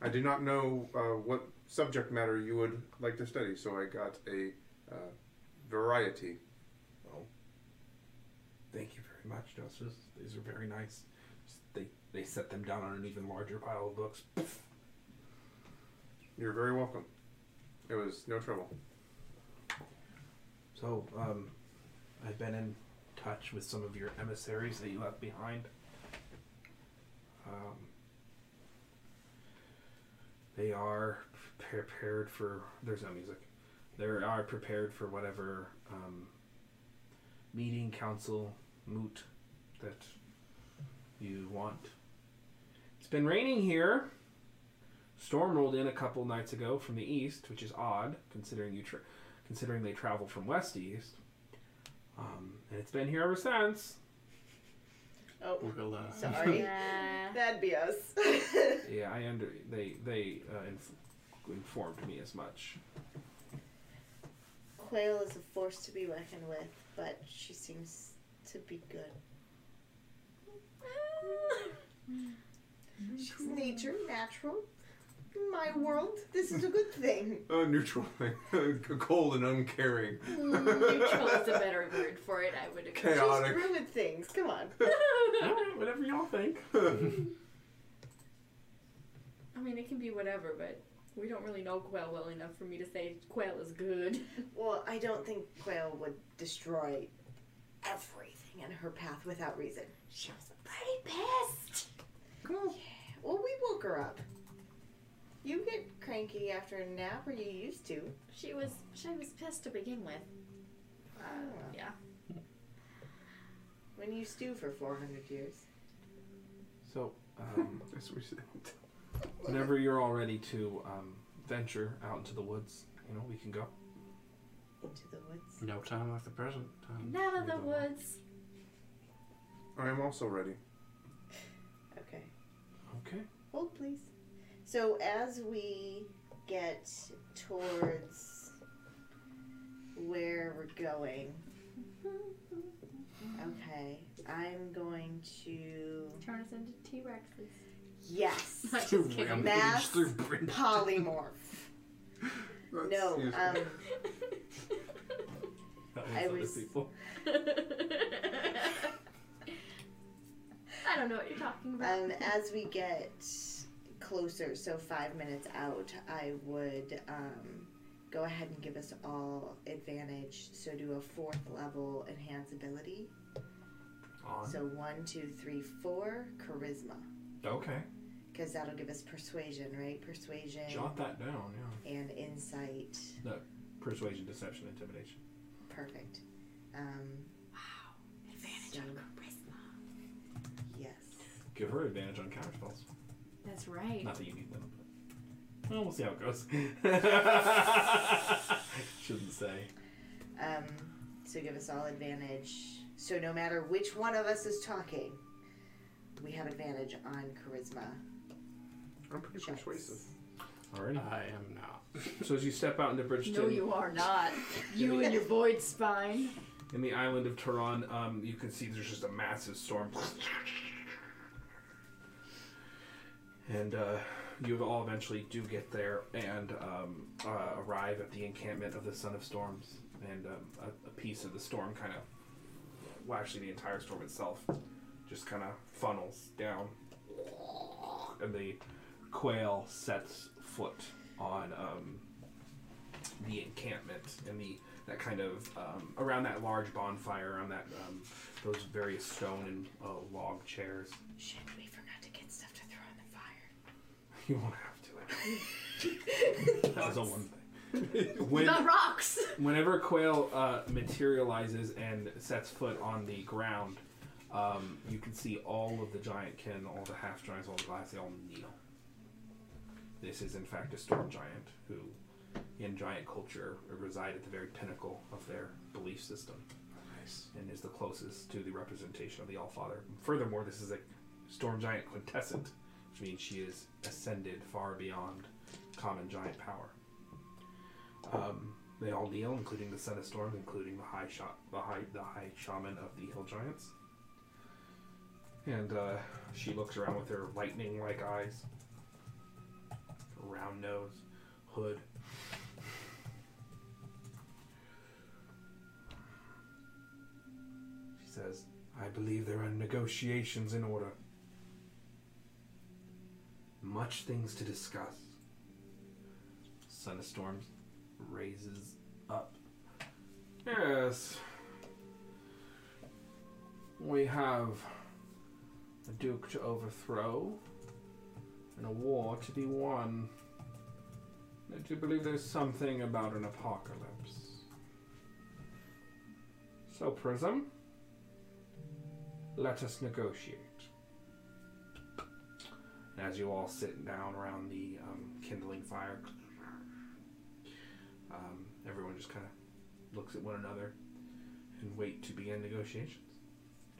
S2: I do not know uh, what subject matter you would like to study, so I got a uh, variety.
S1: Thank you very much, Justice. These are very nice. They they set them down on an even larger pile of books.
S2: You're very welcome. It was no trouble.
S1: So, um, I've been in touch with some of your emissaries that you left behind. Um, they are prepared for. There's no music. They are prepared for whatever um, meeting, council, moot that you want. It's been raining here. Storm rolled in a couple nights ago from the east, which is odd considering you. Tra- considering they travel from west to east. Um, and it's been here ever since.
S3: Oh,
S4: We'll, uh,
S3: sorry.
S5: Yeah.
S3: That'd be us.
S1: Yeah, I under they they uh, inf- informed me as much.
S3: Quail is a force to be reckoned with, but she seems to be good. She's nature, natural. My world, this is a good thing.
S2: Uh, neutral thing. Cold and uncaring.
S5: Mm, Neutral is a better word for it, I would agree.
S3: Just
S2: Chaotic.
S3: screw with things. Come on.
S1: All right, whatever y'all think.
S5: I mean, it can be whatever, but we don't really know quail well enough for me to say quail is good.
S3: Well, I don't think Quail would destroy everything in her path without reason.
S5: She was pretty pissed.
S3: Well, we woke her up. You get cranky after a nap, or you used to.
S15: She was she was pissed to begin with. Uh,
S3: Ah.
S15: yeah.
S3: When you stew for 400 years.
S1: So, um,
S6: That's what she said.
S1: whenever you're all ready to um, venture out into the woods, you know, we can go.
S3: Into the woods.
S4: No time like the present Um, time.
S15: None of
S4: Neither
S15: the
S4: one.
S15: woods.
S6: I am also ready.
S3: Okay.
S1: Okay.
S3: Hold, please. So as we get towards where we're going, okay, I'm going to.
S15: Turn us into T Rexes.
S3: Yes!
S4: To rampage
S3: Mass
S4: through Bridgeton.
S3: Polymorph. No,
S6: Excuse me.
S3: um,
S4: That
S3: I was-
S4: people.
S15: I don't know what you're talking about.
S3: um, as we get closer, so five minutes out, I would um, go ahead and give us all advantage. So do a fourth level enhance ability.
S1: On.
S3: So one, two, three, four, charisma.
S1: Okay.
S3: Because that'll give us persuasion, right? Persuasion
S1: Jot that down. Yeah.
S3: and insight.
S1: Persuasion, deception, intimidation.
S3: Perfect. Um,
S15: Advantage on charisma.
S3: yes.
S1: Give her advantage on counter spells.
S5: That's right.
S1: Not that you need them. But... Well, we'll see how it goes. Shouldn't say.
S3: Um, so give us all advantage. So no matter which one of us is talking, we have advantage on charisma.
S6: I'm pretty
S3: checks.
S6: persuasive.
S1: Alrighty.
S4: I am not.
S1: So as you step out into Bridgeton,
S5: are not. You and your void spine.
S1: in the island of Tehran, um, you can see there's just a massive storm. And uh, you all eventually do get there and um, uh, arrive at the encampment of the Son of Storms. And um, a, a piece of the storm kind of, well, actually, the entire storm itself just kind of funnels down. And the quail sets foot on um, the encampment and the that kind of um, around that large bonfire, around that um, those various stone and uh, log chairs.
S3: Shit, we forgot to get stuff to throw in the fire.
S1: You won't have to. That was the one thing. When,
S15: Not rocks.
S1: whenever quail uh, materializes and sets foot on the ground, um, you can see all of the giant kin, all the half giants, all the glass, they all kneel. This is in fact a storm giant who, in giant culture, reside at the very pinnacle of their belief system. and is the closest to the representation of the All Father. Furthermore, this is a storm giant quintessent, which means she is ascended far beyond common giant power. Um, they all kneel, including the Son of Storms, including the High Shot, the High, the High Shaman of the Hill Giants. And uh, she looks around with her lightning-like eyes, round nose, hood. She says, I believe there are negotiations in order. Much things to discuss. Son of Storms raises up. Yes. We have a duke to overthrow and a war to be won. I do believe there's something about an apocalypse. So, Prism, let us negotiate. And as you all sit down around the um, kindling fire, um, everyone just kind of looks at one another and wait to begin negotiations.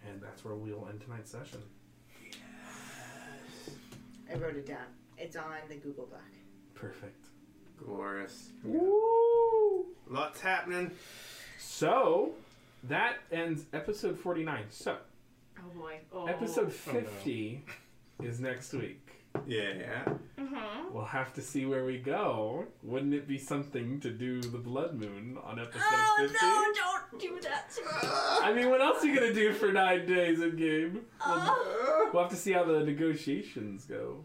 S1: And that's where we'll end tonight's session.
S3: I wrote it down. It's on the Google Doc.
S1: Perfect.
S6: Glorious.
S1: Woo!
S6: Lots happening.
S1: So, that ends episode 49. So,
S5: Oh boy. Oh.
S1: episode 50 is next week.
S6: Yeah.
S1: We'll have to see where we go. Wouldn't it be something to do the blood moon on episode
S4: Oh,
S5: Oh,
S1: 50?
S15: don't do that to me.
S1: I mean, what else are you gonna do for nine days in game?
S4: Oh.
S1: We'll, we'll have to see how the negotiations go.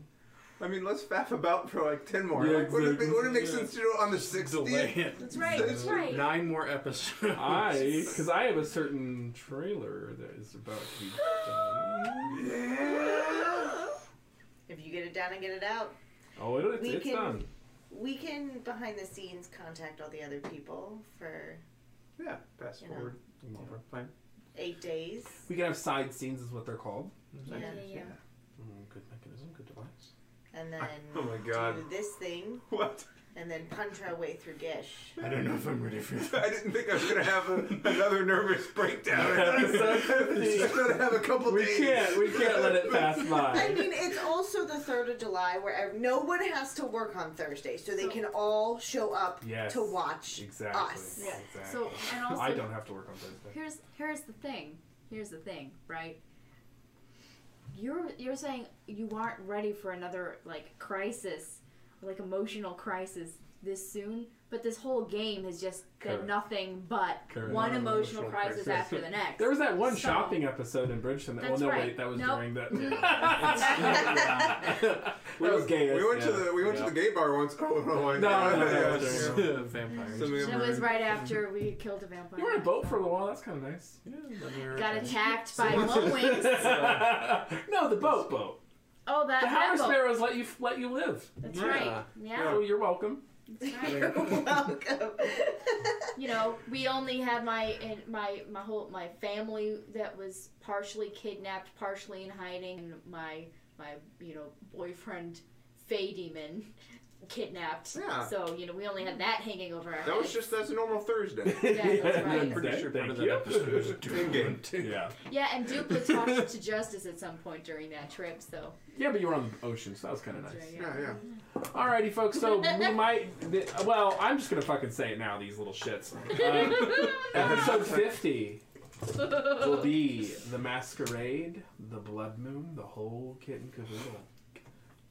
S6: I mean, let's faff about for like 10 more.
S1: Yeah,
S6: like, would, it,
S1: exactly.
S6: would it make sense to do it on the
S4: Delay
S6: 60th?
S4: it.
S15: That's right. That's right.
S4: Nine more episodes.
S1: I, because I have a certain trailer that is about to be done.
S6: Yeah.
S3: If you get it down and get it out.
S1: Oh, it, it's,
S3: We
S1: it's
S3: can-
S1: done.
S3: We can behind the scenes contact all the other people for
S4: Yeah, fast
S3: You know.
S4: forward. Over plan.
S3: eight days.
S1: We can have side scenes, is what they're called.
S3: Yeah.
S5: yeah. yeah.
S1: Mm, good mechanism, good device.
S3: And then
S2: Oh my God.
S3: do this thing
S2: What?
S3: and then punch our way through Gish.
S4: I don't know if I'm ready for that.
S2: I didn't think I was gonna have a, another nervous breakdown. I
S1: Episode
S2: was gonna have a couple
S1: We
S2: days.
S1: can't, we can't let it pass
S3: I
S1: by.
S3: mean, it's also the 3rd of July where ev- no one has to work on Thursday, so they can all show up
S1: Yes.
S3: to watch
S1: Exactly.
S3: us.
S5: Yeah.
S1: exactly.
S5: So and also
S1: I don't have to work on Thursday.
S5: here's here's the thing. Here's the thing, right? You're you're saying you aren't ready for another like crisis, like emotional crisis this soon, but this whole game has just
S1: Correct.
S5: been nothing but
S1: Correct.
S5: one
S1: One
S2: emotional
S5: emotional, crisis,
S2: crisis.
S5: after the next.
S1: There was that one
S5: So-
S1: shopping episode in Bridgeton. That, well,
S5: That's
S1: no,
S5: right.
S1: wait, that was
S5: Nope.
S1: during that.
S5: Mm.
S1: that
S2: We
S1: was gay.
S2: We went to the we went to the gay bar once. Oh no!
S1: No,
S2: I
S1: no, no, no,
S2: yeah, yeah.
S1: no.
S4: Vampires.
S2: Some
S5: It
S2: of
S5: was
S2: them
S5: right after we killed a vampire.
S1: You were in a boat for a while. That's kind of nice.
S4: Yeah, then we were
S5: Got
S4: okay.
S5: attacked by glowwings.
S1: uh, no, the boat boat.
S5: Oh, that
S1: The Howard
S5: apple.
S1: Sparrows let you let you live.
S5: That's
S4: Yeah.
S5: right. Yeah.
S1: So you're welcome.
S5: That's right.
S3: You're welcome.
S5: you know, we only had my and my my whole my family that was partially kidnapped, partially in hiding, and my my you know boyfriend Fey Demon kidnapped.
S2: Yeah.
S5: So you know, we only had that hanging over our
S2: That was
S5: heads.
S2: just that's a normal Thursday.
S5: that's right.
S1: I'm
S4: Pretty sure part
S1: Thank
S4: of
S1: you.
S4: that episode was
S2: In-game.
S1: Yeah.
S5: Yeah, and Dupla talked to Justice at some point during that trip. So
S1: Yeah, but you were on the ocean, so that was kind of
S5: that's
S1: nice.
S5: right,
S2: Yeah, yeah.
S1: Alrighty, folks. So we might. th- Well, I'm just gonna fucking say it now. These little shits. Um, episode fifty will be the masquerade, the blood moon, the whole kit and caboodle.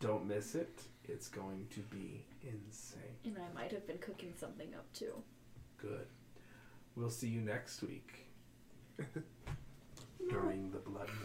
S1: Don't miss it. It's going to be insane.
S5: And I might have been cooking something up too.
S1: Good. We'll see you next week during the blood moon.